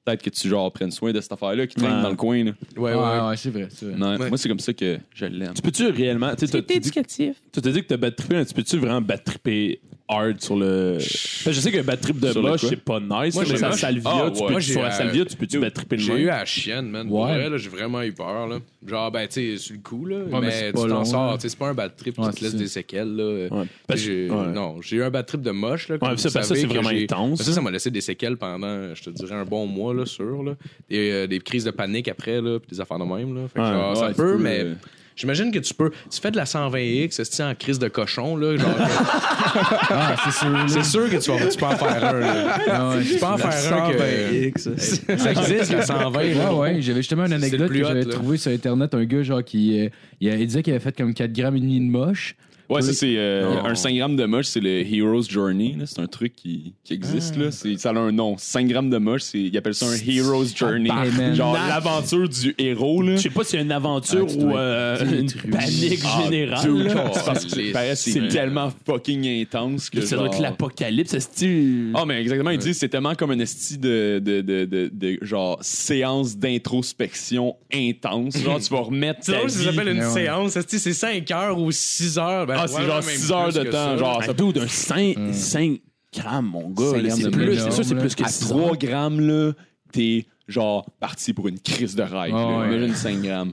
Speaker 6: peut-être que tu, genre, prennes soin de cette affaire-là qui traîne
Speaker 5: Ouais.
Speaker 6: dans le coin, là.
Speaker 4: Ouais,
Speaker 3: Ouais,
Speaker 4: ouais.
Speaker 6: Ah.
Speaker 3: Ah, ouais, c'est vrai. c'est vrai.
Speaker 6: Non,
Speaker 4: Ouais.
Speaker 6: Moi, c'est comme ça que je l'aime.
Speaker 5: Tu peux-tu réellement. Tu sais, t'as- t'as dit-
Speaker 1: éducatif.
Speaker 5: tu t'es dit que t'as bad trippé, mais tu peux-tu vraiment bad tripper hard sur le. Parce que je sais que bad trip de
Speaker 6: Sur le
Speaker 5: moche,
Speaker 6: quoi?
Speaker 5: c'est pas nice.
Speaker 4: Moi,
Speaker 5: mais
Speaker 4: j'ai
Speaker 5: sur la
Speaker 4: moche.
Speaker 5: salvia,
Speaker 6: Ah,
Speaker 5: tu
Speaker 6: ouais.
Speaker 5: peux,
Speaker 4: Moi, j'ai,
Speaker 5: sur la
Speaker 4: euh,
Speaker 5: salvia, tu peux-tu bad tripper le
Speaker 4: J'ai
Speaker 5: même?
Speaker 4: eu à la chienne, man. Pour
Speaker 3: Ouais.
Speaker 4: vrai, là, j'ai vraiment eu peur, là. Genre, ben, tu sais, sur le coup, là.
Speaker 3: mais c'est
Speaker 4: mais
Speaker 3: pas
Speaker 4: tu t'en
Speaker 3: long, là.
Speaker 4: sors, tu sais, c'est pas un bad trip
Speaker 3: Ouais,
Speaker 4: qui te laisse
Speaker 3: c'est ça.
Speaker 4: des séquelles, là.
Speaker 5: Ouais.
Speaker 4: Tu
Speaker 5: Parce-
Speaker 4: sais, j'ai-
Speaker 5: ouais.
Speaker 4: Non, j'ai eu un bad trip de moche, là. comme
Speaker 5: Ouais, ça,
Speaker 4: vous
Speaker 5: parce que
Speaker 4: savez,
Speaker 5: c'est
Speaker 4: que
Speaker 5: vraiment
Speaker 4: j'ai- Ben,
Speaker 5: intense,
Speaker 4: Ça,
Speaker 5: hein.
Speaker 4: ça m'a laissé des séquelles pendant, je te dirais, un bon mois, là, sûr, là. Des, euh, des crises de panique après, là, puis des affaires de même, là. Fait que,
Speaker 5: Ouais.
Speaker 4: genre,
Speaker 6: Ouais,
Speaker 4: ça
Speaker 6: tu
Speaker 4: peut,
Speaker 6: peux,
Speaker 4: mais
Speaker 6: euh,
Speaker 4: J'imagine que tu peux. Tu fais de la 120X, c'est en crise de cochon, là. Genre,
Speaker 3: Ah, c'est sûr. là.
Speaker 4: c'est sûr que tu, vas, tu peux en faire un, là.
Speaker 3: Ah, ouais,
Speaker 4: Tu peux en faire un que. Ça existe, la 120. là.
Speaker 3: Ah Ouais, ouais, j'avais justement une
Speaker 4: C'est
Speaker 3: anecdote
Speaker 4: le plus
Speaker 3: que
Speaker 4: hot,
Speaker 3: j'avais
Speaker 4: là.
Speaker 3: trouvé sur Internet, un gars, genre, qui euh, il, a- il disait qu'il avait fait comme 4 grammes et demi de moche.
Speaker 6: Ouais, ça,
Speaker 3: Oui.
Speaker 6: c'est euh,
Speaker 4: Non.
Speaker 6: un 5 grammes de moche, c'est le Hero's Journey. là. C'est un truc qui, qui existe. Là. C'est- Ça a un nom. 5 grammes de moche, Ah. c'est, ils appellent ça un Hero's Journey.
Speaker 3: Hey, man.
Speaker 6: Genre l'aventure du héros. Là.
Speaker 5: Je sais pas si c'est une aventure
Speaker 3: Ah, tu dois
Speaker 5: ou euh,
Speaker 3: être
Speaker 5: une
Speaker 3: détruit.
Speaker 5: panique
Speaker 6: Ah,
Speaker 5: générale.
Speaker 6: dude,
Speaker 5: là.
Speaker 6: c'est parce que c'est, pareil, c'est
Speaker 5: C'est-
Speaker 6: tellement fucking intense que.
Speaker 5: Ça doit être
Speaker 6: genre-
Speaker 5: l'apocalypse, est-ce
Speaker 6: Ah, mais exactement, ils disent c'est tellement comme un esti de, de, de, de, de- genre séance d'introspection intense. Genre, tu vas remettre.
Speaker 4: C'est
Speaker 6: ta
Speaker 4: drôle, ça
Speaker 6: vie-
Speaker 4: s'appelle une
Speaker 3: Ouais, ouais.
Speaker 4: séance. ça, tu sais, C'est 5 heures ou 6 heures. Ben,
Speaker 6: Ah,
Speaker 4: ouais,
Speaker 6: c'est genre
Speaker 4: même
Speaker 6: 6 heures
Speaker 4: plus
Speaker 6: de
Speaker 4: que
Speaker 6: temps.
Speaker 4: ça.
Speaker 6: Genre,
Speaker 5: Ah,
Speaker 6: ça
Speaker 5: dude, un 5, grammes, mon
Speaker 3: Hmm. Cinq
Speaker 5: gars. là,
Speaker 3: grammes
Speaker 5: C'est
Speaker 3: de
Speaker 5: plus,
Speaker 3: énorme,
Speaker 5: c'est sûr, c'est
Speaker 3: là.
Speaker 5: plus que
Speaker 6: à
Speaker 5: 6
Speaker 6: 3 grammes, là, t'es genre parti pour une crise de rêve.
Speaker 3: Ah
Speaker 6: là.
Speaker 3: ouais.
Speaker 6: Imagine 5 grammes.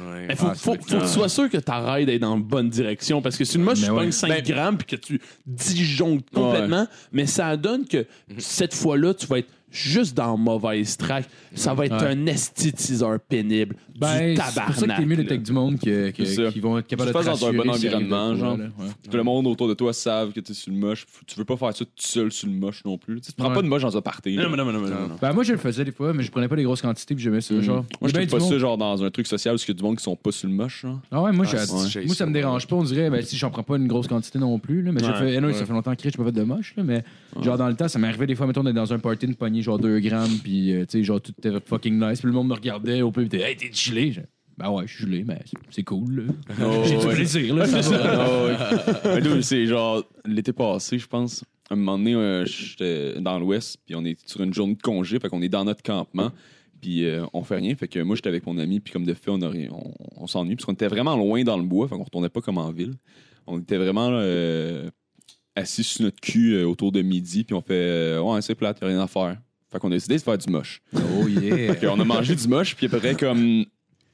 Speaker 4: Ouais.
Speaker 5: Il faut,
Speaker 3: Ah,
Speaker 5: faut,
Speaker 3: c'est
Speaker 5: faut que tu sois sûr que ta ride est dans la bonne direction. Parce que si une moche,
Speaker 3: Mais
Speaker 5: tu
Speaker 3: ouais. Ben,
Speaker 5: pognes 5 grammes puis que tu disjonctes complètement, mais ça donne que
Speaker 3: Mm-hmm.
Speaker 5: cette fois-là, tu vas être juste dans mauvaise track. Ça va être
Speaker 3: Ouais.
Speaker 5: un esthétiseur pénible. du
Speaker 3: Ben, c'est
Speaker 5: tabarnak.
Speaker 3: pour ça que t'es mieux
Speaker 5: là.
Speaker 3: d'être avec du monde que, que-
Speaker 6: C'est ça.
Speaker 3: qui vont être capables
Speaker 6: Tu
Speaker 3: de te
Speaker 6: te fasses dans un
Speaker 3: rassurer
Speaker 6: bon
Speaker 3: si ça arrive
Speaker 6: environnement,
Speaker 3: de quoi,
Speaker 6: genre.
Speaker 3: là, ouais.
Speaker 6: Tout le monde autour de toi savent que t'es sur le moche. F- Tu veux pas faire ça tout seul sur le moche non plus. Tu te prends
Speaker 3: Ouais.
Speaker 6: pas de moche dans un party. là.
Speaker 5: Non, mais non, mais non, mais non, non.
Speaker 3: Ben, moi, je le faisais des fois, mais je prenais pas des grosses quantités puis j'aimais ça. Genre,
Speaker 6: Hmm. Mhm. Moi, je
Speaker 3: Ben,
Speaker 6: trouve
Speaker 3: du
Speaker 6: pas
Speaker 3: monde-
Speaker 6: ça genre dans un truc social parce qu'il y a du monde qui sont pas sur le moche. hein. genre.
Speaker 3: Ah ouais, moi, j'ai-
Speaker 4: Ah, c'est-
Speaker 3: moi,
Speaker 4: j'ai
Speaker 3: ça me
Speaker 4: ça,
Speaker 3: dérange pas. On dirait, ben, si j'en prends pas une grosse quantité non plus, là, mais j'ai
Speaker 5: Ouais,
Speaker 3: fait- eh non, ça fait longtemps que je pas fait de moche, là, mais genre dans le temps, ça m'arrivait des fois, mettons, d'être dans un party de pogner genre 2 grammes, puis euh, tu sais, genre tout était fucking nice, puis le monde me regardait au pub, t'es, hey, t'es gelé. Je- Ben ouais, je suis gelé, mais c'est- c'est cool, là. J'ai du
Speaker 6: Oh, ouais.
Speaker 3: plaisir, là. ça va.
Speaker 6: Mais nous, c'est genre l'été passé, je pense. À un moment donné, euh, j'étais dans l'Ouest, puis on est sur une journée de congé, fait qu'on est dans notre campement, puis euh, on fait rien. Fait que moi, j'étais avec mon ami, puis comme de fait, on, a rien- on, on s'ennuie, parce qu'on était vraiment loin dans le bois, fait qu'on retournait pas comme en ville. On était vraiment euh, assis sur notre cul euh, autour de midi, puis on fait euh, Ouais, c'est plate, y a rien à faire. Fait qu'on a décidé de faire du moche.
Speaker 3: Oh yeah.
Speaker 6: Puis on a mangé du moche, puis à peu près comme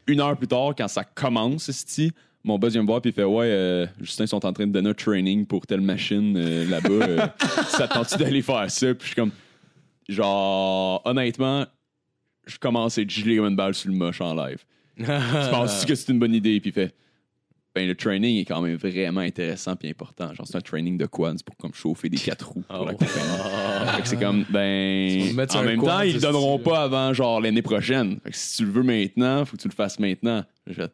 Speaker 6: une heure plus tard, quand ça commence, esti, mon boss vient me voir, puis il fait Ouais, euh, Justin, ils sont en train de donner un training pour telle machine euh, là-bas. euh, ça te tente-tu d'aller faire ça? Puis je suis comme Genre, honnêtement, je commence à être gelé comme une balle sur le moche en live. tu penses-tu que c'est une bonne idée? Puis il fait ben, le training est quand même vraiment intéressant puis important. Genre, c'est un training de quads pour comme chauffer des quatre roues pour la compagnie. Fait que c'est comme,
Speaker 4: Oh. Tu vas me
Speaker 6: ben.
Speaker 4: mettre sur
Speaker 6: En
Speaker 4: un
Speaker 6: même
Speaker 4: quad,
Speaker 6: temps, ils le
Speaker 4: c'est
Speaker 6: donneront
Speaker 4: stylé.
Speaker 6: pas avant, genre, l'année prochaine. Fait que si tu le veux maintenant, faut que tu le fasses maintenant. Je fais,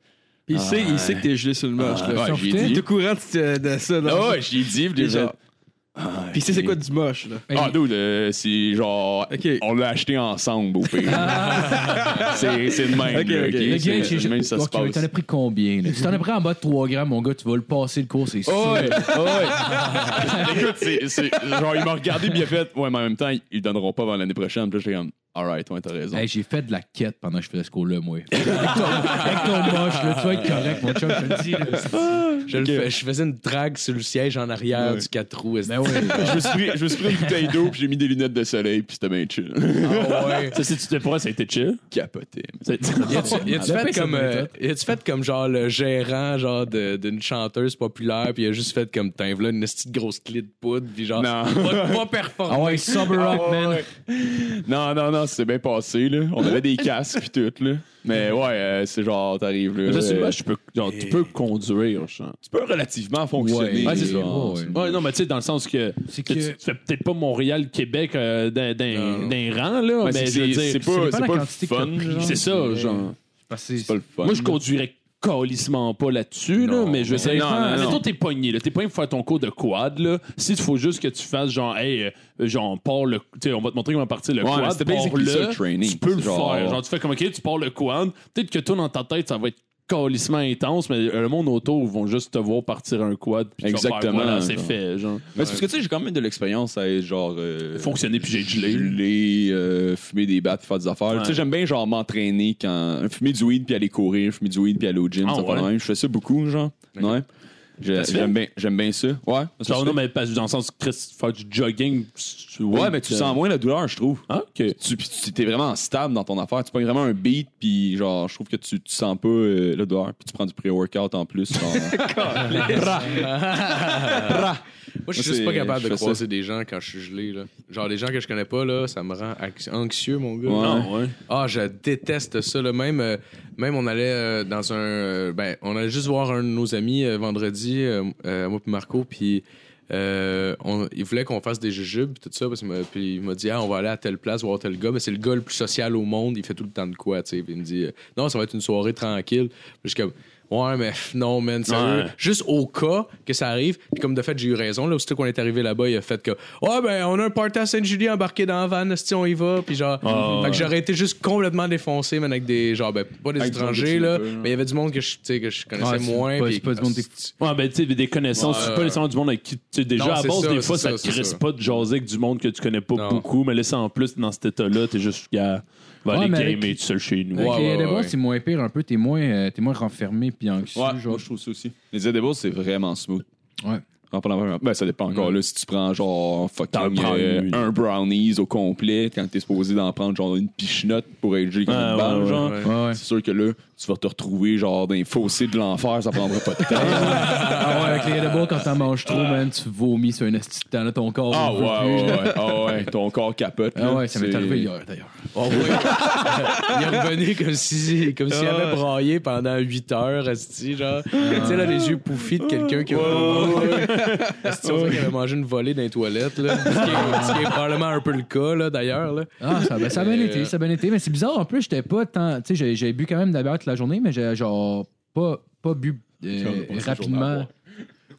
Speaker 7: Puis il, sait, il sait que t'es gelé sur le moche.
Speaker 6: Ah,
Speaker 7: là.
Speaker 6: ouais,
Speaker 3: s'en
Speaker 6: j'ai
Speaker 3: foutait.
Speaker 7: Il est
Speaker 6: dit.
Speaker 7: au courant de, de ça. dans-
Speaker 6: Ah ouais, j'y ai dit, puis j'ai
Speaker 7: Genre.
Speaker 6: fait, ah,
Speaker 7: Puis il sait
Speaker 6: ok.
Speaker 7: c'est quoi du moche. Là.
Speaker 6: Ah, dude, euh, c'est genre.
Speaker 7: Ok.
Speaker 6: On l'a acheté ensemble, au pire. c'est c'est le même.
Speaker 7: Ok,
Speaker 6: là,
Speaker 7: ok.
Speaker 6: ok?
Speaker 7: Le
Speaker 3: Le gars,
Speaker 6: C'est
Speaker 3: j'ai
Speaker 6: le même, ça se
Speaker 3: Ok, mais T'en
Speaker 6: passe.
Speaker 3: as pris combien? là? Si t'en as pris en bas de 3 grammes, mon gars, tu vas le passer le cours, c'est sûr.
Speaker 6: Oh ouais, oh ouais. Écoute, c'est, c'est- genre, il m'a regardé puis il a fait, ouais, mais en même temps, ils ils donneront pas avant l'année prochaine. Puis là, j'étais comme, alright, ouais, t'as raison.
Speaker 3: Hey, j'ai fait de la quête pendant que je faisais ce cours-là, moi. avec ton, avec ton moche, là, tu vas être correct, mon chum, je te le dis. là.
Speaker 4: Je, le fais- je faisais une drague sur le siège en arrière
Speaker 6: Ouais.
Speaker 4: du 4 roues. esti.
Speaker 3: Ben ouais.
Speaker 6: je, me suis pris, je me suis pris une bouteille d'eau puis j'ai mis des lunettes de soleil puis c'était bien chill.
Speaker 4: Ah ouais.
Speaker 5: Ça, si tu te pourrais, ça a été chill.
Speaker 6: Capoté.
Speaker 5: C'est-
Speaker 4: Y a-tu
Speaker 3: Ah, ben,
Speaker 4: fait
Speaker 3: ça
Speaker 4: comme
Speaker 3: me
Speaker 4: euh,
Speaker 3: détend.
Speaker 4: y a-tu fait comme genre le gérant genre de- d'une chanteuse populaire puis il a juste fait comme t'as voilà une petite grosse clé de poudre puis genre
Speaker 6: Non.
Speaker 4: pas, pas
Speaker 3: Ah
Speaker 4: performant.
Speaker 3: ouais, sober up, man.
Speaker 6: Non, non, non, c'est bien passé, là. On avait des casques puis tout, là. Mais ouais, euh, c'est genre, t'arrives, là.
Speaker 5: Mais ça, c'est
Speaker 6: euh,
Speaker 5: moche, tu peux, genre, tu peux conduire, je sens.
Speaker 6: tu peux relativement fonctionner.
Speaker 3: Ouais,
Speaker 5: ouais, c'est
Speaker 6: genre,
Speaker 3: ça. Ouais,
Speaker 5: Ouais, non, mais tu sais, dans le sens que,
Speaker 3: C'est
Speaker 5: tu-
Speaker 3: que-
Speaker 5: tu fais peut-être pas Montréal-Québec euh, d'un- d'un d'un rang, là,
Speaker 6: Ouais,
Speaker 5: mais
Speaker 6: Ben, c'est-
Speaker 5: je veux
Speaker 6: c'est-
Speaker 5: dire,
Speaker 6: c'est pas,
Speaker 3: c'est pas
Speaker 6: c'est
Speaker 3: la
Speaker 6: pas le
Speaker 3: quantité que
Speaker 6: fun,
Speaker 3: t'as pris,
Speaker 6: genre.
Speaker 5: c'est ça, genre.
Speaker 3: Parce que
Speaker 6: C'est pas le fun.
Speaker 5: Moi, je conduirais calissement pas là-dessus, là,
Speaker 4: Non,
Speaker 5: mais je
Speaker 4: mais
Speaker 5: sais
Speaker 6: non, non,
Speaker 5: pas.
Speaker 6: non.
Speaker 5: Mettons, t'es pogné, là. T'es pogné pour faire ton cours de quad, là. Si tu faut juste que tu fasses, genre, hey, euh, genre, pars le. Tu sais, on va te montrer comment partir le
Speaker 6: Ouais, mais
Speaker 5: quad.
Speaker 6: c'était basically
Speaker 5: pars-le,
Speaker 6: ça, le training.
Speaker 5: Tu peux le
Speaker 6: Genre-
Speaker 5: faire. Genre, tu fais comme, ok, tu pars le quad. Peut-être que toi, dans ta tête, ça va être calissement intense, mais euh, le monde autour vont juste te voir partir un quad. Puis tu vas faire,
Speaker 6: Exactement,
Speaker 5: Voilà, c'est
Speaker 6: genre.
Speaker 5: fait, genre.
Speaker 6: Mais ben, c'est parce que, tu sais, j'ai quand même de l'expérience à être, genre. euh,
Speaker 5: Fonctionner, puis j'ai gelé.
Speaker 6: gelé, euh, fumer des battes, puis faire des affaires.
Speaker 5: Ouais.
Speaker 6: Tu sais, j'aime bien genre m'entraîner quand fumer du weed puis aller courir, fumer du weed puis aller au gym,
Speaker 5: Ah,
Speaker 6: ça
Speaker 5: ouais?
Speaker 6: fait même. Je fais ça beaucoup, genre. Ouais. Je-
Speaker 5: T'as-tu
Speaker 6: J'aime bien, j'aime bien ça. Ouais. Ça se
Speaker 5: Genre,
Speaker 6: fait.
Speaker 5: oh, non, mais pas- dans le sens, Chris, faire du jogging. tu-
Speaker 6: ouais, mais tu
Speaker 5: euh,
Speaker 6: sens moins la douleur, je trouve.
Speaker 5: Ah, ok.
Speaker 6: Tu puis tu- t'es vraiment stable dans ton affaire. Tu prends vraiment un beat puis genre, je trouve que tu, tu sens pas euh, la douleur puis tu prends du pré-workout en plus. genre.
Speaker 4: Moi, je suis
Speaker 6: Moi,
Speaker 4: juste pas
Speaker 6: c'est-
Speaker 4: capable
Speaker 6: je
Speaker 4: de
Speaker 6: fais ça.
Speaker 4: croiser des gens quand je suis gelé. Là. Genre, les gens que je connais pas, là, ça me rend anx- anxieux, mon gars.
Speaker 6: Ouais.
Speaker 5: Ah, ouais.
Speaker 4: Ah, je déteste ça. Là. Même, euh, même, on allait euh, dans un. euh, ben, on allait juste voir un de nos amis euh, vendredi, euh, euh, moi puis Marco, puis. euh, on- il voulait qu'on fasse des jujubes pis tout ça parce que, euh, puis il m'a dit ah on va aller à telle place voir tel gars mais c'est le gars le plus social au monde il fait tout le temps de quoi tu sais Puis il me dit euh, non ça va être une soirée tranquille Puis je suis comme ouais mais pff, non man sérieux
Speaker 5: Ouais.
Speaker 4: juste au cas que ça arrive puis comme de fait j'ai eu raison là aussitôt qu'on est arrivé là-bas il a fait que ouais ben on a un party à Saint-Julie embarqué dans la van si on y va puis genre
Speaker 5: Ah,
Speaker 4: fait que
Speaker 5: ouais.
Speaker 4: j'aurais été juste complètement défoncé, man, avec des. Genre, ben, pas des
Speaker 6: Avec du monde que
Speaker 4: étrangers,
Speaker 6: tu
Speaker 4: là,
Speaker 6: veux hein. pas, là.
Speaker 4: mais il y avait du monde que je, tu sais, que je connaissais
Speaker 3: Ouais, c'est
Speaker 4: moins.
Speaker 3: pas-
Speaker 4: puis-
Speaker 3: c'est pas du monde que-
Speaker 5: Ouais, ben, tu sais, des connaissances,
Speaker 4: Ouais.
Speaker 5: c'est pas nécessairement du monde avec qui. tu sais, déjà,
Speaker 4: Non,
Speaker 5: à
Speaker 4: c'est
Speaker 5: base,
Speaker 4: ça,
Speaker 5: des fois,
Speaker 4: c'est
Speaker 5: ça,
Speaker 4: ça,
Speaker 5: te
Speaker 4: c'est
Speaker 5: crisse
Speaker 4: ça.
Speaker 5: pas de jaser avec du monde que tu connais pas
Speaker 4: Non.
Speaker 5: beaucoup, mais là, c'est en plus, dans cet état-là, t'es juste, gars, va
Speaker 3: Ouais,
Speaker 5: aller
Speaker 3: mais
Speaker 5: gamer
Speaker 3: avec-
Speaker 5: tout seul chez nous.
Speaker 3: Avec
Speaker 4: Ouais,
Speaker 3: les
Speaker 4: ouais,
Speaker 3: Edibles,
Speaker 4: ouais.
Speaker 3: c'est moins pire un peu. T'es moins, euh, t'es moins renfermé puis anxieux.
Speaker 6: Ouais,
Speaker 3: genre.
Speaker 6: moi, je trouve ça aussi. Les edibles, c'est vraiment smooth.
Speaker 3: Ouais.
Speaker 6: En prenant vraiment- Ben, ça dépend encore. Là, si tu prends
Speaker 5: T'en
Speaker 6: genre fucking
Speaker 5: prends
Speaker 6: euh,
Speaker 5: une.
Speaker 6: un brownies au complet, quand t'es supposé d'en prendre genre une pichenote pour être gelé comme
Speaker 5: Ah,
Speaker 6: une
Speaker 5: ouais,
Speaker 6: balle,
Speaker 5: ouais,
Speaker 6: genre.
Speaker 4: Bah, ouais.
Speaker 3: Ouais, ouais.
Speaker 6: C'est sûr que là, tu vas te retrouver genre dans les fossés de l'enfer, ça prendra pas de temps.
Speaker 3: Ah ouais, avec les Edibles, quand t'en manges trop, man, tu vomis sur un esti de temps, là, ton corps.
Speaker 6: Ah
Speaker 3: il veut
Speaker 6: ouais,
Speaker 3: plus,
Speaker 6: ouais,
Speaker 3: là.
Speaker 6: ouais, ah ouais, ton corps capote.
Speaker 3: Ah
Speaker 6: là.
Speaker 3: ouais, ça m'est
Speaker 6: C'est-
Speaker 3: arrivé hier, d'ailleurs.
Speaker 4: Oh, oui. il est revenu comme si, comme s'il avait braillé pendant 8 heures, esti, genre. Tu sais, là, les yeux pouffis de quelqu'un qui a. Esti, on dirait qu'il avait mangé une volée dans les toilettes, là. Ce qui est, ce qui est probablement un peu le cas, là, d'ailleurs, là.
Speaker 3: Ah, ça, ben, ça a bien
Speaker 4: Euh,
Speaker 3: été, ça a bien été. Mais c'est bizarre, en plus, j'étais pas tant. Tu sais, j'ai- j'ai bu quand même de la bière toute la journée, mais j'ai genre pas, pas bu euh,
Speaker 6: Ça, on a pas cette journée à
Speaker 3: rapidement.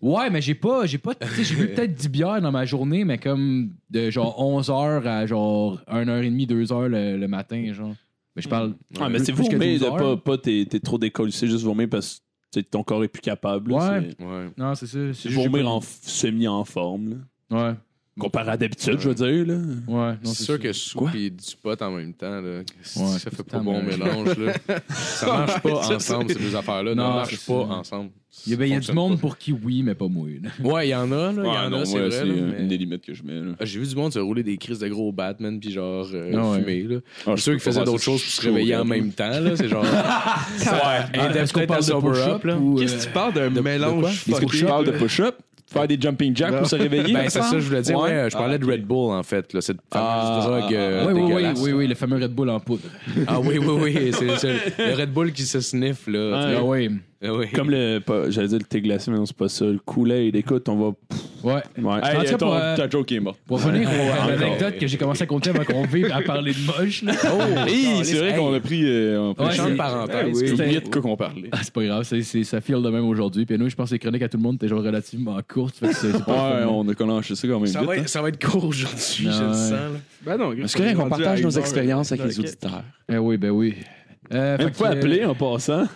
Speaker 3: Ouais, mais j'ai pas. J'ai pas. Tu sais, j'ai bu peut-être 10 bières dans ma journée, mais comme de genre 11h à genre 1h30, 2h le, le matin, genre. Mais je parle.
Speaker 5: Ah, mais
Speaker 3: plus-
Speaker 5: c'est
Speaker 3: plus que 12
Speaker 5: vomir, de
Speaker 3: heures.
Speaker 5: pas, pas t'es t'es trop décollé, c'est juste vomir parce que tu sais, ton corps est plus capable. là,
Speaker 3: Ouais.
Speaker 5: c'est-
Speaker 4: Ouais.
Speaker 3: Non, c'est ça. juste,
Speaker 5: C'est
Speaker 3: j'ai
Speaker 5: vomir
Speaker 3: pas-
Speaker 5: en f- semi en forme, là.
Speaker 3: Ouais.
Speaker 5: Comparé à d'habitude, je veux dire, là.
Speaker 3: Ouais. non,
Speaker 4: C'est sûr
Speaker 3: ça.
Speaker 4: que sous et du pot en même temps, là, si
Speaker 3: Ouais,
Speaker 4: ça fait pas
Speaker 3: putain,
Speaker 4: bon
Speaker 3: mais-
Speaker 4: mélange. Là. Ça marche pas
Speaker 6: Ça, c'est-
Speaker 4: ensemble, ces deux affaires-là.
Speaker 3: Non,
Speaker 4: Non, ça
Speaker 3: c'est
Speaker 4: marche
Speaker 3: ça.
Speaker 4: pas ensemble.
Speaker 3: Il y a, ben, il y a du
Speaker 4: Fonctionne
Speaker 3: monde
Speaker 4: pas.
Speaker 3: pour qui oui, mais pas moi. là.
Speaker 4: Ouais, il y en a, là. Il y
Speaker 6: Ah
Speaker 4: en
Speaker 6: non,
Speaker 4: a, c'est
Speaker 6: moi,
Speaker 4: vrai.
Speaker 6: c'est
Speaker 4: là,
Speaker 6: euh,
Speaker 4: mais-
Speaker 6: une des limites que je mets. là.
Speaker 4: Ah, J'ai vu du monde se rouler des crises de gros Batman puis genre euh,
Speaker 3: Ah ouais.
Speaker 4: fumer. Là. Je
Speaker 6: Ah,
Speaker 4: suis sûr
Speaker 6: peux
Speaker 4: qu'ils faisaient
Speaker 6: pas faire
Speaker 4: d'autres
Speaker 6: ça,
Speaker 4: choses
Speaker 6: je
Speaker 4: pour
Speaker 6: suis
Speaker 4: se réveiller
Speaker 6: chaud,
Speaker 4: en même temps. là. C'est genre.
Speaker 3: Ah,
Speaker 4: ouais.
Speaker 3: Est-ce qu'on parle de push-up, là?
Speaker 4: euh,
Speaker 7: Qu'est-ce que tu parles d'un mélange
Speaker 6: Est-ce que tu
Speaker 7: fucké?
Speaker 6: parles de push-up? Faire des jumping jacks pour se réveiller?
Speaker 4: Ben, c'est ça que je voulais dire.
Speaker 6: Ouais.
Speaker 4: ouais, je parlais de
Speaker 6: Ah,
Speaker 4: Red Bull, en fait. Là, cette fameuse
Speaker 6: Ah,
Speaker 4: drogue euh,
Speaker 3: oui, oui, oui,
Speaker 4: dégueulasse.
Speaker 3: oui, oui, le fameux Red Bull en poudre.
Speaker 4: Ah oui, oui, oui. C'est c'est le Red Bull qui se sniff, là. tu sais.
Speaker 3: Ah ouais.
Speaker 4: Ah oui.
Speaker 5: Comme le. pas- J'allais dire le thé glacé, mais non, c'est pas ça. Le Kool-Aid, écoute, on va.
Speaker 3: Ouais.
Speaker 5: Ouais.
Speaker 6: Hey,
Speaker 3: En tout cas,
Speaker 6: ton,
Speaker 3: pour, euh,
Speaker 6: ta joke est morte.
Speaker 3: Pour revenir à
Speaker 4: Encore.
Speaker 3: l'anecdote que j'ai commencé à compter avant qu'on vive à parler de moche, là.
Speaker 6: Hey, c'est vrai qu'on a pris. euh, on a pris
Speaker 3: Ouais,
Speaker 6: cher.
Speaker 4: Chambre
Speaker 3: c'est-
Speaker 7: Ben
Speaker 4: parenthèse.
Speaker 6: J'ai oublié de quoi qu'on parlait.
Speaker 3: Ah, c'est pas grave, c'est, c'est- ça file de même aujourd'hui. Puis nous, je pense que les chroniques à tout le monde étaient genre relativement courtes. Fait que c'est, c'est pas
Speaker 6: Ouais, on a commencé ça quand même
Speaker 4: Ça
Speaker 6: vite,
Speaker 4: va,
Speaker 6: hein.
Speaker 4: être, ça va être court aujourd'hui,
Speaker 3: Non,
Speaker 4: je
Speaker 3: ouais.
Speaker 4: le sens. là.
Speaker 7: Ben non,
Speaker 6: Est-ce
Speaker 3: euh,
Speaker 6: que qu'on partage nos expériences avec
Speaker 7: Ok.
Speaker 6: les auditeurs?
Speaker 3: Eh oui, ben oui. Euh,
Speaker 5: Vous
Speaker 3: fait que-
Speaker 5: pouvez appeler en passant.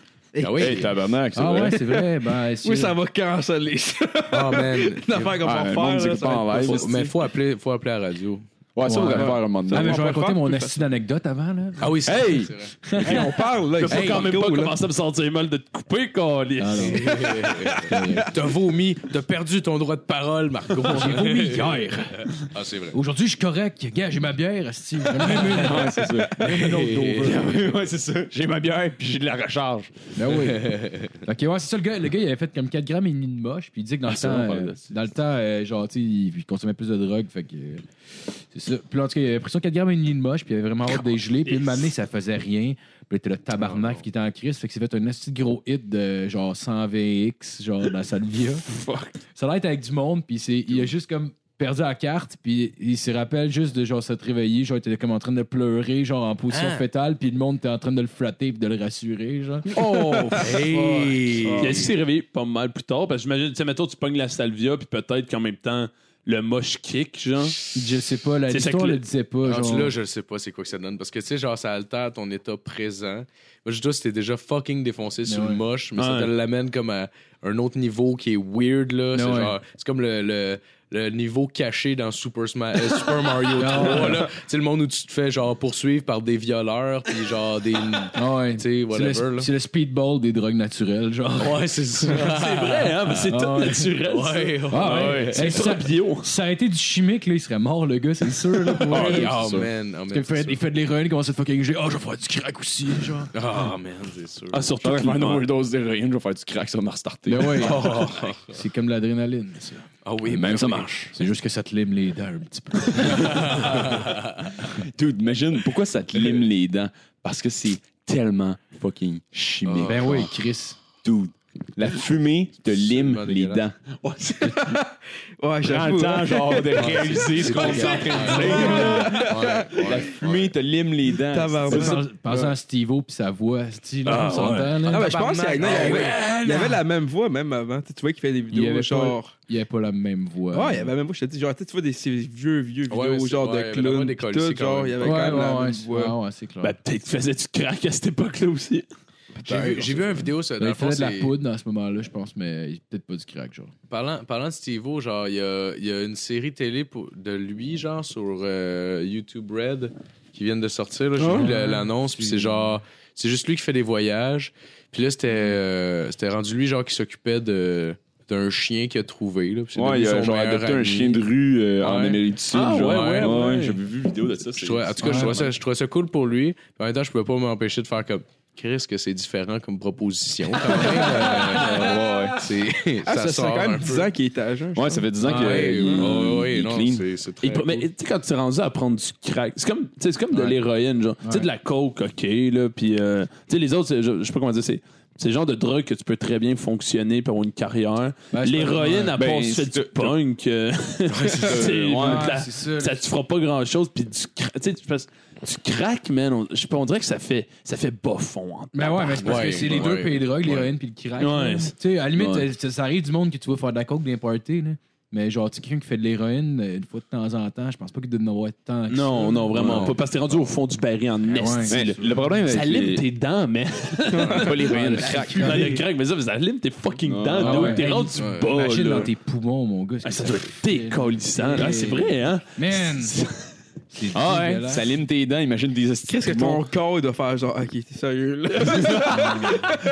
Speaker 4: Ah oui.
Speaker 6: Hey, tabarnak, c'est
Speaker 3: Ah
Speaker 6: vrai.
Speaker 3: ouais, c'est vrai. Ben, c'est-
Speaker 7: Oui, ça va canceller ça.
Speaker 4: Ah, man.
Speaker 7: Une affaire qu'on va
Speaker 6: Ah, le monde dit
Speaker 7: faire. là,
Speaker 6: que
Speaker 7: ça
Speaker 6: pas en
Speaker 7: va être
Speaker 6: live,
Speaker 4: Faut-
Speaker 7: pas possible.
Speaker 4: mais faut appeler, faut appeler à la radio.
Speaker 6: Ouais, ça, on
Speaker 3: Ouais.
Speaker 6: va faire un moment
Speaker 3: Ah, mais
Speaker 6: donné.
Speaker 3: je vais
Speaker 7: On peut
Speaker 3: raconter
Speaker 7: faire
Speaker 3: mon
Speaker 7: plus
Speaker 3: assis d'anecdote avant, là.
Speaker 4: Ah oui, c'est
Speaker 6: Hey!
Speaker 4: c'est vrai,
Speaker 7: Hey, on parle, là.
Speaker 5: Je
Speaker 7: ici.
Speaker 5: peux quand même pas
Speaker 7: Partout, là.
Speaker 5: commencer à me sentir mal de te couper, Calis.
Speaker 3: hein. Ah, non.
Speaker 4: T'as vomi, t'as perdu ton droit de parole, Marco.
Speaker 3: J'ai vomi hier.
Speaker 4: Ah, c'est vrai.
Speaker 3: Aujourd'hui, je suis correct. Gars, j'ai ma bière, asti. J'en ai même une.
Speaker 6: Ouais, c'est ça.
Speaker 3: Même
Speaker 4: Oh,
Speaker 3: une autre d'over.
Speaker 6: ouais, c'est ça. J'ai ma bière puis j'ai de la recharge.
Speaker 3: Ben oui. Ok, ouais, c'est ça, le gars, le gars, il avait fait comme 4 grammes et demi de moche, puis il dit que dans le
Speaker 6: c'est
Speaker 3: temps,
Speaker 6: bon, on parle
Speaker 3: euh,
Speaker 6: de ça.
Speaker 3: dans le temps euh, genre, tu sais, il il consommait plus de drogue, fait que. euh, c'est ça. Puis en tout cas, il avait pris son 4 grammes et demi de moche, puis il avait vraiment hâte de les geler, puis une année, ça faisait rien. Puis là, était le tabarnak qui était en crise, fait que c'est fait un petit gros hit de genre 120x, genre dans sa vie.
Speaker 6: Fuck.
Speaker 3: Ça a l'air avec du monde, puis c'est- il a juste comme perdu la carte, puis il se rappelle juste de genre s'être réveillé, genre il était comme en train de pleurer, genre en position
Speaker 4: Hein?
Speaker 3: fétale, puis le monde était en train de le flatter puis de le rassurer, genre.
Speaker 4: Oh, hey!
Speaker 5: Puis Est-ce qu'il s'est réveillé pas mal plus tard? Parce que j'imagine, tu sais, mettons, tu pognes la salvia, puis peut-être qu'en même temps, le moche kick, genre.
Speaker 3: Je sais pas, la-
Speaker 5: C'est ça
Speaker 3: l'histoire
Speaker 5: que
Speaker 3: le...
Speaker 5: le-
Speaker 3: disait pas.
Speaker 4: Rendu
Speaker 3: genre.
Speaker 4: là, je sais pas Ah, c'est quoi que ça donne. Parce que, tu sais, genre, ça altère ton état présent. Moi, je dois si t'es déjà fucking défoncé sur
Speaker 3: ouais.
Speaker 4: le moche, mais ça
Speaker 5: Ouais.
Speaker 4: te l'amène comme à un autre niveau qui est weird, là. C'est
Speaker 3: ouais.
Speaker 4: genre, c'est comme le, le, le niveau caché dans Super, Sma- euh, Super Mario
Speaker 3: Ah
Speaker 4: 3, là. C'est le monde où tu te fais, genre, poursuivre par des violeurs, puis genre, des.
Speaker 3: Ah ouais.
Speaker 4: Tu sais,
Speaker 3: C'est le-
Speaker 4: whatever, là.
Speaker 3: C'est le, speedball des drogues naturelles, genre.
Speaker 4: Ouais, c'est ça.
Speaker 5: C'est vrai, hein? Mais c'est tout naturel. ça.
Speaker 4: Ouais, ouais.
Speaker 3: Ah ouais.
Speaker 5: ouais.
Speaker 3: Hey,
Speaker 5: C'est
Speaker 3: ça,
Speaker 5: trop bio.
Speaker 3: ça a été du chimique, là, il serait mort, le gars, c'est sûr. Là, pour vrai, là.
Speaker 4: Oh,
Speaker 3: ah, C'est sûr.
Speaker 4: man. Oh, man.
Speaker 3: Parce qu'il
Speaker 4: c'est
Speaker 3: fait,
Speaker 4: sûr.
Speaker 3: il fait de l'héroïne, il commence à te fucking gérer. Oh, je vais faire du crack aussi, genre.
Speaker 4: Ah, man, c'est sûr.
Speaker 5: Ah, surtout.
Speaker 6: Je vais
Speaker 5: qu'il-
Speaker 6: faire une overdose d'héroïne, je vais faire du crack, ça va me restarter.
Speaker 3: Ben ouais.
Speaker 4: Oh,
Speaker 3: C'est comme l'adrénaline, ça.
Speaker 4: oh, Ah oui,
Speaker 6: Même
Speaker 4: ben
Speaker 6: ça
Speaker 4: oui.
Speaker 6: marche.
Speaker 3: C'est juste que ça te lime les dents un petit peu.
Speaker 6: Dude, imagine pourquoi ça te lime les dents. Parce que c'est tellement fucking chimique.
Speaker 3: ben oui, Chris.
Speaker 6: Dude, la fumée te lime
Speaker 4: Absolument
Speaker 6: les dents.
Speaker 4: dégueulasse.
Speaker 7: Ouais,
Speaker 5: Prends le
Speaker 7: j'avoue.
Speaker 5: temps,
Speaker 7: hein.
Speaker 5: genre, de réaliser ce qu'on est en train de dire.
Speaker 6: La fumée te lime les dents.
Speaker 7: Tabarnak.
Speaker 6: C'est-
Speaker 3: Pense- Pensez à Steve-O puis sa voix. Steve, là, on s'entend, là.
Speaker 7: Ah, ben, je pense qu'il y,
Speaker 4: Tabarnak.
Speaker 7: avait- il y avait la même voix, même avant. Tu sais, tu vois qu'il fait des
Speaker 3: Il y avait
Speaker 7: vidéos,
Speaker 3: pas-
Speaker 7: genre.
Speaker 3: Il n'y avait pas la même voix.
Speaker 7: Ouais, il y avait la même voix, je te dis. Genre, tu sais, tu vois des ces vieux, vieux
Speaker 4: Ouais,
Speaker 7: vidéos,
Speaker 4: ouais, c'est-
Speaker 7: genre
Speaker 4: ouais, il y
Speaker 7: de
Speaker 4: avait vraiment
Speaker 7: clowns.
Speaker 4: des
Speaker 7: pis
Speaker 4: cols,
Speaker 7: Tout,
Speaker 4: c'est
Speaker 7: genre, il y avait
Speaker 3: Ouais,
Speaker 7: quand même la
Speaker 3: ouais,
Speaker 7: même
Speaker 3: c'est-
Speaker 7: voix.
Speaker 3: ouais, ouais, c'est clair.
Speaker 5: Ben, peut-être faisais-tu crack à cette époque-là aussi.
Speaker 4: J'ai vu, j'ai vu une vidéo sur
Speaker 3: Ben,
Speaker 4: dans
Speaker 3: il
Speaker 4: le fond,
Speaker 3: faisait de la
Speaker 4: c'est-
Speaker 3: poudre à ce moment-là, je pense, mais il- peut-être pas du crack, genre.
Speaker 4: Parlant, parlant de Steve-O, genre, il y a, il y a une série télé pour- de lui, genre, sur euh, YouTube Red, qui viennent de sortir. là. J'ai
Speaker 7: Ah
Speaker 4: vu
Speaker 7: ouais.
Speaker 4: la- l'annonce, puis c'est genre, c'est juste lui qui fait des voyages. Puis là, c'était euh, c'était rendu lui, genre, qui s'occupait de d'un chien qu'il a trouvé. Là, puis c'est
Speaker 6: Ouais,
Speaker 4: devenu
Speaker 6: il a
Speaker 4: son
Speaker 6: genre
Speaker 4: meilleur
Speaker 6: adopté un
Speaker 4: ami.
Speaker 6: chien de rue euh, en
Speaker 4: Ouais.
Speaker 6: Amérique du Sud.
Speaker 5: Ah,
Speaker 6: genre.
Speaker 5: ouais,
Speaker 4: ouais, ouais.
Speaker 6: J'avais vu une vidéo de ça. c'est-
Speaker 4: Je trouvais- en tout cas, je, trouvais ça, je trouvais ça cool pour lui. Puis en même temps, je pouvais pas m'empêcher de faire comme Chris que c'est différent comme proposition. quand même. Euh, ouais, ouais. C'est-
Speaker 7: Ah, ça, ça
Speaker 4: sort
Speaker 7: fait quand
Speaker 4: un
Speaker 7: même
Speaker 4: peu.
Speaker 7: 10 ans qu'il est à jeun. je
Speaker 6: Ouais, ça fait 10 ans
Speaker 4: Ah,
Speaker 6: qu'il
Speaker 4: ouais,
Speaker 6: il-
Speaker 4: ouais,
Speaker 6: il-
Speaker 4: ouais,
Speaker 6: il est
Speaker 4: non,
Speaker 6: clean.
Speaker 4: c'est- c'est
Speaker 5: Et
Speaker 4: très
Speaker 5: pas- mais
Speaker 4: cool.
Speaker 5: tu sais, quand tu es rendu à prendre du crack, c'est comme, tu sais, c'est comme de
Speaker 3: Ouais.
Speaker 5: l'héroïne, genre. Tu sais, de la coke, OK, là. Puis, euh, tu sais, les autres, c'est- je je sais pas comment dire, c'est. C'est le genre de drogue que tu peux très bien fonctionner pour avoir une carrière.
Speaker 3: Ben, c'est
Speaker 5: L'héroïne,
Speaker 3: pas-
Speaker 5: à
Speaker 6: Ben,
Speaker 5: part se
Speaker 6: c'est-
Speaker 5: faire du punk, euh, c'est-
Speaker 6: Ouais,
Speaker 5: de la-
Speaker 3: c'est ça.
Speaker 5: ça te fera pas grand chose. Puis du, cra- tu sais, tu passes- du crack, man, on, je sais pas, on dirait que ça fait, ça fait bofon. en-
Speaker 3: Ben ouais, mais c'est parce
Speaker 4: Ouais,
Speaker 3: que c'est les
Speaker 4: ouais,
Speaker 3: deux pays de drogue,
Speaker 4: ouais.
Speaker 3: l'héroïne puis le crack.
Speaker 5: Ouais.
Speaker 3: là. Tu sais, à la limite,
Speaker 5: Ouais.
Speaker 3: euh, ça, ça arrive du monde que tu vas faire de la coke dans les parties, là. Mais genre, tu sais, quelqu'un qui fait de l'héroïne, euh, une fois de temps en temps, je pense pas qu'il doit en avoir tant que ça,
Speaker 5: Non,
Speaker 3: là.
Speaker 5: non, vraiment
Speaker 4: Ouais.
Speaker 5: pas. Parce que t'es rendu au fond du baril en esti.
Speaker 6: Mais
Speaker 5: là.
Speaker 6: le problème avec
Speaker 5: Ça lime
Speaker 6: les-
Speaker 5: tes dents, mais.
Speaker 6: pas l'héroïne, le crack.
Speaker 5: Dans le crack, mais ça, mais ça lime tes fucking
Speaker 6: Ouais.
Speaker 5: dents.
Speaker 3: Ah
Speaker 5: dude.
Speaker 3: ouais.
Speaker 5: T'es rendu
Speaker 4: Ouais.
Speaker 5: bas.
Speaker 3: Imagine
Speaker 5: là.
Speaker 3: dans tes poumons, mon gars.
Speaker 5: Ah, ça doit être décollissant. Ah, c'est vrai, hein?
Speaker 3: Man!
Speaker 6: Ah ouais, ça lime tes dents, imagine des
Speaker 7: Qu'est-ce que ton corps il doit faire genre OK, t'es sérieux là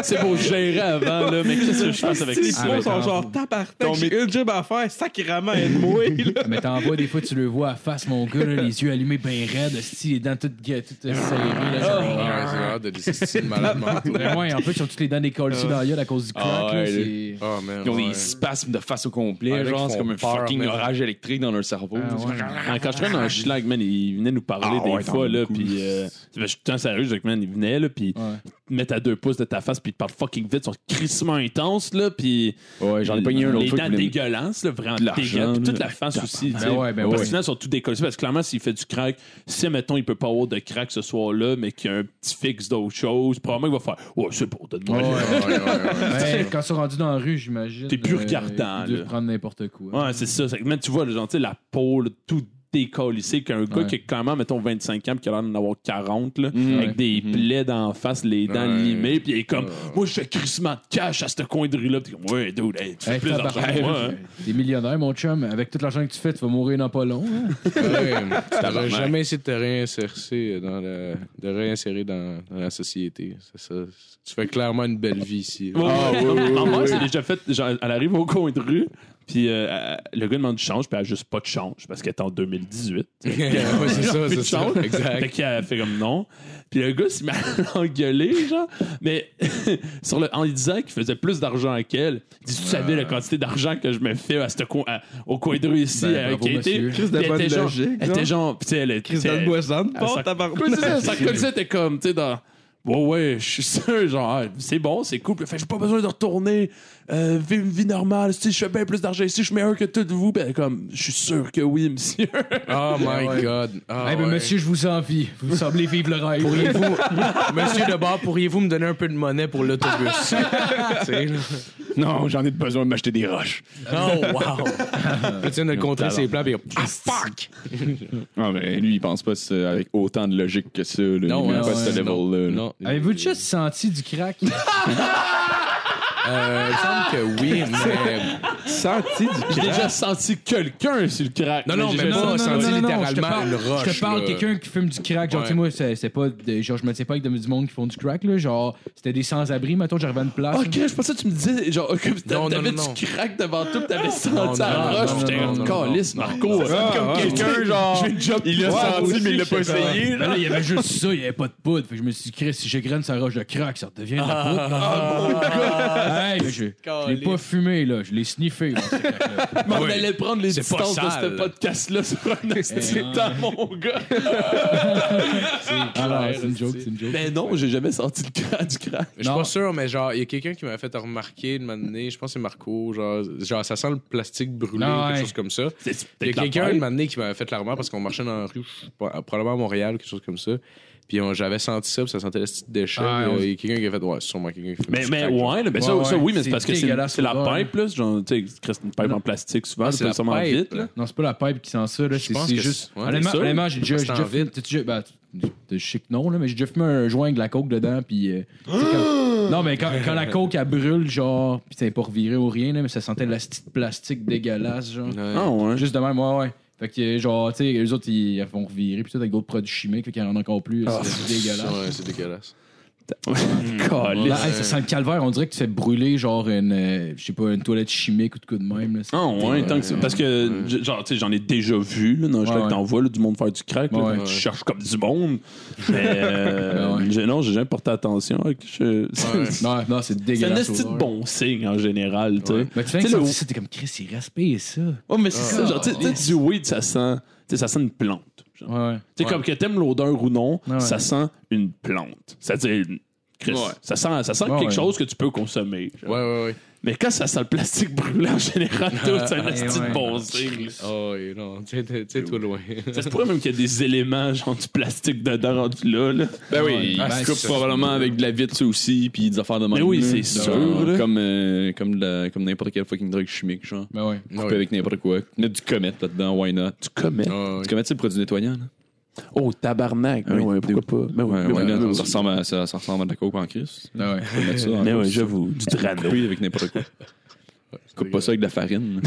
Speaker 5: C'est beau gérer avant, là, mais qu'est-ce que je fasse avec
Speaker 7: Les
Speaker 5: ça?
Speaker 3: Ah,
Speaker 7: poils sont
Speaker 3: mais
Speaker 7: genre tabarnak, j'ai une job à faire, sacrément aide-moi là.
Speaker 3: Mais t'en vois, des fois, tu le vois à face, mon gars, là, les yeux allumés bien raides, hostie, les dents toutes, gu- toutes euh, serrées. là, genre.
Speaker 4: Oh, Ouais, c'est l'air de des estimes malades mentaux.
Speaker 3: Vraiment, et Ben en plus, ils ont toutes les dents décollées dans la gueule à cause du crack.
Speaker 6: Ah ouais,
Speaker 3: là,
Speaker 6: là.
Speaker 3: c'est-
Speaker 4: Oh, man,
Speaker 6: Ils ont
Speaker 4: ouais.
Speaker 6: des spasmes de face au complet,
Speaker 4: Ouais,
Speaker 6: genre,
Speaker 4: ils
Speaker 6: c'est
Speaker 4: font
Speaker 6: comme un
Speaker 4: peur,
Speaker 6: fucking
Speaker 4: man.
Speaker 6: orage électrique dans leur cerveau.
Speaker 3: Ah ouais.
Speaker 5: Ah, quand je traîne un schlag, man, il venait nous parler
Speaker 6: Ah
Speaker 5: des
Speaker 6: ouais, t'en
Speaker 5: fois,
Speaker 6: as
Speaker 5: là,
Speaker 6: beaucoup.
Speaker 5: puis euh, je suis tout le temps sérieux, je dis que, man, il venait, là, puis
Speaker 3: Ouais.
Speaker 5: ils te mettent à deux pouces de ta face, puis ils te parlent fucking vite, ils sont crissement intenses, là, puis...
Speaker 6: Ouais, j'en ai pas eu un l'autre
Speaker 5: Les
Speaker 6: fois.
Speaker 5: dents
Speaker 6: qui voulait-
Speaker 5: dégueulasses, là, vraiment
Speaker 6: De l'argent,
Speaker 5: dégueulasses, puis
Speaker 6: là.
Speaker 5: toute la face aussi, tu sais.
Speaker 3: ouais, ben
Speaker 5: Parce
Speaker 3: ouais.
Speaker 5: que sinon, ils sont tous décollés, parce que clairement, s'il fait du crack, si, mettons, il peut pas avoir de crack ce soir-là, mais qu'il y a un petit fixe d'autre chose, probablement, il va faire « Ouais, c'est pour donne-moi
Speaker 3: Ouais.
Speaker 5: le-
Speaker 4: Ouais, ouais, ouais, ouais.
Speaker 3: Ouais, quand ils sont rendus dans la rue, j'imagine.
Speaker 5: T'es plus
Speaker 3: euh,
Speaker 5: regardant,
Speaker 3: Ils
Speaker 5: là.
Speaker 3: doivent prendre n'importe quoi.
Speaker 5: Ouais, c'est ça. C'est que, man, tu vois, le genre, tu sais, la peau, là, tout décollissé, qu'un gars
Speaker 3: Ouais.
Speaker 5: qui est quand même, mettons, 25 ans, puis qui a l'air d'en avoir 40, là, avec
Speaker 3: Ouais.
Speaker 5: des plaies d'en face, les dents
Speaker 4: Ouais.
Speaker 5: limées, puis il est comme, moi, je fais crissement de cash à ce coin de rue-là. Puis t'es comme, ouais, dude, hey, tu fais
Speaker 3: Hey,
Speaker 5: plus d'argent
Speaker 3: tabarnak,
Speaker 5: que moi. hein.
Speaker 3: T'es millionnaire, mon chum. Avec tout l'argent que tu fais, tu vas mourir dans pas long. hein.
Speaker 4: Ouais, T'aurais jamais essayé de te réinsérer dans la, de réinsérer dans, dans la société. C'est ça. Tu fais clairement une belle vie ici.
Speaker 5: Ouais, Ah, ouais. Ma mère, c'est déjà fait, genre, elle arrive au coin de rue, puis euh, elle- le gars demande du change, puis elle a juste pas de change, parce qu'elle est en 2018.
Speaker 4: Ouais, c'est ça,
Speaker 5: Plus de
Speaker 4: c'est ça.
Speaker 5: change. Fait
Speaker 4: Exact.
Speaker 5: qu'il a fait comme non. Puis le gars s'est mal engueulé, genre. Mais sur le, en lui disant qu'il faisait plus d'argent qu'elle, il dit Tu savais la quantité d'argent que je me fais à ce coin- à- au coin de rue ici,
Speaker 3: Ben,
Speaker 5: euh,
Speaker 3: bravo,
Speaker 5: qui était.
Speaker 3: monsieur.
Speaker 7: Crise de
Speaker 5: Elle était
Speaker 7: bonne
Speaker 5: genre-
Speaker 7: logique,
Speaker 5: Elle était
Speaker 7: genre.
Speaker 5: genre. Puis tu sais, elle était.
Speaker 7: Chris dans le boisson, bon tabarnak.
Speaker 5: Ouais, c'est Eh. Ah, ça, ça comme ça, t'es comme, tu sais, dans. Ouais, ouais, je suis sûr, genre, ah, c'est bon, c'est cool. Puis elle Fait, j'ai pas besoin de retourner, euh, vivre une vie normale. Si je fais bien plus d'argent ici, je suis meilleur que toutes vous. Ben, comme, je suis sûr que oui, monsieur.
Speaker 4: Oh my
Speaker 3: Ouais.
Speaker 4: God. Ah,
Speaker 3: Eh ben,
Speaker 4: ouais.
Speaker 3: monsieur, je vous envie. Vous semblez vivre le rêve.
Speaker 4: Monsieur de bord, pourriez-vous me donner un peu de monnaie pour l'autobus? C'est-
Speaker 6: Non, j'en ai besoin de m'acheter des roches.
Speaker 4: oh, wow. Tu viens de le contrer, ses plans, puis il- Ah, fuck!
Speaker 6: Ah, mais lui, il pense pas ça avec autant de logique que ça. Là.
Speaker 4: Non,
Speaker 6: il met
Speaker 4: ouais,
Speaker 6: pas ce
Speaker 3: ouais,
Speaker 6: level-là. là.
Speaker 4: Non.
Speaker 3: Avez-vous déjà senti du crack?
Speaker 4: Euh, il me semble que oui, mais.
Speaker 7: Senti du
Speaker 5: J'ai déjà senti quelqu'un sur le crack.
Speaker 4: Non, non,
Speaker 5: j'ai
Speaker 4: mais
Speaker 5: jamais
Speaker 4: moi,
Speaker 5: senti-
Speaker 4: ça dit
Speaker 3: je te
Speaker 4: littéralement
Speaker 3: parle,
Speaker 4: une roche,
Speaker 3: je te parle
Speaker 4: là.
Speaker 3: de quelqu'un qui fume du crack. Genre,
Speaker 4: Ouais.
Speaker 3: tu sais, moi, c'est c'est pas. de- genre, je me tiens pas avec de- du monde qui font du crack, là. Genre, c'était des sans-abri. Mettons, j'arrivais à une place.
Speaker 5: Ok, je pensais que tu me disais, genre, que t'a-
Speaker 4: Non, non,
Speaker 5: t'avais
Speaker 4: non, non.
Speaker 5: du crack devant toi, pis t'avais
Speaker 4: non,
Speaker 5: senti
Speaker 4: non,
Speaker 5: la roche,
Speaker 4: non,
Speaker 5: j'étais
Speaker 4: non,
Speaker 5: comme
Speaker 4: non,
Speaker 5: calice,
Speaker 4: non,
Speaker 5: Marco.
Speaker 7: Ah,
Speaker 5: comme
Speaker 7: ah,
Speaker 5: quelqu'un, genre, je vais job, il l'a
Speaker 6: senti, mais il l'a pas essayé.
Speaker 3: Mais Bah là, il y avait juste ça, il y avait pas de poudre. Fait que je me suis dit, Chris, si je graine sa roche de Ah, crack, ça devient de la poudre. Ah, mon gars! Hey, mais je je l'ai pas fumé, là. Je l'ai sniffé. filles. bon, c'est correct, là.
Speaker 5: Mais on allait prendre les
Speaker 4: C'est pas
Speaker 5: distances de ce
Speaker 4: sale.
Speaker 5: podcast-là sur un esti de temps, mon gars.
Speaker 3: Alors, c'est une joke, c'est une joke.
Speaker 5: Ben non, j'ai jamais senti le cran du cran.
Speaker 4: Je suis
Speaker 3: Non.
Speaker 4: pas sûr, mais genre, il y a quelqu'un qui m'a fait remarquer de m'amener, je pense que c'est Marco, genre, genre, ça sent le plastique brûlé
Speaker 3: Ah,
Speaker 4: ou quelque
Speaker 3: ouais.
Speaker 4: chose comme ça.
Speaker 5: C'est
Speaker 4: Il y a
Speaker 5: peut-être la
Speaker 4: quelqu'un de
Speaker 5: paille.
Speaker 4: m'amener qui m'avait fait la remarque parce qu'on marchait dans la rue, je sais pas, probablement à Montréal ou quelque chose comme ça. Puis on- j'avais senti ça, puis ça sentait le petit déchet.
Speaker 3: Ah,
Speaker 4: là.
Speaker 3: ouais.
Speaker 4: Il y a quelqu'un qui a fait, ouais, c'est sûrement quelqu'un qui fait
Speaker 5: Mais,
Speaker 4: du
Speaker 5: mais
Speaker 4: crack, genre.
Speaker 5: ouais, là, ben ça,
Speaker 3: Ouais,
Speaker 5: ça, oui, mais
Speaker 3: ouais,
Speaker 5: c'est parce que
Speaker 3: c'est
Speaker 5: c'est
Speaker 3: dégueulasse,
Speaker 5: c'est la
Speaker 3: ouais.
Speaker 5: pipe, là. c'est Genre, tu sais, c'est une pipe en plastique souvent,
Speaker 4: Ah,
Speaker 5: c'est
Speaker 4: c'est
Speaker 5: pas
Speaker 4: la
Speaker 5: nécessairement
Speaker 4: pipe,
Speaker 5: vite, là.
Speaker 4: là.
Speaker 3: Non, c'est pas la pipe qui sent ça, là. C'est
Speaker 4: pense
Speaker 3: c'est
Speaker 4: que
Speaker 3: juste.
Speaker 4: c'est- ouais,
Speaker 3: honnêtement,
Speaker 5: c'est ça.
Speaker 3: honnêtement, j'ai déjà.
Speaker 4: Ça
Speaker 3: j'ai
Speaker 4: sent
Speaker 3: déjà fait-
Speaker 4: vite.
Speaker 3: t'as-tu déjà- ben, tu- tu- Je sais que non, là, mais j'ai déjà fumé un joint avec de la coke dedans, puis. euh, c'est comme- Non, mais quand, quand la coke, elle brûle, genre, pis t'es pas reviré ou rien, là, mais ça sentait la petite plastique dégueulasse, genre.
Speaker 4: Ouais.
Speaker 5: Ah, ouais.
Speaker 3: Juste de même, ouais, ouais. Fait que, euh, genre, tu sais, les autres, ils vont revirer, puis tout, avec d'autres produits chimiques, fait qu'il y en a encore plus.
Speaker 5: Ah,
Speaker 3: C'est dégueulasse.
Speaker 4: Ouais, c'est dégueulasse.
Speaker 5: Caliste.
Speaker 3: Là, hey, ça sent le calvaire, on dirait que tu fais brûler genre une, euh, je sais pas, une toilette chimique ou de quoi de même. là. C'est-
Speaker 5: Ah ouais, tant que c'est- parce que j- genre tu sais j'en ai déjà vu là, dans le
Speaker 3: Ouais,
Speaker 5: que
Speaker 3: ouais.
Speaker 5: t'en vois là, du monde faire du crack, là,
Speaker 3: Ouais,
Speaker 5: tu
Speaker 3: ouais.
Speaker 5: cherches comme du monde. Mais
Speaker 3: Ouais,
Speaker 5: euh,
Speaker 3: ouais.
Speaker 5: j'ai- non, j'ai jamais porté attention. hein, que je- c'est
Speaker 3: Non, non, c'est
Speaker 5: c'est un
Speaker 3: dégueulasse.
Speaker 5: esti de
Speaker 3: odeur.
Speaker 5: bon signe en général, tu sais.
Speaker 3: Mais tu fais
Speaker 5: Tu sais, le-
Speaker 3: que Ah. c'était comme Chris, il respire ça. Ouais,
Speaker 5: Oh mais c'est ça, genre tu sais, tu sais, du weed ça sent, tu sais, ça sent une plante. genre.
Speaker 3: ouais.
Speaker 5: Tu sais comme que t'aimes l'odeur ou non,
Speaker 3: Ouais, ouais.
Speaker 5: ça sent une plante. C'est-à-dire Chris,
Speaker 6: Ouais.
Speaker 5: ça sent ça sent
Speaker 3: Ouais,
Speaker 5: quelque
Speaker 3: ouais.
Speaker 5: chose que tu peux consommer. genre.
Speaker 4: Ouais, ouais, ouais.
Speaker 5: Mais quand ça sent le plastique brûlé en général, tout, c'est un esti de
Speaker 3: ouais.
Speaker 5: bon signe. là.
Speaker 4: Oh, et non, tu sais, toi loin.
Speaker 5: Ça se pourrait même qu'il y a des éléments, genre du plastique dedans rendu là. là.
Speaker 6: Ben oui,
Speaker 3: Ah,
Speaker 6: il
Speaker 3: c'est
Speaker 6: se coupe
Speaker 3: ça.
Speaker 6: probablement avec de la vitre ça aussi, puis des affaires de même.
Speaker 5: Ben oui,
Speaker 6: là.
Speaker 5: c'est
Speaker 6: Genre,
Speaker 5: sûr. là.
Speaker 6: Comme, euh, comme, de la- comme n'importe quel fucking drogue chimique, genre.
Speaker 3: Ben ouais.
Speaker 6: Coupé avec n'importe quoi. Mettre du comet là-dedans, why not?
Speaker 5: Du comet.
Speaker 4: Ah, ouais.
Speaker 6: Du comet, c'est le produit nettoyant, là.
Speaker 5: Oh, tabarnak.
Speaker 6: Ah
Speaker 5: Mais
Speaker 6: oui,
Speaker 5: ouais, pourquoi pas? Mais
Speaker 6: Ben Ouais,
Speaker 5: ouais,
Speaker 6: why
Speaker 5: mais ouais,
Speaker 6: not?
Speaker 5: mais
Speaker 6: ça,
Speaker 5: oui.
Speaker 6: ressemble à, ça, ça ressemble à de la coke en crise.
Speaker 3: Ben ouais.
Speaker 6: Faut mettre ça en
Speaker 5: Mais
Speaker 6: cause,
Speaker 5: ouais,
Speaker 6: ça.
Speaker 5: j'avoue. Du drano.
Speaker 6: Oui, avec n'importe quoi. Coupe pas ça avec de la farine.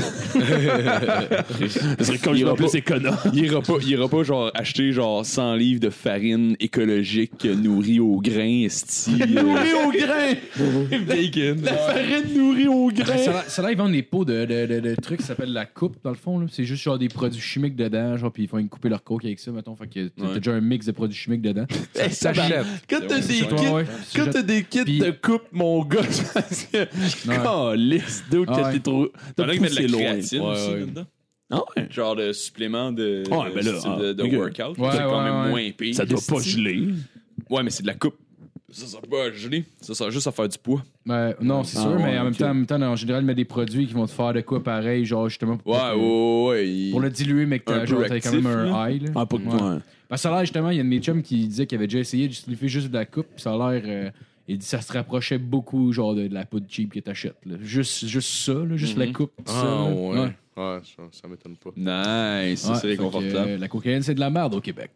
Speaker 5: Ce serait comme
Speaker 6: Il
Speaker 5: je
Speaker 6: va
Speaker 5: plus
Speaker 6: pas-
Speaker 5: économe.
Speaker 6: Il ira pas, il ira pas genre acheter genre 100 livres de farine écologique euh, nourrie au grain, esti. euh,
Speaker 5: Nourri au grain!
Speaker 6: bacon.
Speaker 5: La farine nourrie au grain!
Speaker 3: Ça, ça là, ils vendent des pots de, de, de, de trucs qui s'appellent la coupe, dans le fond. là. C'est juste genre des produits chimiques dedans, genre, puis ils font couper leur coke avec ça, mettons. Fait que t'as
Speaker 6: Ouais.
Speaker 3: t'as déjà un mix de produits chimiques dedans.
Speaker 5: Hey, tabarnak. Quand t'as des
Speaker 3: Ouais,
Speaker 5: kits...
Speaker 3: ouais.
Speaker 5: Quand t'as des kits
Speaker 3: Puis-
Speaker 5: de coupe, mon gars, parce que... Calisse, dude,
Speaker 3: Ah
Speaker 5: que
Speaker 3: ouais.
Speaker 5: t'es trop...
Speaker 6: T'en
Speaker 5: T'as
Speaker 6: as qui mettent
Speaker 5: poussé
Speaker 6: de la
Speaker 5: loin.
Speaker 6: créatine
Speaker 4: Ouais,
Speaker 6: aussi
Speaker 4: ouais.
Speaker 6: là-dedans.
Speaker 5: Ah ouais?
Speaker 6: Genre de supplément de,
Speaker 5: Ouais, ben là,
Speaker 6: de-
Speaker 5: ah,
Speaker 6: de, de
Speaker 5: ok.
Speaker 6: workout.
Speaker 3: Ouais,
Speaker 6: c'est quand
Speaker 3: ouais,
Speaker 6: même
Speaker 3: ouais.
Speaker 6: moins pire.
Speaker 5: Ça doit
Speaker 6: esti.
Speaker 5: pas geler.
Speaker 6: Ouais, mais c'est de la coupe. Ça sert pas à geler. Ça sert juste à faire du poids.
Speaker 3: Ben, non, c'est
Speaker 5: Ah,
Speaker 3: sûr, mais
Speaker 5: ouais,
Speaker 3: en même
Speaker 5: ok.
Speaker 3: temps, en même temps, en général, ils mettent des produits qui vont te faire de quoi pareil, genre justement pour,
Speaker 6: Ouais, ouais, ouais. il-
Speaker 3: pour le diluer, mais que
Speaker 6: Un peu
Speaker 3: t'as genre, t'as quand
Speaker 6: actif,
Speaker 3: même un high. là.
Speaker 5: Ah, pas que
Speaker 3: Ouais. Ben, ça a l'air justement, il y a une de mes chums qui disait qu'il avait déjà essayé de sniffer juste de la coupe, puis ça a l'air. euh, il dit ça se rapprochait beaucoup genre de, de la poudre cheap que t'achètes. là. Juste, juste ça, là, juste la coupe. ça,
Speaker 4: Ah,
Speaker 3: là.
Speaker 4: ouais. Ouais, ça, ça m'étonne pas.
Speaker 6: Nice, ça,
Speaker 3: Ouais,
Speaker 6: c'est
Speaker 3: fait que,
Speaker 6: réconfortable.
Speaker 3: euh, la cocaïne, c'est de la merde au Québec.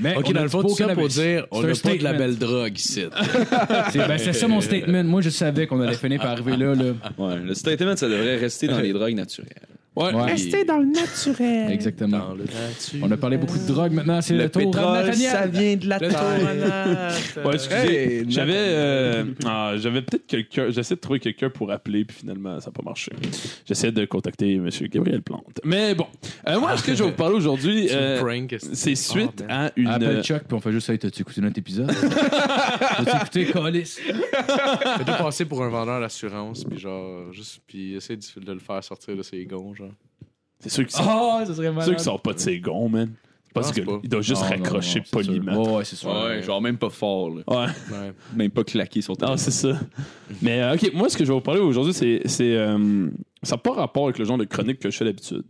Speaker 3: Mais
Speaker 4: Ok,
Speaker 3: on a
Speaker 4: dans le
Speaker 3: du
Speaker 4: fond,
Speaker 3: beau
Speaker 4: tout ça pour
Speaker 3: cannabis.
Speaker 4: dire, on
Speaker 3: C'est un
Speaker 4: n'a pas de la
Speaker 3: statement.
Speaker 4: belle drogue ici.
Speaker 3: C'est ben, c'est ça mon statement. Moi, je savais qu'on allait finir par arriver là. là.
Speaker 6: Ouais, le statement, ça devrait rester dans les drogues naturelles.
Speaker 3: Ouais.
Speaker 6: Rester
Speaker 1: dans le
Speaker 7: Euh,
Speaker 1: naturel.
Speaker 3: Exactement. On a parlé beaucoup de drogue maintenant. C'est le, tour à Nathaniel.
Speaker 1: vient de la
Speaker 5: Ouais, excusez. j'avais euh, ah, j'avais peut-être quelqu'un. J'essaie de trouver quelqu'un pour appeler, puis finalement, ça n'a pas marché. J'essaie de contacter M. Gabriel Plante. Mais bon, Euh, moi, ce que je vais vous parler aujourd'hui, euh, c'est suite à une. euh,
Speaker 3: Appelle Chuck, puis on fait juste ça. Hey, T'as-tu écouté notre épisode? T'as-tu écouté Colis?
Speaker 4: Fais-tu passer pour un vendeur d'assurance, puis genre, juste, puis essayer de, de le faire sortir de ses gonds, genre.
Speaker 5: C'est sûr qu'ils sont,
Speaker 3: Oh, ça serait malade.
Speaker 5: ceux qui sortent pas de ses gonds, man. C'est Pas
Speaker 4: Je
Speaker 5: ce
Speaker 4: pense
Speaker 5: gars-là.
Speaker 4: pas.
Speaker 5: Il doit juste
Speaker 3: Non, non,
Speaker 5: raccrocher
Speaker 3: non, c'est sûr.
Speaker 5: poliment.
Speaker 3: Ouais, ouais, c'est sûr.
Speaker 6: Ouais, Ah, genre même pas fort, là.
Speaker 5: Ouais.
Speaker 4: Ouais.
Speaker 6: Même pas claqué sur ta
Speaker 5: Non, c'est ça. Mais euh, OK, moi, ce que je vais vous parler aujourd'hui, c'est. c'est, euh, ça n'a pas rapport avec le genre de chronique que je fais d'habitude.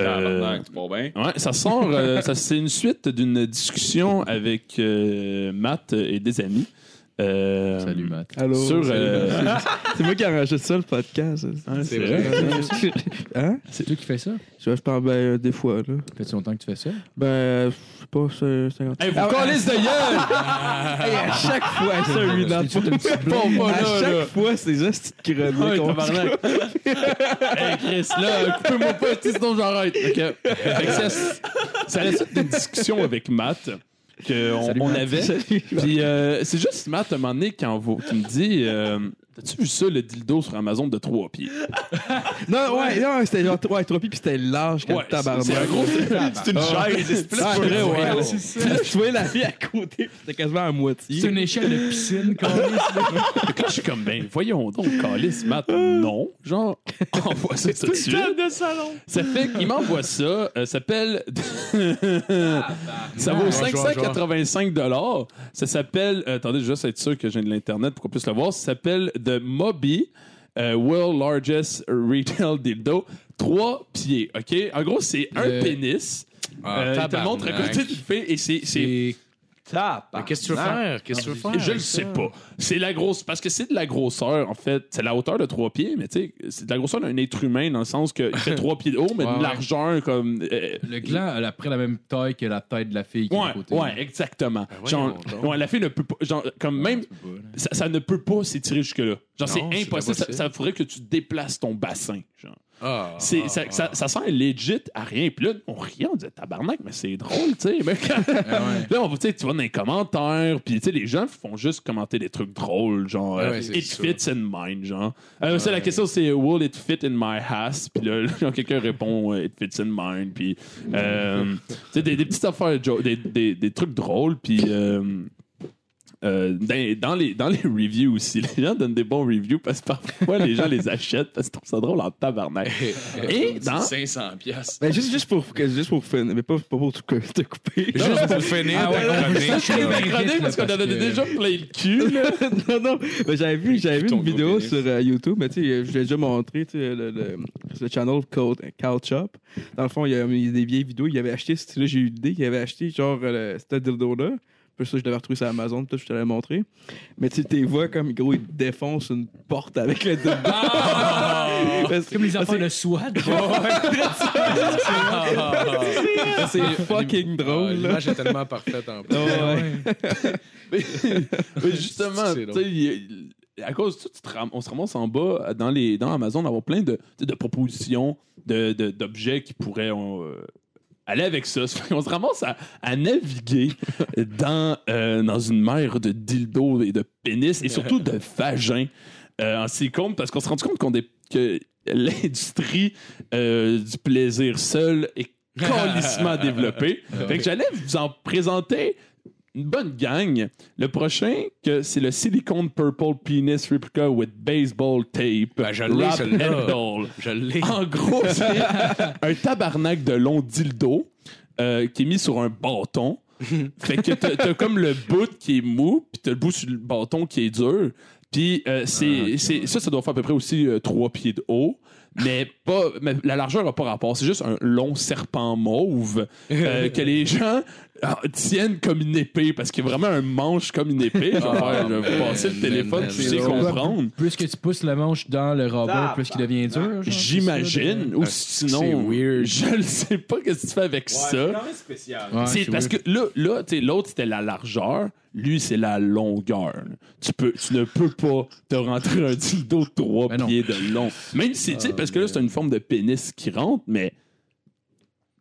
Speaker 5: Euh,
Speaker 6: Tabarnak, tu pars bien.
Speaker 5: Ouais, ça sort. euh, ça, c'est une suite d'une discussion avec euh, Matt et des amis. Euh,
Speaker 3: Salut, Matt.
Speaker 7: Allô?
Speaker 5: Sur.
Speaker 7: salut.
Speaker 5: euh,
Speaker 7: C'est moi qui enregistre ça, le podcast.
Speaker 5: ouais, c'est
Speaker 4: C'est
Speaker 5: vrai.
Speaker 4: vrai.
Speaker 7: hein?
Speaker 3: C'est toi qui fais ça? Ah,
Speaker 7: Je parle ben, euh, des fois, là.
Speaker 3: Fais-tu longtemps que tu fais ça?
Speaker 7: Ben, euh, je sais pas, c'est 50.
Speaker 5: Hey, vous calisse de gueule!
Speaker 7: Hey, à chaque fois, ça, lui, dans le
Speaker 3: Fais-tu une petite blague?
Speaker 5: Bon, pas
Speaker 7: À
Speaker 5: là,
Speaker 7: chaque
Speaker 5: là.
Speaker 7: fois, c'est juste une petite
Speaker 5: Ouais,
Speaker 7: chronique. on-
Speaker 5: Ah, tabarnak. hey, Chris, là, coupez-moi pas, petit, sinon j'arrête. OK. Fait que ça, c'est à la suite d'une discussion avec Matt qu'on
Speaker 3: Salut,
Speaker 5: on
Speaker 3: Matt.
Speaker 5: avait. Puis euh, c'est juste Matt, à un moment donné, qui, envoie- qui me dit... euh, T'as-tu vu ça, le dildo sur Amazon de 3 pieds?
Speaker 7: Non, ouais, non, c'était genre ouais, trois pieds, puis c'était large comme
Speaker 5: Ouais,
Speaker 7: tabarnak.
Speaker 5: c'est un gros-
Speaker 6: C'est une chaise.
Speaker 7: Ah,
Speaker 5: C'est vrai, ouais.
Speaker 7: ouais. Tu voyais la fille à côté, puis c'était quasiment à moitié.
Speaker 3: C'est une échelle de piscine, quand même.
Speaker 5: Fait que là, je suis comme, ben, voyons donc, Calis, Matt, non. Genre, envoie ça tout de suite.
Speaker 6: de salon.
Speaker 5: Ça fait qu'il m'envoie ça. euh, ça s'appelle. ça vaut
Speaker 4: Ah, je vois, je vois.
Speaker 5: 585 Ça s'appelle. euh, attendez, je vais juste être sûr que j'ai de l'Internet pour qu'on puisse le voir. Ça s'appelle The Moby. euh, World Largest Retail Dildo. Trois pieds, OK? En gros, c'est un
Speaker 3: Le-
Speaker 5: pénis.
Speaker 4: ah,
Speaker 5: Euh, il te le montre à côté d'une fille et c'est- c'est
Speaker 3: C'est
Speaker 4: Mais Qu'est-ce que tu veux faire? Qu'est-ce que tu veux faire?
Speaker 5: je le sais pas. C'est la grosse. Parce que c'est de la grosseur, en fait. C'est la hauteur de trois pieds, mais tu sais, c'est de la grosseur d'un être humain dans le sens qu'il fait trois pieds de haut, mais
Speaker 4: Ouais, ouais.
Speaker 5: de largeur comme. euh,
Speaker 3: le gland, elle a pris la même taille que la tête de la fille qui est à
Speaker 5: Ouais,
Speaker 3: côté.
Speaker 5: ouais, exactement.
Speaker 4: voyons
Speaker 5: Genre, ouais, la fille ne peut pas. Genre, comme même, ça, ça ne peut pas s'étirer jusque-là. Genre, c'est
Speaker 4: Non, c'est pas
Speaker 5: impossible. Ça,
Speaker 4: possible.
Speaker 5: ça faudrait que tu déplaces ton bassin. Genre.
Speaker 4: Ah,
Speaker 5: C'est-
Speaker 4: ah,
Speaker 5: ça,
Speaker 4: ah.
Speaker 5: ça, ça sent legit à rien. Puis là, on riait, on disait tabarnak, mais c'est drôle, tu sais. Mais
Speaker 4: Ah,
Speaker 5: quand- Là, on, va- tu sais, tu vas dans les commentaires, puis tu sais, les gens font juste commenter des trucs drôles, genre
Speaker 4: Ah, Ouais,
Speaker 5: euh,
Speaker 4: c'est Ah,
Speaker 5: It
Speaker 4: ça.
Speaker 5: fits in mine, genre. Euh, c'est la question, c'est Will it fit in my ass? Puis là, genre, quelqu'un répond euh, It fits in mine, puis euh, tu sais, des, des petites affaires, jo- des, des, des trucs drôles, puis. euh, euh, dans, dans les, dans les reviews aussi, les gens donnent des bons reviews parce que parfois les gens les achètent parce qu'ils trouvent ça drôle en tabarnak. Et dans,
Speaker 6: 500 piastres.
Speaker 7: Ben, juste, juste pour, que- juste pour finir, mais pas, pas pour tout- te couper.
Speaker 4: Juste pour finir,
Speaker 3: Ah ouais,
Speaker 4: ta
Speaker 3: on veut ça,
Speaker 4: chronique, là.
Speaker 5: C'est ma chronique, parce qu'on en
Speaker 3: Parce
Speaker 5: avait
Speaker 3: que-
Speaker 5: déjà plein le cul. là.
Speaker 7: non, non, mais j'avais vu, j'avais vu
Speaker 6: Ton
Speaker 7: une
Speaker 6: gros
Speaker 7: vidéo
Speaker 6: pénis.
Speaker 7: sur euh, YouTube, mais tu sais, je l'ai déjà montré, tu sais, le, le, le channel Cow Cow Shop. Dans le fond, il y a il y a des vieilles vidéos, il avait acheté, c'est- là j'ai eu l'idée, il avait acheté genre euh, le- ce dildo-là. Puis ça, je l'avais retrouvé sur Amazon, peut-être que je te l'avais montré. Mais tu sais, tu vois comme, gros, il défonce une porte avec le dildo.
Speaker 4: Ah!
Speaker 7: Parce que-
Speaker 3: Comme les
Speaker 7: parce
Speaker 3: enfants de SWAT.
Speaker 7: que C'est fucking
Speaker 4: Ah,
Speaker 7: drôle, là.
Speaker 4: L'image Ah, est tellement parfaite en plus.
Speaker 7: Ouais, ouais.
Speaker 5: Mais mais justement,
Speaker 4: C'est
Speaker 5: tu
Speaker 4: drôle.
Speaker 5: sais, il- à cause de ça, tu te ram- on se ramasse en bas euh, dans, les, dans Amazon d'avoir plein de, tu sais, de propositions de- de- d'objets qui pourraient euh, aller avec ça. Ça fait qu'on se ramasse à, à naviguer dans, euh, dans une mer de dildos et de pénis et surtout de vagins euh, en silicone parce qu'on se rend compte qu'on est- que l'industrie euh, du plaisir seul est calissement développée.
Speaker 4: Ah
Speaker 5: Fait que j'allais vous en présenter une bonne gang. Le prochain, que c'est le Silicone Purple Penis Replica with Baseball Tape.
Speaker 4: Ben, je l'ai,
Speaker 5: Wrap
Speaker 4: celui-là.
Speaker 5: handle.
Speaker 4: Je l'ai.
Speaker 5: En gros, c'est un tabarnak de long dildo euh, qui est mis sur un bâton. fait que t'as t'as comme le bout qui est mou, puis t'as le bout sur le bâton qui est dur. Puis euh, c'est, c'est- ça, ça doit faire à peu près aussi 3 pieds de haut. Mais, pas, mais la largeur n'a pas rapport. C'est juste un long serpent mauve euh, que les gens euh, tiennent comme une épée parce qu'il y a vraiment un manche comme une épée. Je vais, faire- je vais vous passer le
Speaker 4: man,
Speaker 5: téléphone,
Speaker 4: man,
Speaker 5: tu
Speaker 4: man.
Speaker 5: sais
Speaker 4: C'est
Speaker 5: comprendre.
Speaker 3: Plus que tu pousses le manche dans le rubber, plus qu'il devient dur. genre, c'est
Speaker 5: J'imagine. Ou sinon,
Speaker 4: c'est weird.
Speaker 5: je ne sais pas qu'est-ce que tu fais avec ça.
Speaker 6: même spécial.
Speaker 3: ça? Ouais,
Speaker 5: C'est parce
Speaker 3: weird.
Speaker 5: que là, là tu sais, l'autre, c'était la largeur. Lui, c'est la longueur. Tu, peux, tu ne peux pas te rentrer un dildo de trois
Speaker 3: Ben non.
Speaker 5: pieds de long. Même si, tu sais, parce que là, c'est une forme de pénis qui rentre, mais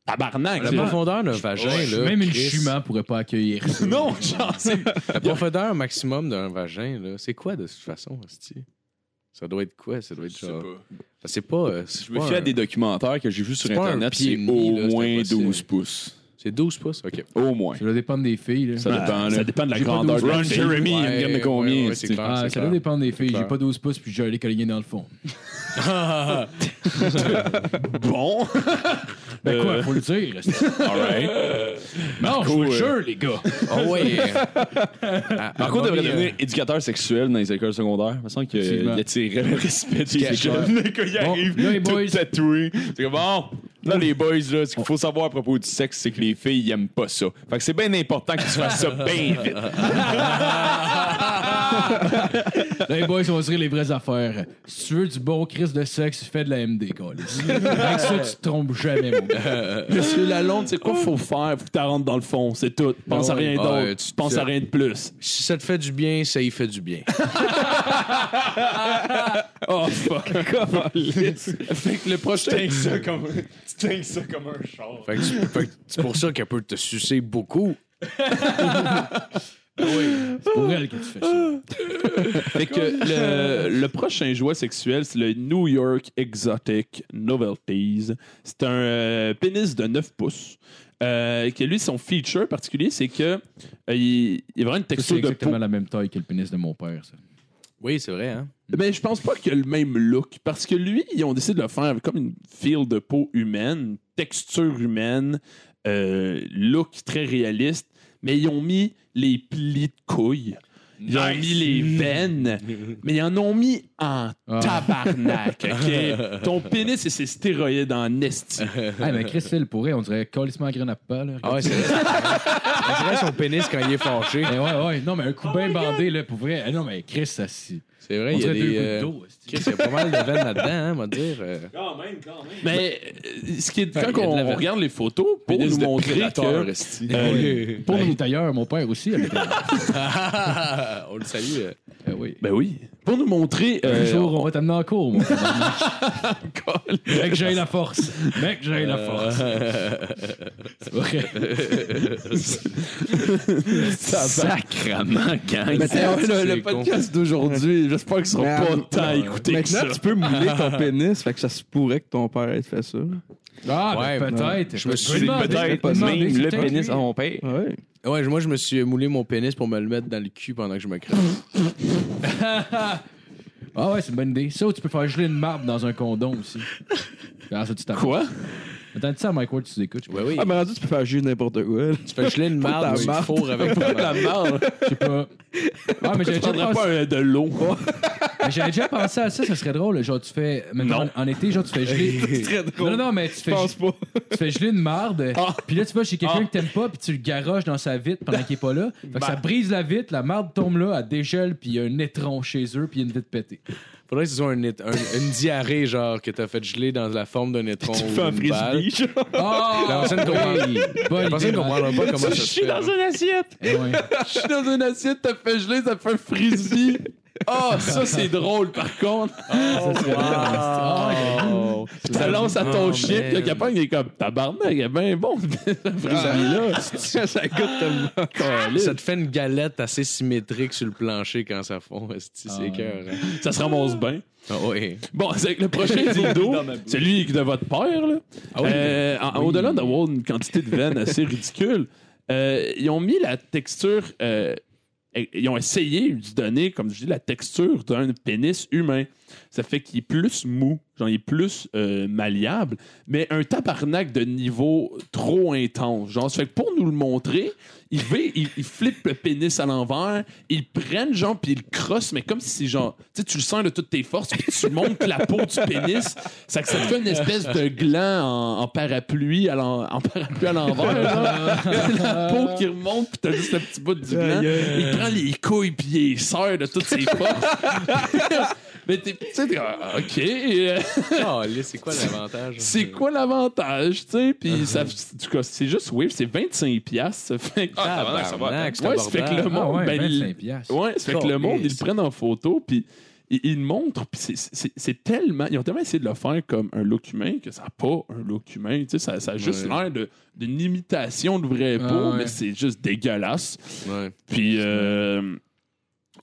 Speaker 5: tabarnak.
Speaker 4: La
Speaker 5: c'est-
Speaker 4: profondeur d'un vagin, là.
Speaker 3: Même une
Speaker 4: Chris,
Speaker 3: jument pourrait pas accueillir ça.
Speaker 5: Non, genre, c'est-
Speaker 4: La profondeur maximum d'un vagin, là, c'est quoi de toute façon, hostie? Ça doit être quoi? Ça doit être
Speaker 6: Je sais
Speaker 4: genre.
Speaker 6: pas.
Speaker 4: Ben, C'est pas. euh, c'est
Speaker 6: Je me
Speaker 4: pas
Speaker 6: fie
Speaker 4: un-
Speaker 6: à des documentaires que j'ai vus sur
Speaker 4: C'est pas un
Speaker 6: Internet,
Speaker 4: pied
Speaker 6: c'est
Speaker 4: et demi, là,
Speaker 6: au
Speaker 4: c'est
Speaker 6: moins
Speaker 4: impossible.
Speaker 6: 12 pouces.
Speaker 4: C'est 12 pouces? Ok.
Speaker 6: Au moins.
Speaker 3: Ça doit dépendre des filles. Là.
Speaker 6: Ça dépend, là.
Speaker 5: ça dépend de la
Speaker 3: J'ai pas
Speaker 5: grandeur de la
Speaker 6: Ron
Speaker 5: fille.
Speaker 6: Jeremy, il
Speaker 4: Ouais,
Speaker 6: me gagne de
Speaker 4: ouais,
Speaker 6: combien?
Speaker 4: ouais, c'est
Speaker 6: c'est-
Speaker 4: clair.
Speaker 3: Ah, ça
Speaker 4: c'est
Speaker 3: doit dépendre des filles. J'ai
Speaker 4: clair.
Speaker 3: pas 12 pouces puis j'ai les collier dans le fond.
Speaker 5: Bon.
Speaker 3: Ben quoi,
Speaker 5: Euh.
Speaker 3: faut le dire.
Speaker 5: All right.
Speaker 3: non, je
Speaker 5: Cool.
Speaker 3: vous jure, les gars.
Speaker 4: Ah ouais! Ah,
Speaker 6: Marco devrait
Speaker 4: euh,
Speaker 6: devenir éducateur sexuel dans les écoles secondaires. Il me semble qu'il
Speaker 3: Effectivement.
Speaker 6: attirait le respect des
Speaker 4: Cache-
Speaker 6: écoles. Le gars, il arrive
Speaker 3: là, les
Speaker 6: tout
Speaker 3: boys.
Speaker 6: tatoué. C'est comme, bon, là, les boys, là, ce qu'il faut savoir à propos du sexe, c'est que les filles, ils aiment pas ça. Fait que c'est bien important que tu fasses ça bien vite.
Speaker 3: Là, les boys, on va se dire les vraies affaires. Si tu veux du bon crise de sexe, fais de la MD, Colis. Avec ça, tu te trompes jamais, mon gars.
Speaker 5: Monsieur Lalonde, c'est quoi faut faire? Faut que tu rentres dans le fond, c'est tout. Pense à
Speaker 3: Ouais.
Speaker 5: rien d'autre.
Speaker 4: Ouais,
Speaker 5: tu
Speaker 4: tu-
Speaker 5: penses
Speaker 4: tu-
Speaker 5: à rien de plus.
Speaker 4: Si ça te fait du bien, ça y fait du bien.
Speaker 5: Oh fuck. fait que le prochain.
Speaker 6: ça comme, tu teignes ça comme un char.
Speaker 4: Fait que tu- fait que c'est pour ça qu'elle peut te sucer beaucoup.
Speaker 3: C'est pour elle que tu fais ça.
Speaker 5: Fait que le, le prochain jouet sexuel, c'est le New York Exotic Novelties. C'est un euh, pénis de 9 pouces. Euh, que lui, son feature particulier, c'est que euh, il, il a vraiment une
Speaker 3: Ça, C'est
Speaker 5: texture de peau.
Speaker 3: exactement la même taille que le pénis de mon père, ça.
Speaker 4: Oui, c'est vrai, hein?
Speaker 5: Mais Ben, je pense pas qu'il a le même look. Parce que lui, ils ont décidé de le faire avec comme une feel de peau humaine, texture humaine, euh, look très réaliste. Mais ils ont mis les plis de couilles. Ils ont mis les veines. Mais ils en ont mis en
Speaker 3: Ah.
Speaker 5: tabarnak. OK? Ton pénis et ses stéroïdes en esti.
Speaker 3: Ah, mais Chris Phil pourrait, on dirait colissement à graine à pas, là.
Speaker 4: Ah ouais, c'est vrai. On dirait son pénis quand il est fâché.
Speaker 3: Mais Eh, ouais, ouais, non, mais un coup bien bandé, là, pour vrai. Ah non, mais Chris, ça si.
Speaker 4: C'est vrai,
Speaker 3: On
Speaker 4: il y a
Speaker 3: dirait deux
Speaker 4: des.
Speaker 3: gouttes
Speaker 4: euh,
Speaker 3: d'eau. esti.
Speaker 4: Chris, il y a pas mal de veines là-dedans, hein, on va dire. euh.
Speaker 5: Mais euh, ce qui
Speaker 4: il
Speaker 5: est,
Speaker 4: y a
Speaker 5: quand
Speaker 4: de
Speaker 5: on,
Speaker 4: la veine.
Speaker 5: regarde les photos, pour
Speaker 6: Pénis
Speaker 5: nous
Speaker 6: de
Speaker 5: montrer
Speaker 4: hein,
Speaker 6: prédateur,
Speaker 5: que...
Speaker 6: esti.
Speaker 5: euh,
Speaker 3: Oui. Pour nous tailleurs, mon père aussi. avait-
Speaker 4: on le salue. euh.
Speaker 3: Ah oui.
Speaker 5: Ben oui. Pour nous montrer...
Speaker 3: Un
Speaker 5: euh,
Speaker 3: jour, on va t'amener en cours, moi. Mec, j'ai la force. Mec, j'ai
Speaker 4: Euh.
Speaker 3: la force. C'est vrai.
Speaker 5: Sacrement, gang!
Speaker 7: Mais t'es-
Speaker 5: le, le
Speaker 4: c'est
Speaker 5: podcast d'aujourd'hui, j'espère qu'ils seront
Speaker 7: Mais
Speaker 5: pas
Speaker 7: alors-
Speaker 5: tant écoutés que ça.
Speaker 7: Maintenant, tu peux mouler ton pénis, fait que ça se pourrait que ton père ait fait ça.
Speaker 3: Ah,
Speaker 4: Ouais,
Speaker 3: ben, peut-être.
Speaker 4: je me suis
Speaker 3: J'ai
Speaker 4: dit,
Speaker 3: demandé,
Speaker 7: peut-être,
Speaker 3: j'ai demandé,
Speaker 7: même
Speaker 3: c'est
Speaker 1: le
Speaker 3: peut-être
Speaker 1: pénis
Speaker 3: lui.
Speaker 1: à mon père.
Speaker 7: Ouais.
Speaker 4: Ouais, moi, je me suis moulé mon pénis pour me le mettre dans le cul pendant que je me crève.
Speaker 3: Ah ouais, c'est une bonne idée. Ça, ou tu peux faire geler une marde dans un condom aussi. Ah, ça, tu t'en
Speaker 5: Quoi?
Speaker 3: Attends, dis ça à Mike Ward, tu l'écoutes.
Speaker 4: Ouais, oui.
Speaker 7: Ah, mais rendu, tu peux faire juste n'importe quoi. là.
Speaker 4: Tu fais geler une marde
Speaker 7: ta
Speaker 4: ou une
Speaker 7: marde.
Speaker 4: four avec ta marde.
Speaker 3: Je sais pas. Ah, mais j'avais
Speaker 5: Je
Speaker 3: déjà,
Speaker 5: prendrais
Speaker 3: pensé-
Speaker 5: pas euh, de l'eau.
Speaker 3: mais j'avais déjà pensé à ça, ça serait drôle. Genre, tu fais. Maintenant,
Speaker 5: Non.
Speaker 3: en été, genre, tu fais geler. Non, non, mais tu fais,
Speaker 7: Je pense pas.
Speaker 3: tu fais geler une marde.
Speaker 5: Ah.
Speaker 3: Puis là, tu vas chez quelqu'un que t'aimes pas, puis tu le garoches dans sa vitre pendant qu'il est pas là. Fait que
Speaker 5: Bah.
Speaker 3: ça brise la vitre, la marde tombe là, elle dégèle, puis il y a un étron chez eux, puis il y a une vitre pétée.
Speaker 4: Faudrait que ce soit un nét- un- une diarrhée, genre, que t'as fait geler dans la forme d'un étron.
Speaker 7: Tu
Speaker 4: ou
Speaker 7: fais un
Speaker 4: d'une balle.
Speaker 7: frisbee, genre.
Speaker 3: Oh!
Speaker 4: La personne comprend- La personne comprendra pas comment ça se fait. hein.
Speaker 3: Eh
Speaker 5: Je suis dans une assiette, t'as fait geler, ça fait un frisbee. Ah, ça c'est drôle par contre.
Speaker 7: Ah,
Speaker 5: Ça lance à ton chien, puis le capable, il est comme tabarnak, il est bien bon, ce frisbee-là.
Speaker 7: Ça, ça goûte tellement.
Speaker 4: Ça te fait une galette assez symétrique sur le plancher quand ça fond. esti,
Speaker 3: Ah.
Speaker 4: C'est cœur.
Speaker 5: Ça se ramasse bien.
Speaker 4: Ah oui.
Speaker 5: Bon, c'est que le prochain dildo, c'est lui de votre père. Là. Euh, en- Au-delà d'avoir une quantité de veines assez ridicule, euh, ils ont mis la texture. euh, et- ils ont essayé de donner, comme je dis, la texture d'un pénis humain. Ça fait qu'il est plus mou, genre il est plus euh, malliable, mais un tabarnak de niveau trop intense. Genre, ça fait que pour nous le montrer, ils, vé- ils, ils flippent le pénis à l'envers, ils le prennent, genre, puis ils le crossent, mais comme si, genre, tu sais, tu le sens de toutes tes forces, puis tu montes la peau du pénis, ça, ça te fait une espèce de gland en, en parapluie à l'en- en parapluie à l'envers, là. la peau qui remonte, puis t'as juste le petit bout du gland. Il prend les couilles, puis il les serre de toutes ses forces. mais t'es- tu sais, t'es comme, Ah, OK. euh,
Speaker 4: Ah, là, c'est quoi l'avantage?
Speaker 5: c'est quoi l'avantage, tu sais? Puis ça, en tout cas, c'est juste Wave, c'est 25 piastres. Ça fait que,
Speaker 6: Ah, tabarnak, ça va.
Speaker 4: Tabarnak, c'est
Speaker 5: ouais, ça fait que le
Speaker 4: abordable.
Speaker 5: monde,
Speaker 3: Ah ouais,
Speaker 5: ben, il-
Speaker 3: 25 piastres.
Speaker 5: ouais, ça fait que le monde, ils le prennent en photo, puis ils, ils le montrent, puis c'est- c'est- c'est tellement, ils ont tellement essayé de le faire comme un look humain que ça n'a pas un look humain, tu sais, ça, ça a juste
Speaker 4: Ouais.
Speaker 5: l'air de- d'une imitation de vraie peau,
Speaker 3: Ah ouais.
Speaker 5: mais c'est juste dégueulasse.
Speaker 4: Ouais.
Speaker 5: Puis, euh,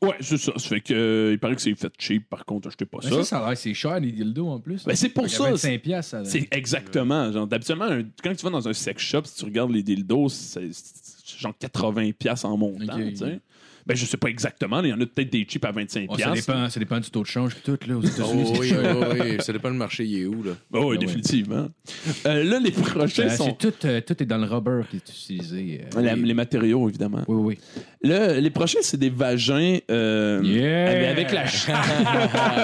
Speaker 5: ouais, c'est ça. Ça fait que, euh, il paraît que c'est fait cheap, par contre, achetez pas
Speaker 3: Mais ça, ça a l'air, Ben, c'est cher, les dildos en plus.
Speaker 5: Ben, c'est pour
Speaker 3: Fait que
Speaker 5: ça.
Speaker 3: 25 piastres, ça.
Speaker 5: C'est exactement. Genre, d'habituellement, un- quand tu vas dans un sex shop, si tu regardes les dildos, c'est c'est genre 80$ piastres en montant.
Speaker 3: Ok.
Speaker 5: tu sais. Ben, je sais pas exactement. Il y en a peut-être des cheap à 25$.
Speaker 3: Ouais, Oh, ça, dépend, ça dépend du taux de change pis tout, là, aux
Speaker 4: Oh,
Speaker 3: États-Unis. Euh,
Speaker 4: oui,
Speaker 3: c'est cher.
Speaker 4: oui, oui. Ça dépend le marché, il est où, là?
Speaker 5: Ben oui,
Speaker 3: Ah ouais.
Speaker 5: définitivement. Euh, là, les prochains
Speaker 3: Euh,
Speaker 5: sont.
Speaker 3: c'est tout, euh, tout est dans le rubber qui est utilisé. euh,
Speaker 5: La- les matériaux, évidemment.
Speaker 3: Oui, oui.
Speaker 5: Là, les prochains, c'est des vagins. euh,
Speaker 6: Hmm.
Speaker 3: Yeah!
Speaker 5: mais Avec la ch-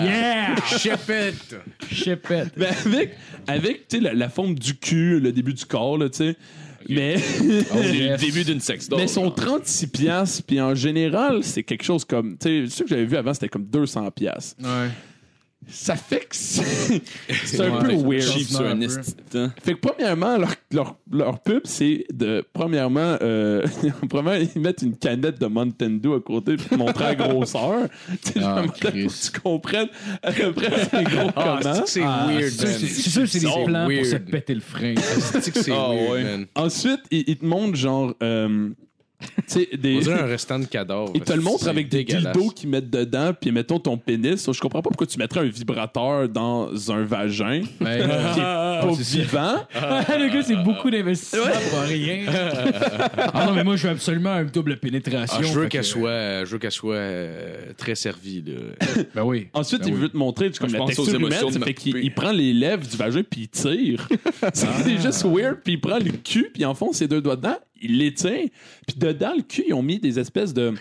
Speaker 3: Yeah!
Speaker 4: Chepette!
Speaker 3: Chipette.
Speaker 5: mais ben, avec, avec tu sais, la, la forme du cul, le début du corps, là, tu sais. Mais.
Speaker 3: Oh,
Speaker 6: C'est le
Speaker 3: yes.
Speaker 6: début d'une sexdoll.
Speaker 5: Mais ils sont
Speaker 6: genre.
Speaker 5: 36 pièces puis en général, c'est quelque chose comme tu sais, ceux que j'avais vu avant, c'était comme 200 pièces.
Speaker 3: Ouais.
Speaker 5: Ça fait que c'est c'est un
Speaker 3: Ouais.
Speaker 5: peu weird.
Speaker 6: Cheap sur un esti de temps.
Speaker 5: Fait que premièrement, leur, leur, leur pub, c'est de premièrement, euh, premièrement, ils mettent une canette de Mountain Dew à côté pour montrer la grosseur. Tu sais,
Speaker 3: Ah,
Speaker 5: genre, pour
Speaker 3: Christ.
Speaker 5: que tu comprennes à peu près c'est gros comment.
Speaker 4: c'est
Speaker 3: Ah,
Speaker 4: weird,
Speaker 3: c'est sûr,
Speaker 4: man.
Speaker 3: c'est- C'est sûr, c'est
Speaker 4: C'est
Speaker 3: des plans
Speaker 4: weird.
Speaker 3: pour se péter le frein.
Speaker 4: C'est que c'est
Speaker 6: Ah,
Speaker 4: weird,
Speaker 6: ouais.
Speaker 4: man.
Speaker 5: Ensuite, ils, ils te montrent genre euh, sais, des.
Speaker 4: On dirait un restant de cadavre.
Speaker 5: Ils te le montrent
Speaker 4: C'est
Speaker 5: avec des
Speaker 4: dégueulasse.
Speaker 5: dildos qu'ils mettent dedans, puis mettons ton pénis. Je comprends pas pourquoi tu mettrais un vibrateur dans un vagin
Speaker 3: Ouais,
Speaker 5: qui est
Speaker 3: euh,
Speaker 5: pas
Speaker 3: c'est ça.
Speaker 5: vivant.
Speaker 3: le gars, c'est beaucoup d'investissement pour rien. ah non, mais moi, je veux absolument une double pénétration.
Speaker 4: Ah, je
Speaker 3: fait
Speaker 4: veux
Speaker 3: que-
Speaker 4: qu'elle soit, je veux qu'elle soit euh, très servie. Là.
Speaker 3: Ben oui.
Speaker 5: Ensuite,
Speaker 3: Ben
Speaker 5: il
Speaker 3: oui.
Speaker 5: veut te montrer tu sais, comme
Speaker 6: Je
Speaker 5: la
Speaker 6: pense aux
Speaker 5: texture
Speaker 6: émotions
Speaker 5: humaine.
Speaker 6: de Ah.
Speaker 5: ça
Speaker 6: ma
Speaker 5: fait qu'il
Speaker 6: poupée.
Speaker 5: il prend les lèvres du vagin puis il tire. C'est juste weird. Puis il prend le cul puis il enfonce ses deux doigts dedans. Il l'étire. Puis dedans, le cul, ils ont mis des espèces de...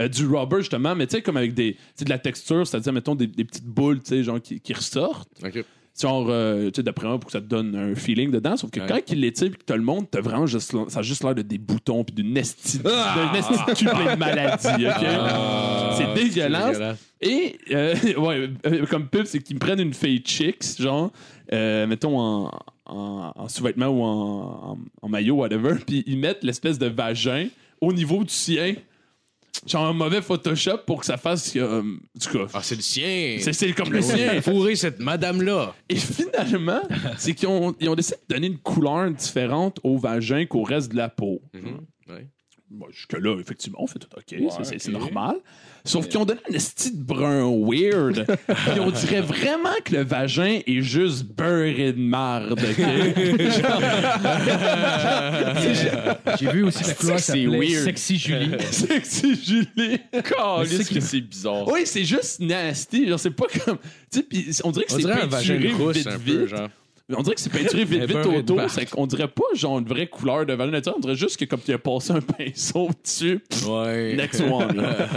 Speaker 5: euh, du rubber, justement. Mais tu sais, comme avec des, tu sais, de la texture, c'est-à-dire, mettons, des, des petites boules, tu sais, genre, qui, qui ressortent.
Speaker 4: OK.
Speaker 5: Genre, euh, tu sais, d'après moi, pour que ça te donne un feeling dedans. Sauf que
Speaker 4: Ouais.
Speaker 5: quand il l'étire puis que tu le montres, t'as vraiment juste... l- Ça a juste l'air de des boutons puis d'une esti...
Speaker 6: Ah!
Speaker 5: d'un esti de cul plein de maladie, OK? c'est dégueulasse. Et, euh, ouais, euh, comme pub, c'est qu'ils me prennent une fille chicks, genre, euh, mettons en, en, en sous-vêtements ou en, en, en maillot, whatever, puis ils mettent l'espèce de vagin au niveau du sien, genre un mauvais Photoshop pour que ça fasse. euh, du coup,
Speaker 4: Ah, c'est le sien.
Speaker 5: c'est- c'est comme le sien.
Speaker 4: Fourrer cette madame-là.
Speaker 5: Et finalement, c'est qu'ils ont, ils ont décidé de donner une couleur différente au vagin qu'au reste de la peau.
Speaker 4: ouais.
Speaker 5: Bon, Jusque-là, effectivement, on fait tout OK, ça, c'est c'est
Speaker 6: ok.
Speaker 5: normal. Sauf qu'ils ont donné un esti de brun weird. Puis on dirait vraiment que le vagin est juste beurré de marde. OK?
Speaker 3: J'ai vu aussi la couleur
Speaker 6: c'est
Speaker 3: s'appelait
Speaker 6: weird.
Speaker 3: Sexy Julie.
Speaker 5: Sexy Julie.
Speaker 6: Calisse
Speaker 3: c'est que-
Speaker 6: que c'est bizarre.
Speaker 5: Oui, c'est juste nasty. Genre, c'est pas comme. Tu sais, puis on dirait que
Speaker 4: On
Speaker 5: c'est
Speaker 4: dirait un vagin
Speaker 5: peinturé
Speaker 4: de rousse
Speaker 5: vite,
Speaker 4: un
Speaker 5: vite.
Speaker 4: peu, genre.
Speaker 5: On dirait que c'est peinturé vite,
Speaker 4: Elle
Speaker 5: vite
Speaker 4: beurre et de
Speaker 5: autour.
Speaker 4: barbe.
Speaker 5: C'est qu'on dirait pas genre une vraie couleur de vagin naturel. On dirait juste que comme tu as passé un pinceau dessus, pff,
Speaker 4: Ouais.
Speaker 5: next one. là.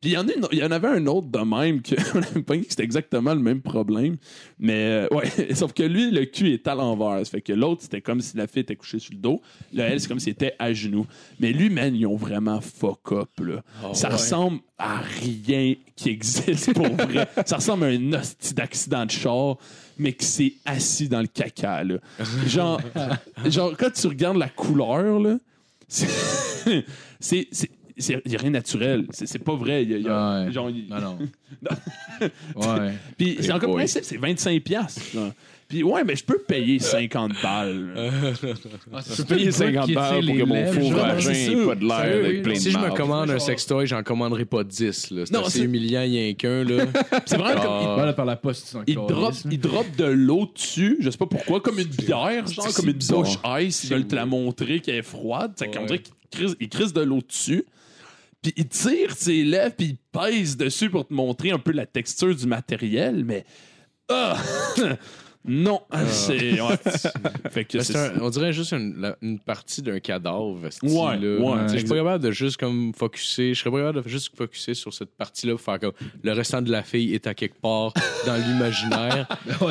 Speaker 5: Puis il y, en a une- il y en avait un autre de même que on avait pas dit que c'était exactement le même problème. Mais euh, ouais, sauf que lui, le cul est à l'envers. Ça fait que l'autre, c'était comme si la fille était couchée sur le dos. Le elle, c'est comme si elle était à genoux. Mais lui, man, ils ont vraiment fuck up. Là. ça ressemble à rien qui existe pour vrai. ça ressemble à un hostie d'accident de char, mais qui s'est assis dans le caca. Là. Genre, genre, quand tu regardes la couleur, là, c'est. c'est- c'est- c'est- Il n'y a rien de naturel. C'est c'est pas vrai. Il y a- il y a-
Speaker 3: Ouais.
Speaker 5: genre, il-
Speaker 3: Non, non. ouais.
Speaker 5: puis c'est encore
Speaker 6: boy.
Speaker 5: principe, c'est 25 piastres. là. Puis ouais, mais je peux payer 50 balles. là.
Speaker 3: Je
Speaker 6: Payer 50 balles Ben, pour que mon faux
Speaker 5: genre,
Speaker 6: vagin
Speaker 5: c'est
Speaker 6: ait
Speaker 5: ça.
Speaker 6: pas de
Speaker 3: Sérieux,
Speaker 6: l'air
Speaker 3: oui.
Speaker 6: d'être plein de
Speaker 4: Si je me
Speaker 6: marde.
Speaker 4: commande un
Speaker 3: Genre-
Speaker 4: sextoy, j'en commanderai pas 10. Là. C'est
Speaker 5: Non,
Speaker 4: assez
Speaker 5: c'est-
Speaker 4: humiliant, il y a qu'un. Là.
Speaker 5: C'est vraiment comme...
Speaker 4: Ah.
Speaker 3: Voilà, par la poste, c'est
Speaker 5: Il drop, il drop de l'eau dessus, je sais pas pourquoi, comme une bière, genre
Speaker 6: c'est
Speaker 5: comme une
Speaker 6: bizarre.
Speaker 5: bouche ice, ils veulent te la montrer qu'elle est froide. C'est qu'on
Speaker 4: Ouais.
Speaker 5: dirait qu'ils crissent- ils crissent de l'eau dessus. Puis ils tirent ses lèvres, puis ils pèsent dessus pour te montrer un peu la texture du matériel, mais. Ah! non! C'est. ouais. fait que
Speaker 4: Mais
Speaker 5: c'est.
Speaker 4: Ben, c'est un- on dirait juste une, la- une partie d'un cadavre. ce
Speaker 5: Ouais,
Speaker 4: style-là.
Speaker 5: ouais,
Speaker 4: Tu sais, Je suis
Speaker 5: exact.
Speaker 4: pas capable de juste comme focusser. Je serais pas capable de juste focusser sur cette partie-là pour faire comme le restant de la fille est à quelque part dans l'imaginaire.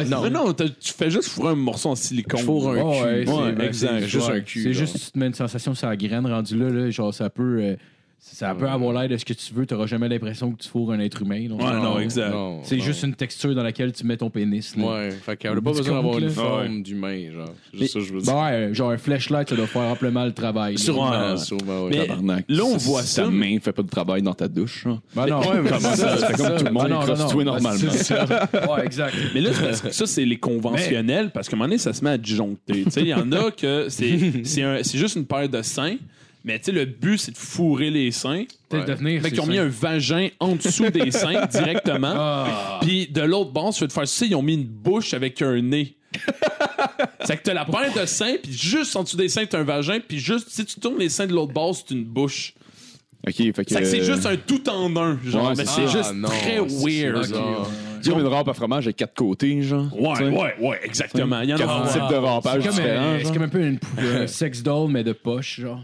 Speaker 5: Non, non, t'as- tu fais juste fourrer un morceau en silicone.
Speaker 4: Fourre un cul.
Speaker 5: Ouais,
Speaker 4: Ouais,
Speaker 5: exact,
Speaker 4: c'est Juste
Speaker 3: Ouais,
Speaker 4: un cul.
Speaker 3: C'est
Speaker 4: genre.
Speaker 3: juste, tu te mets une sensation sur la graine rendue là, là genre, ça peut, euh, ça peut avoir l'air de ce que tu veux, t'auras jamais l'impression que tu fourres un être humain. donc
Speaker 5: Ouais,
Speaker 3: non,
Speaker 5: non, exact.
Speaker 4: Non,
Speaker 3: C'est
Speaker 4: non.
Speaker 3: juste une texture dans laquelle tu mets ton pénis. là.
Speaker 4: Ouais, fait qu'elle a
Speaker 3: Du
Speaker 4: pas besoin d'avoir
Speaker 3: comique,
Speaker 4: une
Speaker 3: là.
Speaker 4: forme d'humain, genre. C'est juste ça que je veux dire.
Speaker 3: Ben ouais, genre un flashlight, ça doit faire amplement le travail. là.
Speaker 5: Sur un-
Speaker 4: Ah, sûrement, ouais.
Speaker 5: Mais-
Speaker 6: Tabarnak.
Speaker 5: Là, on
Speaker 6: Si
Speaker 5: voit ça,
Speaker 6: Ta main fait pas de travail dans ta douche. hein.
Speaker 3: Ben non,
Speaker 5: Ouais, mais
Speaker 3: c'est
Speaker 5: comment ça?
Speaker 6: C'est comme tout le monde
Speaker 3: Ben non, non, non.
Speaker 6: prostitué normalement.
Speaker 3: C'est ça. Ouais, exact.
Speaker 5: Mais là, c'est parce que ça, c'est les conventionnels, parce qu'à un moment donné, ça se met à disjoncter. Tu sais, Il y en a que c'est c'est un- c'est juste une paire de seins, mais tu sais, le but, c'est de fourrer les seins.
Speaker 3: Peut-être devenir.
Speaker 5: Fait
Speaker 3: c'est
Speaker 5: qu'ils ont mis
Speaker 3: ça.
Speaker 5: un vagin en dessous des seins directement.
Speaker 3: Ah.
Speaker 5: Puis de l'autre bord, si tu veux te faire ça, ils ont mis une bouche avec un nez. c'est que t'as la paire de seins, puis juste en dessous des seins, t'as un vagin, puis juste, si tu tournes les seins de l'autre bord, c'est une bouche.
Speaker 6: Ok, fait que. euh,
Speaker 5: C'est que c'est juste un tout en un, genre.
Speaker 6: Ouais,
Speaker 5: mais
Speaker 6: c'est
Speaker 5: c'est
Speaker 4: ça.
Speaker 5: juste
Speaker 4: Ah, non,
Speaker 5: très
Speaker 4: c'est
Speaker 5: weird.
Speaker 4: ça.
Speaker 5: genre.
Speaker 6: C'est comme une rampe à fromage avec quatre côtés, genre.
Speaker 5: Ouais, ouais, ouais, exactement. Il y en a
Speaker 6: Quatre
Speaker 5: vraiment.
Speaker 6: types de rampage
Speaker 3: C'est comme,
Speaker 6: différents.
Speaker 3: un- c'est
Speaker 6: genre.
Speaker 3: comme un peu une, pou- un sex doll, mais de poche, genre.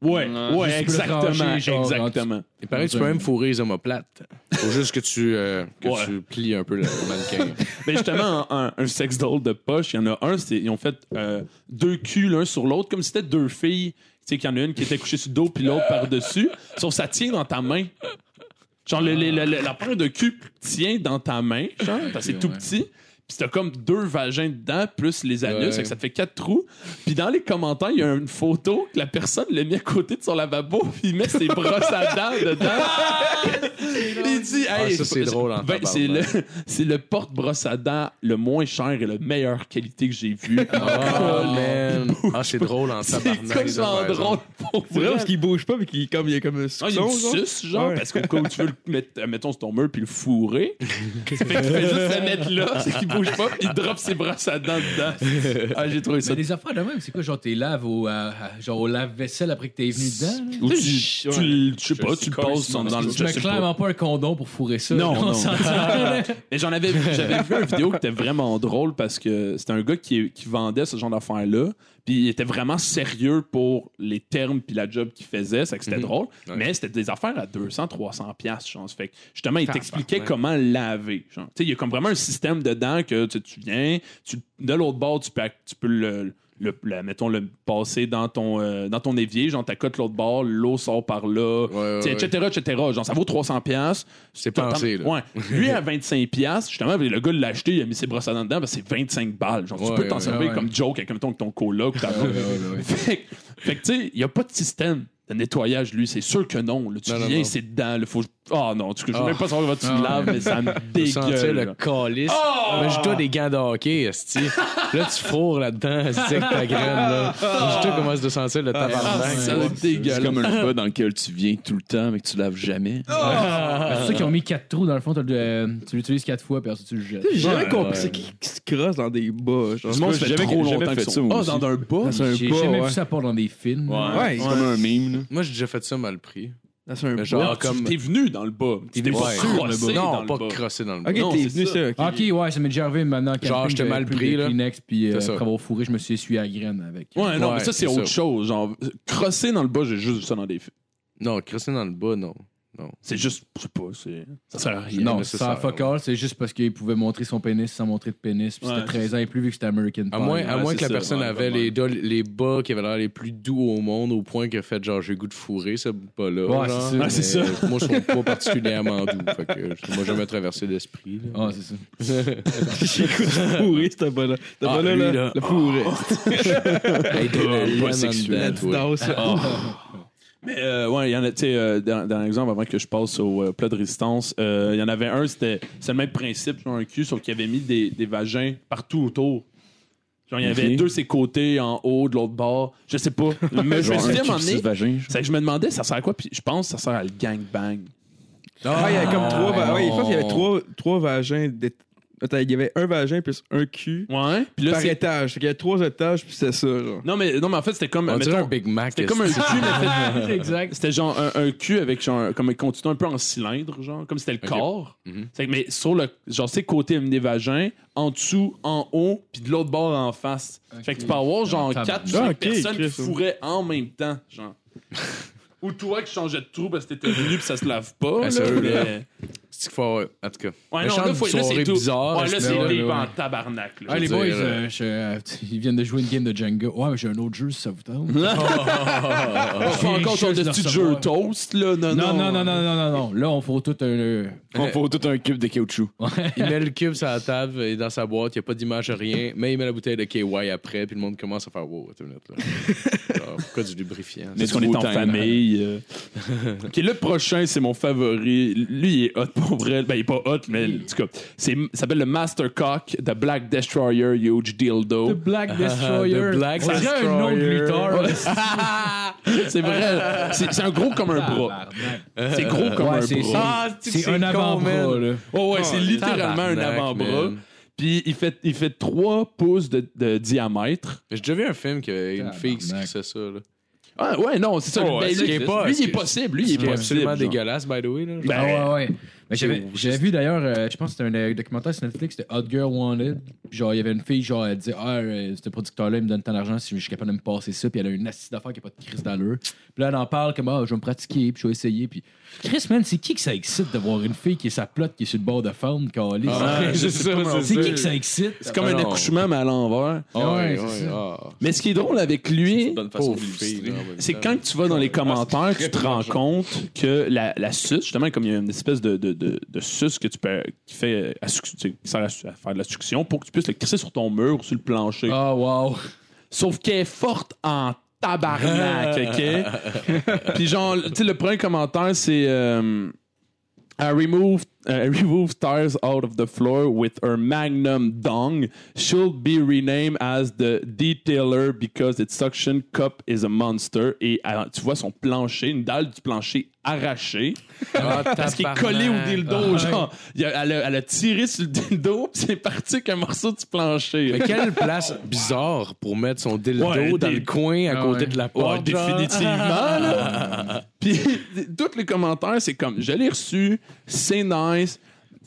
Speaker 5: Ouais, ouais,
Speaker 3: Juste pour le
Speaker 5: exactement,
Speaker 3: trancher, genre,
Speaker 5: exactement.
Speaker 4: Et pareil, tu peux même fourrer les omoplates. Faut juste que tu, euh, que
Speaker 5: Ouais. Oh,
Speaker 4: tu plies un peu le mannequin.
Speaker 5: Mais justement, un, un- un sex doll de poche, il y en a un, c'est, ils ont fait euh, deux culs l'un sur l'autre, comme si c'était deux filles. Tu sais, qu'il y en a une qui était couchée sur le dos, puis l'autre par-dessus. Sauf que ça tient dans ta main. Genre, le- le- le- le- la paire de cul tient dans ta main, genre, parce que c'est tout petit. Puis t'as comme deux vagins dedans, plus les anus,
Speaker 3: Ouais.
Speaker 5: fait que ça te fait quatre trous. Puis dans les commentaires, il y a une photo que la personne l'a mis à côté de son lavabo, puis il met ses brosses à dents dedans. Puis il dit,
Speaker 4: Ah,
Speaker 5: hey,
Speaker 4: ça, c'est drôle en
Speaker 5: ben, c'est le,
Speaker 4: tabarnak.
Speaker 5: c'est le porte-brosse à dents le moins cher et le meilleur qualité que j'ai vu.
Speaker 4: Oh, man. Ah, c'est drôle en
Speaker 5: c'est
Speaker 4: tabarnak. ça, par
Speaker 5: complètement
Speaker 4: exemple.
Speaker 5: drôle pour
Speaker 7: C'est vrai
Speaker 5: vrai.
Speaker 7: parce qu'il bouge pas, mais qu'il comme, il y a comme un
Speaker 5: Ah, il y
Speaker 7: succion,
Speaker 5: a une
Speaker 7: genre.
Speaker 5: suce, genre,
Speaker 7: Ouais.
Speaker 5: parce qu'au cas où tu veux le mettre, euh, mettons, sur ton mur puis le fourrer, fait qu'il fait juste le mettre là, c'est qu'il bouge pas, puis il drop ses brosses à dents dedans. Ah, j'ai trouvé ça.
Speaker 3: Mais des affaires de même, c'est quoi, genre, t'es laves au, euh, genre, au lave-vaisselle après que t'es venu dedans? là?
Speaker 5: Ou tu,
Speaker 7: Je-
Speaker 5: tu le- je sais pas, tu le passes dans, dans le.
Speaker 3: Tu
Speaker 5: je
Speaker 3: mets
Speaker 5: sais pas.
Speaker 3: clairement pas un condom pour fourrer ça.
Speaker 5: Non,
Speaker 3: là, on
Speaker 5: non.
Speaker 3: s'entend.
Speaker 5: Mais j'en avais, j'avais vu une vidéo qui était vraiment drôle parce que c'était un gars qui, qui vendait ce genre d'affaires-là, puis il était vraiment sérieux pour les termes puis la job qu'il faisait, c'est que c'était drôle,
Speaker 4: Mhm. Ouais.
Speaker 5: mais c'était des affaires à 200, 300 piastres, je pense. Fait que justement, il
Speaker 4: Tabarnak.
Speaker 5: t'expliquait comment laver. genre. Tu sais, il y a comme vraiment un système dedans que tu, sais, tu viens, tu, de l'autre bord, tu peux, ac- tu peux le, le- le- mettons, le passer dans ton, euh, dans ton évier, genre t'accotes l'autre bord, l'eau sort par là,
Speaker 4: Ouais,
Speaker 5: tu sais,
Speaker 4: ouais,
Speaker 5: etc., etc. Genre, ça vaut 300 piastres.
Speaker 4: C'est pensé, là.
Speaker 5: Ouais. Lui, à 25 piastres, justement, le gars l'a acheté, il a mis ses brosses à dents dedans, parce que c'est 25 balles. Genre, tu
Speaker 4: Ouais,
Speaker 5: peux t'en
Speaker 4: ouais,
Speaker 5: servir
Speaker 3: ouais.
Speaker 5: comme joke avec, mettons, ton coloc ou ta blonde. Fait que- fait que, tu sais, il n'y a pas de système de nettoyage, lui. C'est sûr que non. là. tu
Speaker 4: Non, non,
Speaker 5: viens,
Speaker 4: non.
Speaker 5: c'est dedans. là. faut... Ah non, tu, je ne
Speaker 4: Ah.
Speaker 5: même pas savoir comment tu
Speaker 3: Ah,
Speaker 5: te laves, mais ça me
Speaker 4: Je sentais
Speaker 5: dégueule.
Speaker 4: le
Speaker 5: là.
Speaker 4: calice. Imagine-toi des gants de hockey, esti. là, tu fourres là-dedans, esti, avec ta graine, là. Imagine-toi comment se sentir le
Speaker 5: Ah,
Speaker 4: tabarnak.
Speaker 5: ça
Speaker 4: là.
Speaker 5: me
Speaker 6: C'est
Speaker 5: dégueule.
Speaker 6: comme un repas dans lequel tu viens tout le temps, mais que tu laves jamais.
Speaker 3: C'est ceux qui ont mis quatre trous dans le fond, t'as le- euh, tu l'utilises quatre fois, puis ensuite tu le jettes.
Speaker 7: J'ai jamais
Speaker 6: Ouais,
Speaker 7: compris
Speaker 6: ouais.
Speaker 7: c'est qui, qui se crosse dans des bas, genre.
Speaker 5: Du monde, ça
Speaker 6: J'ai
Speaker 5: fait
Speaker 6: jamais-
Speaker 5: trop
Speaker 6: j'ai jamais
Speaker 5: longtemps
Speaker 6: fait
Speaker 5: qu'ils
Speaker 6: ça,
Speaker 5: sont-
Speaker 6: moi
Speaker 5: Ah,
Speaker 6: aussi.
Speaker 5: dans un bas?
Speaker 7: C'est un
Speaker 3: J'ai
Speaker 7: bas,
Speaker 3: jamais
Speaker 7: ouais.
Speaker 3: vu ça part dans des films. là.
Speaker 7: Ouais.
Speaker 6: C'est comme un meme. là.
Speaker 4: Moi, j'ai déjà fait ça mal pris.
Speaker 7: Dans un
Speaker 4: Mais
Speaker 7: bas.
Speaker 4: genre,
Speaker 5: Ah, tu-
Speaker 4: comme.
Speaker 5: T'es venu dans le bas. T'es
Speaker 4: Ouais.
Speaker 5: pas crossé dans
Speaker 4: Non,
Speaker 5: le
Speaker 4: pas
Speaker 5: bas.
Speaker 4: crossé dans le bas.
Speaker 7: Ok,
Speaker 5: Non,
Speaker 7: t'es
Speaker 5: c'est
Speaker 7: venu
Speaker 5: ça.
Speaker 7: ça. ok.
Speaker 3: Ok, ouais, ça m'est déjà arrivé maintenant.
Speaker 4: Genre, j'étais mal pris, là.
Speaker 3: Kleenex, puis euh,
Speaker 4: C'est ça.
Speaker 3: après avoir fourré, je me suis essuyé à la graine avec.
Speaker 5: Ouais, non,
Speaker 4: Ouais,
Speaker 5: mais ça, c'est
Speaker 4: c'est
Speaker 5: autre
Speaker 4: ça.
Speaker 5: chose. Genre, crosser dans le bas, j'ai juste vu ça dans des films.
Speaker 4: Non, crossé dans le bas, non.
Speaker 5: C'est juste, je sais pas, c'est. Ça sert à rien.
Speaker 3: Non,
Speaker 4: mais c'est
Speaker 3: ça a
Speaker 4: ça,
Speaker 3: fuck
Speaker 4: ouais.
Speaker 3: all, c'est juste parce qu'il pouvait montrer son pénis sans montrer de pénis, puis
Speaker 5: Ouais.
Speaker 3: c'était 13 ans et plus vu que c'était American Pie.
Speaker 4: À moins, à
Speaker 5: ouais,
Speaker 4: moins
Speaker 5: c'est
Speaker 4: que la
Speaker 5: ça,
Speaker 4: personne
Speaker 5: ouais,
Speaker 4: avait
Speaker 5: vraiment.
Speaker 4: les, doigts- les bas qui avaient l'air les plus doux au monde au point que fait genre j'ai le goût de fourrer ce bas-là.
Speaker 3: Ouais, c'est
Speaker 4: genre.
Speaker 3: ça.
Speaker 5: Ah, c'est
Speaker 4: Mais, euh, Moi, ils sont pas particulièrement doux. Fait que ça m'a jamais traversé l'esprit.
Speaker 3: Ah,
Speaker 4: là.
Speaker 3: c'est ça.
Speaker 7: J'écoute fourré, ce bas-là. Ce
Speaker 4: Ah,
Speaker 7: bas-là,
Speaker 4: lui,
Speaker 7: là,
Speaker 4: là.
Speaker 7: le fourré.
Speaker 4: Hey, t'es
Speaker 6: Ah,
Speaker 4: laine
Speaker 6: pas
Speaker 4: en
Speaker 6: sexuel,
Speaker 4: dedans,
Speaker 7: Tu
Speaker 4: toi.
Speaker 7: danses.
Speaker 5: Ah, Mais euh, ouais, il y en a, tu sais, euh, dans, dans l'exemple, avant que je passe au euh, plat de résistance, euh, il y en avait un, c'était c'est le même principe sur un cul, sauf qu'il avait mis des, des vagins partout autour. Genre, il y avait
Speaker 6: Ok.
Speaker 5: deux de ses côtés, en haut, de l'autre bord, je sais pas. Mais je me
Speaker 6: Genre
Speaker 5: suis dit à un
Speaker 6: cul
Speaker 5: moment
Speaker 6: sur
Speaker 5: donné,
Speaker 6: le vagin. genre.
Speaker 5: c'est que je me demandais, ça sert à quoi, puis je pense que ça sert à le gangbang.
Speaker 7: Ah, il y avait comme trois. va- Ouais, je pense qu'il y avait
Speaker 4: non.
Speaker 7: trois, trois vagins. d'é- Attends, il y avait un vagin plus un cul
Speaker 5: Ouais. Puis là,
Speaker 7: par
Speaker 5: c'est.
Speaker 7: étage. Fait qu'il y a trois étages, puis c'est ça, genre.
Speaker 5: Non mais, non, mais en fait, c'était comme.
Speaker 4: On dirait
Speaker 5: mettons,
Speaker 4: un Big Mac.
Speaker 5: C'était comme un cul, mais fait-
Speaker 3: exact.
Speaker 5: C'était genre un, un cul avec genre comme un contenu un peu en cylindre, genre comme c'était le corps.
Speaker 4: Mhm.
Speaker 5: C'est que- Mais sur le genre ses côtés des vagins, en dessous, en haut, puis de l'autre bord en face. Fait que tu peux avoir genre
Speaker 3: Ah,
Speaker 5: quatre
Speaker 7: tabarnak.
Speaker 5: cinq
Speaker 7: Ah, ok,
Speaker 5: personnes qui
Speaker 7: Chris.
Speaker 5: fourraient en même temps, genre. Ou toi qui changeais de trou parce que t'étais venu puis ça se lave pas.
Speaker 4: Ah,
Speaker 5: là,
Speaker 4: c'est eux, là.
Speaker 5: mais-
Speaker 4: C'est qu'il faut. En tout cas.
Speaker 5: Ouais,
Speaker 4: Le
Speaker 5: non,
Speaker 4: chant
Speaker 5: là,
Speaker 4: d'une
Speaker 5: faut- là,
Speaker 4: soirée
Speaker 5: c'est tout.
Speaker 4: bizarre,
Speaker 5: Ouais, là,
Speaker 4: est-ce
Speaker 5: c'est
Speaker 3: que-
Speaker 5: libre
Speaker 3: ouais, ouais.
Speaker 5: en tabarnak. là.
Speaker 3: Ah, les
Speaker 4: Je veux
Speaker 3: boys,
Speaker 4: dire,
Speaker 3: euh, je- euh, ils viennent de jouer une game de Jenga. Ouais, mais j'ai un autre jeu si ça vous tente.
Speaker 5: Je fais encore ton
Speaker 3: Juste de
Speaker 5: petit
Speaker 3: recevoir.
Speaker 5: jeu toast, là. Non,
Speaker 3: Non, non, non, non, non, non, non. Là, on faut tout un. euh,
Speaker 6: On faut tout un cube de caoutchouc.
Speaker 4: Il met le cube sur la table et dans sa boîte, il n'y a pas d'image, rien. Mais il met la bouteille de KY après, puis le monde commence à faire Wow, attends une minute. Là. Genre, pourquoi du lubrifiant
Speaker 5: Mais
Speaker 6: Est-ce
Speaker 5: qu'on est en
Speaker 6: Wu-Tang?
Speaker 5: famille. euh. ok, le prochain, c'est mon favori. Lui, il est hot pour vrai. Ben, il est pas hot, mais en tout cas, c'est, ça s'appelle le Mastercock, The Black Destroyer Huge
Speaker 3: The
Speaker 5: Dildo.
Speaker 3: Black Destroyer.
Speaker 4: The Black
Speaker 3: on dirait un nom de
Speaker 4: Destroyer.
Speaker 3: lutteur.
Speaker 5: c'est vrai. C'est, c'est un gros comme un bras. C'est gros comme
Speaker 3: Ouais,
Speaker 5: un
Speaker 3: c'est
Speaker 5: bras.
Speaker 3: ça. C'est un avant-bras, là.
Speaker 5: Oh, ouais, c'est littéralement un
Speaker 4: tabarnak,
Speaker 5: avant-bras.
Speaker 4: man.
Speaker 5: Puis il fait, il fait 3 pouces de, de diamètre.
Speaker 4: J'ai déjà vu un film qu'il y avait une
Speaker 3: Tabarnak.
Speaker 4: fille qui se crissait ça. Là.
Speaker 5: Ah, ouais, non, c'est ça.
Speaker 4: Oh,
Speaker 5: Ben,
Speaker 4: ouais,
Speaker 5: lui,
Speaker 4: c'est pas-
Speaker 5: lui, il est
Speaker 4: c'est-
Speaker 5: possible. Lui, il est
Speaker 4: C'est
Speaker 5: possible.
Speaker 4: absolument
Speaker 5: genre.
Speaker 4: dégueulasse, by the way. Là.
Speaker 5: Ben,
Speaker 3: Ah ouais, ouais. Mais j'avais,
Speaker 4: C'est ouf,
Speaker 3: j'avais vu d'ailleurs, euh, je pense que c'était un euh, documentaire sur Netflix, c'était Hot Girl Wanted. Puis genre, il y avait une fille, genre, elle disait Ah, euh, ce producteur-là, il me donne tant d'argent si je suis capable de me passer ça. Puis elle a une assise d'affaires qui n'a pas de crise d'allure. Puis là, elle en parle comme Ah, je vais me pratiquer, puis je vais essayer. Puis Chris, man, c'est qui que ça excite de voir une fille qui est sa plotte, qui est sur le bord de femme, calée
Speaker 4: Ah, ouais, c'est ça, c'est
Speaker 3: C'est qui
Speaker 4: ça.
Speaker 3: que ça excite
Speaker 5: C'est comme un
Speaker 4: Ah non.
Speaker 5: accouchement, mais à l'envers.
Speaker 4: Ah
Speaker 3: Ouais,
Speaker 4: ouais,
Speaker 3: c'est
Speaker 4: ouais,
Speaker 3: ça.
Speaker 4: ah.
Speaker 5: Mais ce qui est drôle avec lui,
Speaker 6: Bonne façon de
Speaker 4: Pauvre fille,
Speaker 6: l'illustrer.
Speaker 4: là, en même
Speaker 5: c'est
Speaker 4: temps.
Speaker 5: quand tu vas dans les commentaires, tu te rends compte que la, la suce, justement, comme il y a une espèce de, de, de, de suce que tu peux, qui, fait euh, à, suc- tu sais, qui sert à, su- à faire de la succion pour que tu puisses le crisser sur ton mur ou sur le plancher.
Speaker 3: Oh, wow.
Speaker 5: Sauf qu'elle est forte en tabarnak, OK? Puis genre, tu sais, le premier commentaire, c'est... euh, I removed, uh, removed stars out of the floor with her magnum dong. She'll be renamed as the detailer because its suction cup is a monster. Et alors, tu vois son plancher, une dalle du plancher arrachée. parce qu'il est collé au dildo.
Speaker 3: Ah,
Speaker 5: genre, il a- elle, a, elle a tiré sur le dildo, puis c'est parti qu'un morceau du plancher.
Speaker 4: Mais quelle place bizarre pour mettre son dildo
Speaker 5: Ouais,
Speaker 4: dans
Speaker 5: des-
Speaker 4: le coin à
Speaker 3: Ah
Speaker 4: côté
Speaker 3: ouais.
Speaker 4: de la
Speaker 5: Ouais,
Speaker 4: porte. genre.
Speaker 5: définitivement.
Speaker 3: ah,
Speaker 5: là. Puis tous les commentaires, c'est comme je l'ai reçu, c'est nice,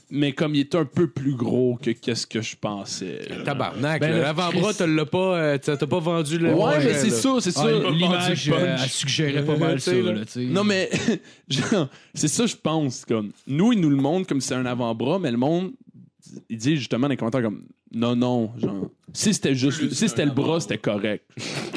Speaker 5: mais comme il était un peu plus gros que qu'est-ce que je pensais.
Speaker 4: Tabarnak,
Speaker 3: Ben,
Speaker 4: là,
Speaker 3: le
Speaker 4: l'avant-bras,
Speaker 3: Christ.
Speaker 4: t'as l'as pas, euh, t'as t'as pas vendu le.
Speaker 5: Ouais,
Speaker 4: projet,
Speaker 5: mais c'est
Speaker 4: là.
Speaker 5: ça, c'est
Speaker 3: Ah,
Speaker 5: ça.
Speaker 3: L'image euh, elle suggérait pas mal ça, là, tu sais.
Speaker 5: Non, mais genre, c'est ça, je pense. Comme, nous, ils nous le montrent comme si c'était un avant-bras, mais le monde, il dit justement dans les commentaires comme non, non, genre, si c'était juste, si c'était le bras, c'était correct.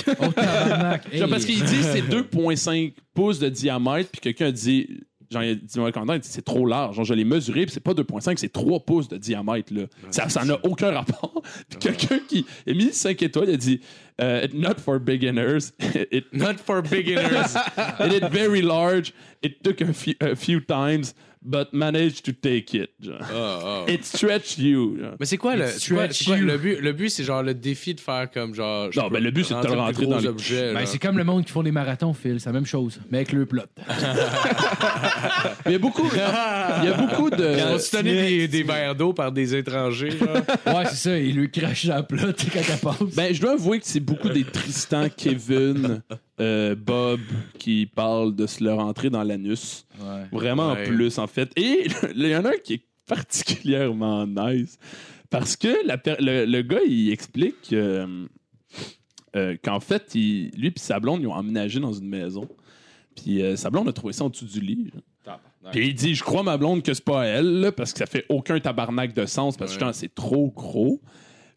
Speaker 3: Oh, tabarnak.
Speaker 5: Genre,
Speaker 3: Hey.
Speaker 5: parce qu'il dit c'est 2,5 pouces de diamètre, puis quelqu'un a dit, genre, il a dit, ouais, content, il dit, c'est trop large. Genre, je l'ai mesuré, puis c'est pas 2,5, c'est 3 pouces de diamètre, là. Ça ça n'a aucun rapport. Puis quelqu'un qui a mis 5 étoiles, il a dit, euh, not for beginners, it,
Speaker 4: Not for beginners.
Speaker 5: it is very large, it took a few, a few times, but managed to take it. Genre. It stretched you. genre.
Speaker 4: mais c'est quoi le.
Speaker 3: It's
Speaker 4: c'est quoi- c'est quoi
Speaker 3: stretch you.
Speaker 4: le but? Le but, c'est genre le défi de faire comme genre. je
Speaker 5: Non,
Speaker 4: peux
Speaker 5: ben, le but, c'est de te
Speaker 4: rendre
Speaker 5: le
Speaker 4: un
Speaker 5: rentrer
Speaker 4: gros
Speaker 5: dans les-
Speaker 4: objet, là.
Speaker 3: Ben, c'est comme le monde qui font des marathons, Phil. C'est la même chose, mais avec le plot.
Speaker 5: Mais il y a beaucoup, il y a beaucoup de.
Speaker 4: Ils ont-tu donné des, des verres d'eau par des étrangers? genre?
Speaker 3: Ouais, c'est ça. Il lui crache la plot quand elle passe.
Speaker 5: Ben, je dois avouer que c'est beaucoup des Tristan, Kevin, euh, Bob qui parlent de se leur entrer dans l'anus.
Speaker 3: Ouais.
Speaker 5: Vraiment
Speaker 4: Ouais.
Speaker 5: en plus, en fait. Et il y en a un qui est particulièrement nice parce que la per- le, le gars, il explique euh, euh, qu'en fait, il- lui et sa blonde, ils ont emménagé dans une maison. Puis euh, sa blonde a trouvé ça en dessous du lit. genre. Puis il dit, je crois ma blonde que c'est pas elle, là, parce que ça fait aucun tabarnak de sens, parce que
Speaker 4: Ouais.
Speaker 5: justement, c'est trop gros.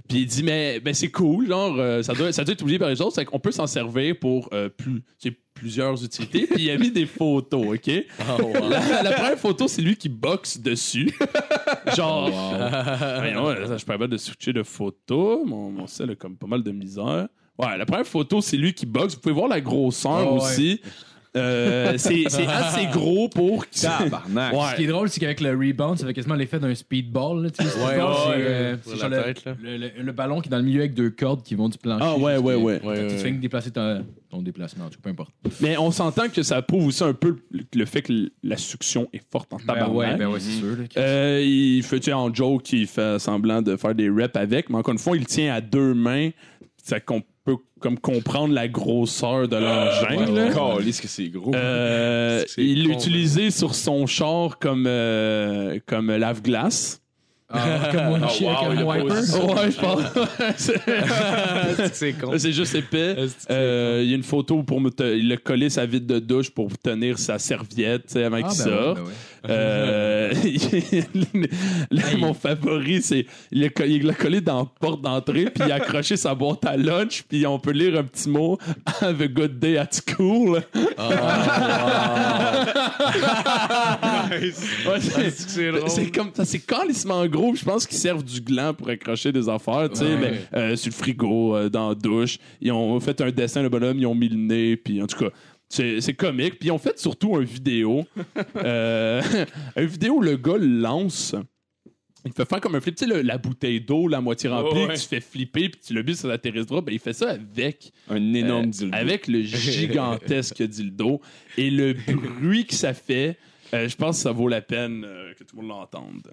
Speaker 5: Puis il dit, mais, mais c'est cool, genre, euh, ça, doit, ça doit être oublié par les autres, c'est qu'on peut s'en servir pour euh, plus, tu sais, plusieurs utilités. Puis il a mis des photos, OK? la, la première photo, c'est lui qui boxe dessus. genre, Voyons, Ah là, je suis pas capable de switcher de photo. Mon, mon sel a comme pas mal de misère. Ouais, la première photo, c'est lui qui boxe. Vous pouvez voir la grosseur
Speaker 3: Ah ouais.
Speaker 5: aussi. Euh, c'est c'est assez gros pour que-
Speaker 6: Tabarnak.
Speaker 5: Ouais.
Speaker 3: Ce qui est drôle, c'est qu'avec le rebound, ça fait quasiment l'effet d'un speedball. Là, tu sais, le
Speaker 4: Ouais,
Speaker 3: speedball,
Speaker 4: ouais,
Speaker 3: c'est,
Speaker 4: ouais,
Speaker 3: euh,
Speaker 4: sur
Speaker 3: c'est
Speaker 4: la
Speaker 3: genre le-
Speaker 4: tête, là.
Speaker 3: le, le- le ballon qui est dans le milieu avec deux cordes qui vont du plancher.
Speaker 5: Ah ouais,
Speaker 3: jusqu'à-
Speaker 5: ouais,
Speaker 4: Ouais,
Speaker 5: ouais.
Speaker 3: Tu
Speaker 4: ouais,
Speaker 3: te fais déplacer ton, ton déplacement, en tout cas, peu importe.
Speaker 5: Mais on s'entend que ça prouve aussi un peu le, le fait que l- la succion est forte en tabarnak.
Speaker 3: Ben ouais, ben ouais, c'est sûr. là.
Speaker 5: Euh, il fait tu sais, en joke, il fait semblant de faire des reps avec, mais encore une fois, il tient à deux mains. Ça qu'on peut comme comprendre la grosseur de l'engin. là.
Speaker 6: Calisse que c'est gros.
Speaker 5: Euh,
Speaker 4: C'est
Speaker 5: il
Speaker 4: con,
Speaker 5: l'utilisait sur son char comme, euh, comme lave-glace.
Speaker 3: Ah, comme one
Speaker 6: Oh,
Speaker 3: shit
Speaker 6: wow,
Speaker 3: avec
Speaker 6: il
Speaker 3: un
Speaker 6: a pas
Speaker 3: wiper.
Speaker 6: aussi-
Speaker 5: Ouais, je pense.
Speaker 4: Ah, c'est con.
Speaker 5: C'est- C'est juste épais.
Speaker 4: Est-ce que c'est
Speaker 5: Euh, Il y a une photo pour me te- il a collé sa vide de douche pour tenir sa serviette tu sais, avant
Speaker 3: Ah,
Speaker 5: qu'il
Speaker 3: ben ouais,
Speaker 5: sorte.
Speaker 3: ben ouais.
Speaker 5: Euh, là, mon favori, c'est il l'a co- il l'a collé dans la porte d'entrée, puis il a accroché sa boîte à lunch, puis on peut lire un petit mot Have a good day at school. Ouais, c'est-
Speaker 4: Ah, C'est drôle.
Speaker 5: C'est comme ça, c'est calissement gros. puis Je pense qu'ils servent du gland pour accrocher des affaires, tu sais,
Speaker 4: Ouais.
Speaker 5: mais euh, sur le frigo, euh, dans la douche. Ils ont fait un dessin, le bonhomme, ils ont mis le nez, puis en tout cas. C'est c'est comique. Puis ils ont fait surtout un vidéo. euh, un vidéo où le gars le lance. Il fait faire comme un flip. Tu sais, le- la bouteille d'eau, la moitié remplie,
Speaker 6: Ouais, ouais.
Speaker 5: que tu fais flipper, puis tu le but sur la terrasse drop. Ben, il fait ça avec
Speaker 6: Un énorme
Speaker 5: euh,
Speaker 6: dildo.
Speaker 5: Avec le gigantesque dildo et le bruit que ça fait, euh, je pense que ça vaut la peine euh, que tout le monde l'entende.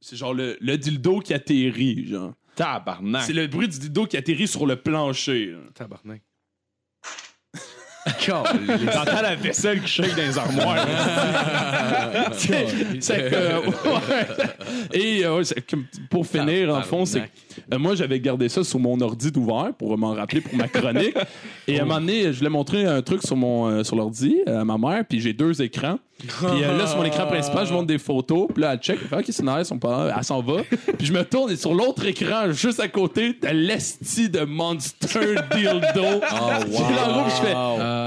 Speaker 5: C'est genre le, le dildo qui atterrit, genre.
Speaker 6: Tabarnak.
Speaker 5: C'est le bruit du dildo qui atterrit sur le plancher. là.
Speaker 4: Tabarnak.
Speaker 6: T'entends la vaisselle qui shake dans les armoires.
Speaker 5: C'est que- ouais. Et euh, ouais, c'est que pour finir, en fond, c'est que, euh, moi, j'avais gardé ça sur mon ordi d'ouvert pour m'en rappeler pour ma Oh. chronique. Et à un moment donné, je voulais montrer un truc sur, mon, euh, sur l'ordi euh, à ma mère, puis j'ai deux écrans. Puis euh, là, sur mon écran principal, je montre des photos. Puis là, elle check. Elle fait, OK, c'est nice, on part. Elle s'en va. Puis je me tourne et sur l'autre écran, juste à côté, t'as l'esti de Monster Dildo. Oh, wow. Puis là, en gros, puis je fais,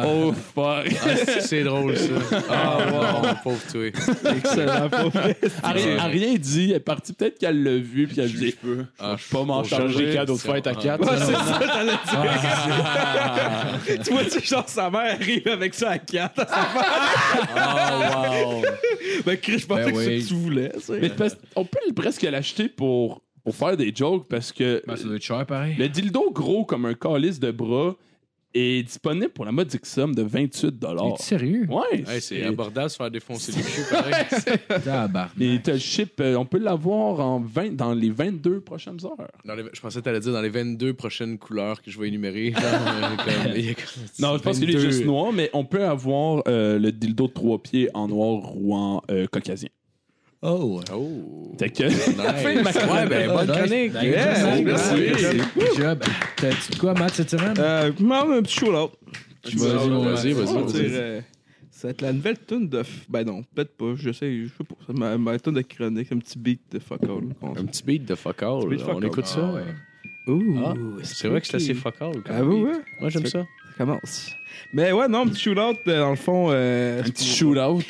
Speaker 5: oh, fuck.
Speaker 4: Ah, C'est drôle, ça. Ah, wow, pauvre tué.
Speaker 7: Excellent, pauvre.
Speaker 5: Elle a rien- elle a rien dit. Elle est partie. Peut-être qu'elle l'a vu. Puis elle a dit,
Speaker 4: Ah,
Speaker 5: je peux pas m'en charger.
Speaker 6: changer cadeau de fête à quatre.
Speaker 7: Ouais, c'est ça, t'allais dire.
Speaker 3: Ah,
Speaker 7: tu vois, tu sais, genre, sa mère arrive avec ça à 4.
Speaker 4: Oh, wow.
Speaker 7: Ben, Chris, je pensais
Speaker 3: Ben
Speaker 7: que c'est
Speaker 3: oui.
Speaker 7: ce que tu voulais, tu sais.
Speaker 5: Mais parce- on peut presque l'acheter pour, pour faire des jokes parce que
Speaker 3: Ben, ça doit être cher, pareil.
Speaker 5: le dildo gros comme un calice de bras est disponible pour la modique somme de 28
Speaker 3: Es-tu sérieux?
Speaker 5: Ouais.
Speaker 4: Hey, c'est
Speaker 5: c'est-
Speaker 4: abordable se faire défoncer le cul, pareil.
Speaker 3: Tabarnak.
Speaker 5: Et t'as le ship, euh, on peut l'avoir en 20 dans les 22 prochaines heures.
Speaker 4: Dans les- je pensais que t'allais dire dans les 22 prochaines couleurs que je vais énumérer. genre, euh, comme- il y a comme-
Speaker 5: Non, je pense qu'il est
Speaker 4: 22.
Speaker 5: juste noir, mais on peut avoir euh, le dildo de trois pieds en noir ou en euh, caucasien.
Speaker 3: Oh.
Speaker 4: Oh.
Speaker 5: Fait que
Speaker 4: Ouais, ben, bonne chronique.
Speaker 7: Yes,
Speaker 4: merci.
Speaker 3: Good job. T'as-tu de quoi, Matt, cette semaine?
Speaker 7: Euh, je m'en mets un petit show là.
Speaker 3: Tu vas-
Speaker 4: Vas-y, vas-y,
Speaker 7: On va dire,
Speaker 4: vas-y.
Speaker 7: euh, Ça va être la nouvelle tune de. f- Ben non, peut-être pas, je sais, je sais pas. C'est ma, ma tune de chronique, un petit beat de fuck all. qu'on-
Speaker 4: Un petit beat de fuck all.
Speaker 7: beat de fuck
Speaker 4: On
Speaker 7: all.
Speaker 4: écoute ça.
Speaker 3: Ah, ouais.
Speaker 7: Ouh,
Speaker 4: Ah, c'est vrai que c'est assez fuck all.
Speaker 7: Ah oui, ouais,
Speaker 4: Moi, j'aime ça.
Speaker 7: ça commence. Mais ouais, non, un petit shoot-out, euh, dans le fond. euh,
Speaker 5: un
Speaker 7: c'est
Speaker 5: petit shootout.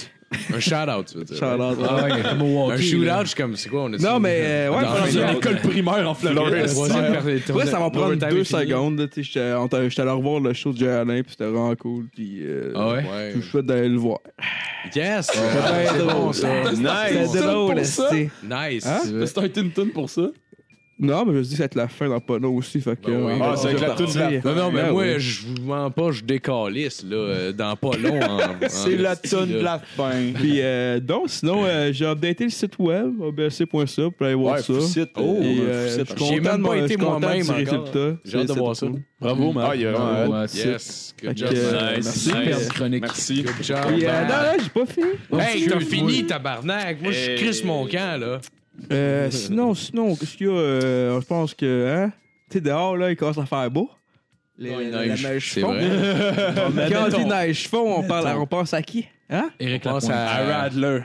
Speaker 4: Un shout-out, tu veux dire.
Speaker 7: pour- shout-out, ouais.
Speaker 3: Ah ouais, comme au
Speaker 4: Un
Speaker 3: hockey,
Speaker 4: shoot-out,
Speaker 3: là.
Speaker 4: je suis comme, c'est quoi, on a
Speaker 7: Non, mais euh, ouais,
Speaker 4: Dans
Speaker 7: pendant-
Speaker 4: un
Speaker 5: C'est
Speaker 4: shoot-out.
Speaker 5: l'école primaire en Floride.
Speaker 4: troisième personne.
Speaker 7: Ouais, ça va prendre
Speaker 4: Overtime
Speaker 7: deux
Speaker 4: est fini.
Speaker 7: secondes. là, tu sais, J'étais on t'a- j'étais allé revoir le show de Jerry Alain, puis c'était vraiment cool. Puis, euh,
Speaker 3: Ah ouais?
Speaker 4: Ouais.
Speaker 7: tout chouette d'aller le voir.
Speaker 4: Yes!
Speaker 7: Ouais,
Speaker 4: C'est bon,
Speaker 7: drôle.
Speaker 4: ça.
Speaker 6: Nice!
Speaker 7: C'était
Speaker 5: ça
Speaker 7: drôle,
Speaker 5: pour ça?
Speaker 7: esti.
Speaker 4: Nice!
Speaker 7: Hein?
Speaker 4: Tu veux-
Speaker 5: C'est un Tintin pour ça.
Speaker 7: Non, mais je me dis que ça va être la fin dans Pono aussi. Fait que,
Speaker 4: Ben oui.
Speaker 7: euh,
Speaker 4: Ah,
Speaker 7: on
Speaker 4: c'est
Speaker 7: va
Speaker 6: avec la
Speaker 7: partir.
Speaker 6: toune de
Speaker 4: Non, non, mais
Speaker 7: Ben
Speaker 4: moi,
Speaker 7: oui.
Speaker 4: je vous mens pas, je décalisse, là, euh, dans pas long. en- en
Speaker 6: C'est la
Speaker 4: esti,
Speaker 6: tonne
Speaker 4: là.
Speaker 6: de la fin.
Speaker 7: Puis euh, donc, sinon, euh, j'ai updaté le site web, obc.ca, pour aller voir
Speaker 6: Ouais,
Speaker 7: ça.
Speaker 6: full site.
Speaker 7: Et,
Speaker 6: Oh,
Speaker 7: euh, je
Speaker 6: full
Speaker 7: suis
Speaker 6: site.
Speaker 7: content
Speaker 4: J'ai même
Speaker 7: de
Speaker 4: pas
Speaker 7: mon- je
Speaker 4: été
Speaker 7: suis content
Speaker 4: moi-même
Speaker 7: du
Speaker 4: encore.
Speaker 7: résultat.
Speaker 4: J'ai hâte de
Speaker 7: C'est
Speaker 4: voir
Speaker 7: trop
Speaker 4: ça.
Speaker 7: cool.
Speaker 5: Bravo, man.
Speaker 6: Ah, il est vraiment
Speaker 3: Ah,
Speaker 6: hot.
Speaker 3: ouais, c'est-
Speaker 4: Yes! Good
Speaker 7: Fait
Speaker 4: job,
Speaker 7: que, euh,
Speaker 4: man.
Speaker 6: Nice.
Speaker 3: Superbe chronique.
Speaker 6: Merci.
Speaker 4: Good job,
Speaker 7: Puis, euh,
Speaker 4: man.
Speaker 7: non, non, j'ai pas fini.
Speaker 4: Hey, t'as
Speaker 3: Excuse-moi.
Speaker 4: fini, tabarnak! Moi, je
Speaker 6: Hey.
Speaker 4: crisse mon camp, là.
Speaker 7: Euh, sinon, sinon, qu'est-ce qu'il y a? euh, je pense que, hein, tu sais, dehors, là, il commence à faire beau. Les,
Speaker 4: Ouais, il
Speaker 7: la
Speaker 4: neige,
Speaker 7: neige
Speaker 4: c'est
Speaker 7: fond.
Speaker 4: vrai.
Speaker 7: Quand on dit neige fond, on, parle, on pense à qui? Hein?
Speaker 3: Éric
Speaker 4: Je pense
Speaker 3: Lapointe.
Speaker 6: Ah.
Speaker 4: à, à,
Speaker 5: Radler.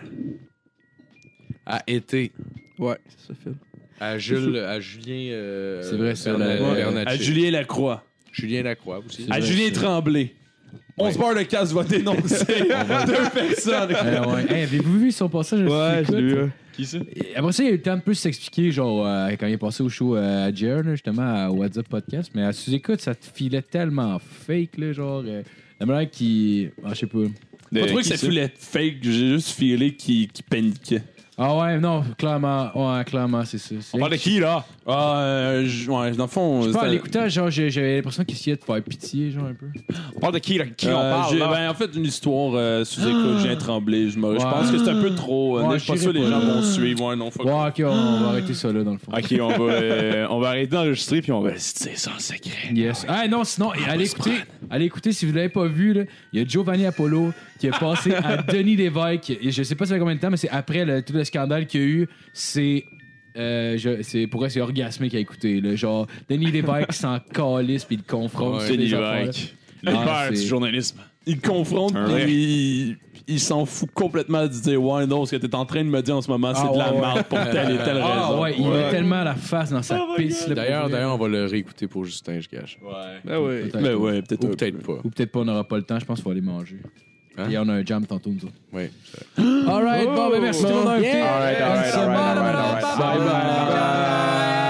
Speaker 4: été,
Speaker 7: Ouais, c'est ça, Phil.
Speaker 4: à Jules, à Julien. euh,
Speaker 3: C'est vrai, c'est
Speaker 4: Bernat-
Speaker 3: vrai.
Speaker 4: Bernatchez.
Speaker 5: À Julien Lacroix.
Speaker 4: Julien Lacroix aussi.
Speaker 5: À
Speaker 3: vrai,
Speaker 5: Julien
Speaker 3: ça.
Speaker 5: Tremblay. On se barre de casse, va dénoncer deux personnes.
Speaker 3: Euh, ouais. Hey, Avez-vous vu son passage? à
Speaker 7: Ouais,
Speaker 3: Sud-Écoute?
Speaker 7: j'ai lu, là.
Speaker 6: Qui ça?
Speaker 3: Et Après ça, il y a eu le temps de plus s'expliquer, genre, euh, quand il est passé au show euh, à Jer, là, justement, à What's Up Podcast. Mais à sous-écoute, ça te filait tellement fake, là, genre, euh, la manière qui. Ah, je sais pas.
Speaker 5: Pas
Speaker 6: Euh,
Speaker 5: trouvé que
Speaker 6: qui
Speaker 5: ça filait fake, j'ai juste filé qui, qui paniquait.
Speaker 3: Ah ouais, non, clairement, ouais, clairement, c'est ça. c'est-
Speaker 5: On parle de qui, là? Ah, euh, j- ouais, dans le fond...
Speaker 3: Je sais
Speaker 5: c'est
Speaker 3: pas, à
Speaker 5: un-
Speaker 3: l'écoutant, genre, j'ai- j'avais l'impression qu'il essayait de faire pitié, genre, un peu.
Speaker 6: On parle de qui, là? Qui
Speaker 5: Euh,
Speaker 6: on parle,
Speaker 5: j'ai-
Speaker 6: là?
Speaker 5: ben, en fait, une histoire euh, sous écoute, j'ai tremblé. Je, me-
Speaker 3: Ouais.
Speaker 5: je pense que c'est un peu trop. euh,
Speaker 3: Ouais,
Speaker 5: je suis pas
Speaker 3: j'irai
Speaker 5: sûr les
Speaker 3: pas
Speaker 5: gens
Speaker 3: là.
Speaker 5: vont suivre. Ouais, non, fuck.
Speaker 3: Ouais, ok, on, on va arrêter ça, là, dans le fond.
Speaker 6: Ok, on va, euh, on va arrêter d'enregistrer puis on va c'est sans secret.
Speaker 3: Yes. Ah non, sinon, allez écouter, allez écouter si vous l'avez pas vu, là, il y a Giovanni Apollo qui est passé à Denis Lévesque. Et je sais pas ça fait combien de temps, mais c'est après le- tout le scandale qu'il y a eu. C'est. euh, je- c'est pourquoi c'est orgasmique à écouter là. genre Denis Lévesque s'en calisse puis il le confronte
Speaker 4: Ouais,
Speaker 3: sur
Speaker 6: Denis
Speaker 3: les affaires,
Speaker 6: Lévesque.
Speaker 3: là.
Speaker 6: Le
Speaker 3: Ah,
Speaker 6: père
Speaker 3: c'est-
Speaker 6: du journalisme.
Speaker 5: Ils confrontent,
Speaker 6: Ouais.
Speaker 5: puis ils- ils s'en foutent complètement de dire Ouais, non, ce que t'es en train de me dire en ce moment, c'est
Speaker 3: Ah,
Speaker 5: de la
Speaker 3: ouais, ouais.
Speaker 5: merde pour telle et telle
Speaker 3: ah
Speaker 5: raison.
Speaker 3: ouais, Oh il
Speaker 7: Ouais.
Speaker 3: met tellement la face dans sa piste là,
Speaker 4: D'ailleurs,
Speaker 3: pour-
Speaker 4: d'ailleurs, on va le réécouter pour Justin, je gâche.
Speaker 6: Ouais.
Speaker 7: Ben oui.
Speaker 3: Peut-être.
Speaker 5: Mais ouais, peut-être.
Speaker 4: Ou peut-être pas.
Speaker 3: Ou peut-être pas, on n'aura pas le temps. Je pense qu'il faut aller manger.
Speaker 4: Hein?
Speaker 3: Et on a un jam tantôt, nous autres.
Speaker 4: Oui.
Speaker 3: All right,
Speaker 7: Oh!
Speaker 3: bon, ben merci tout le monde.
Speaker 7: Yeah!
Speaker 3: All
Speaker 6: Alright, alright, alright, alright, alright.
Speaker 3: Bye bye.
Speaker 6: Bye, bye.
Speaker 3: bye.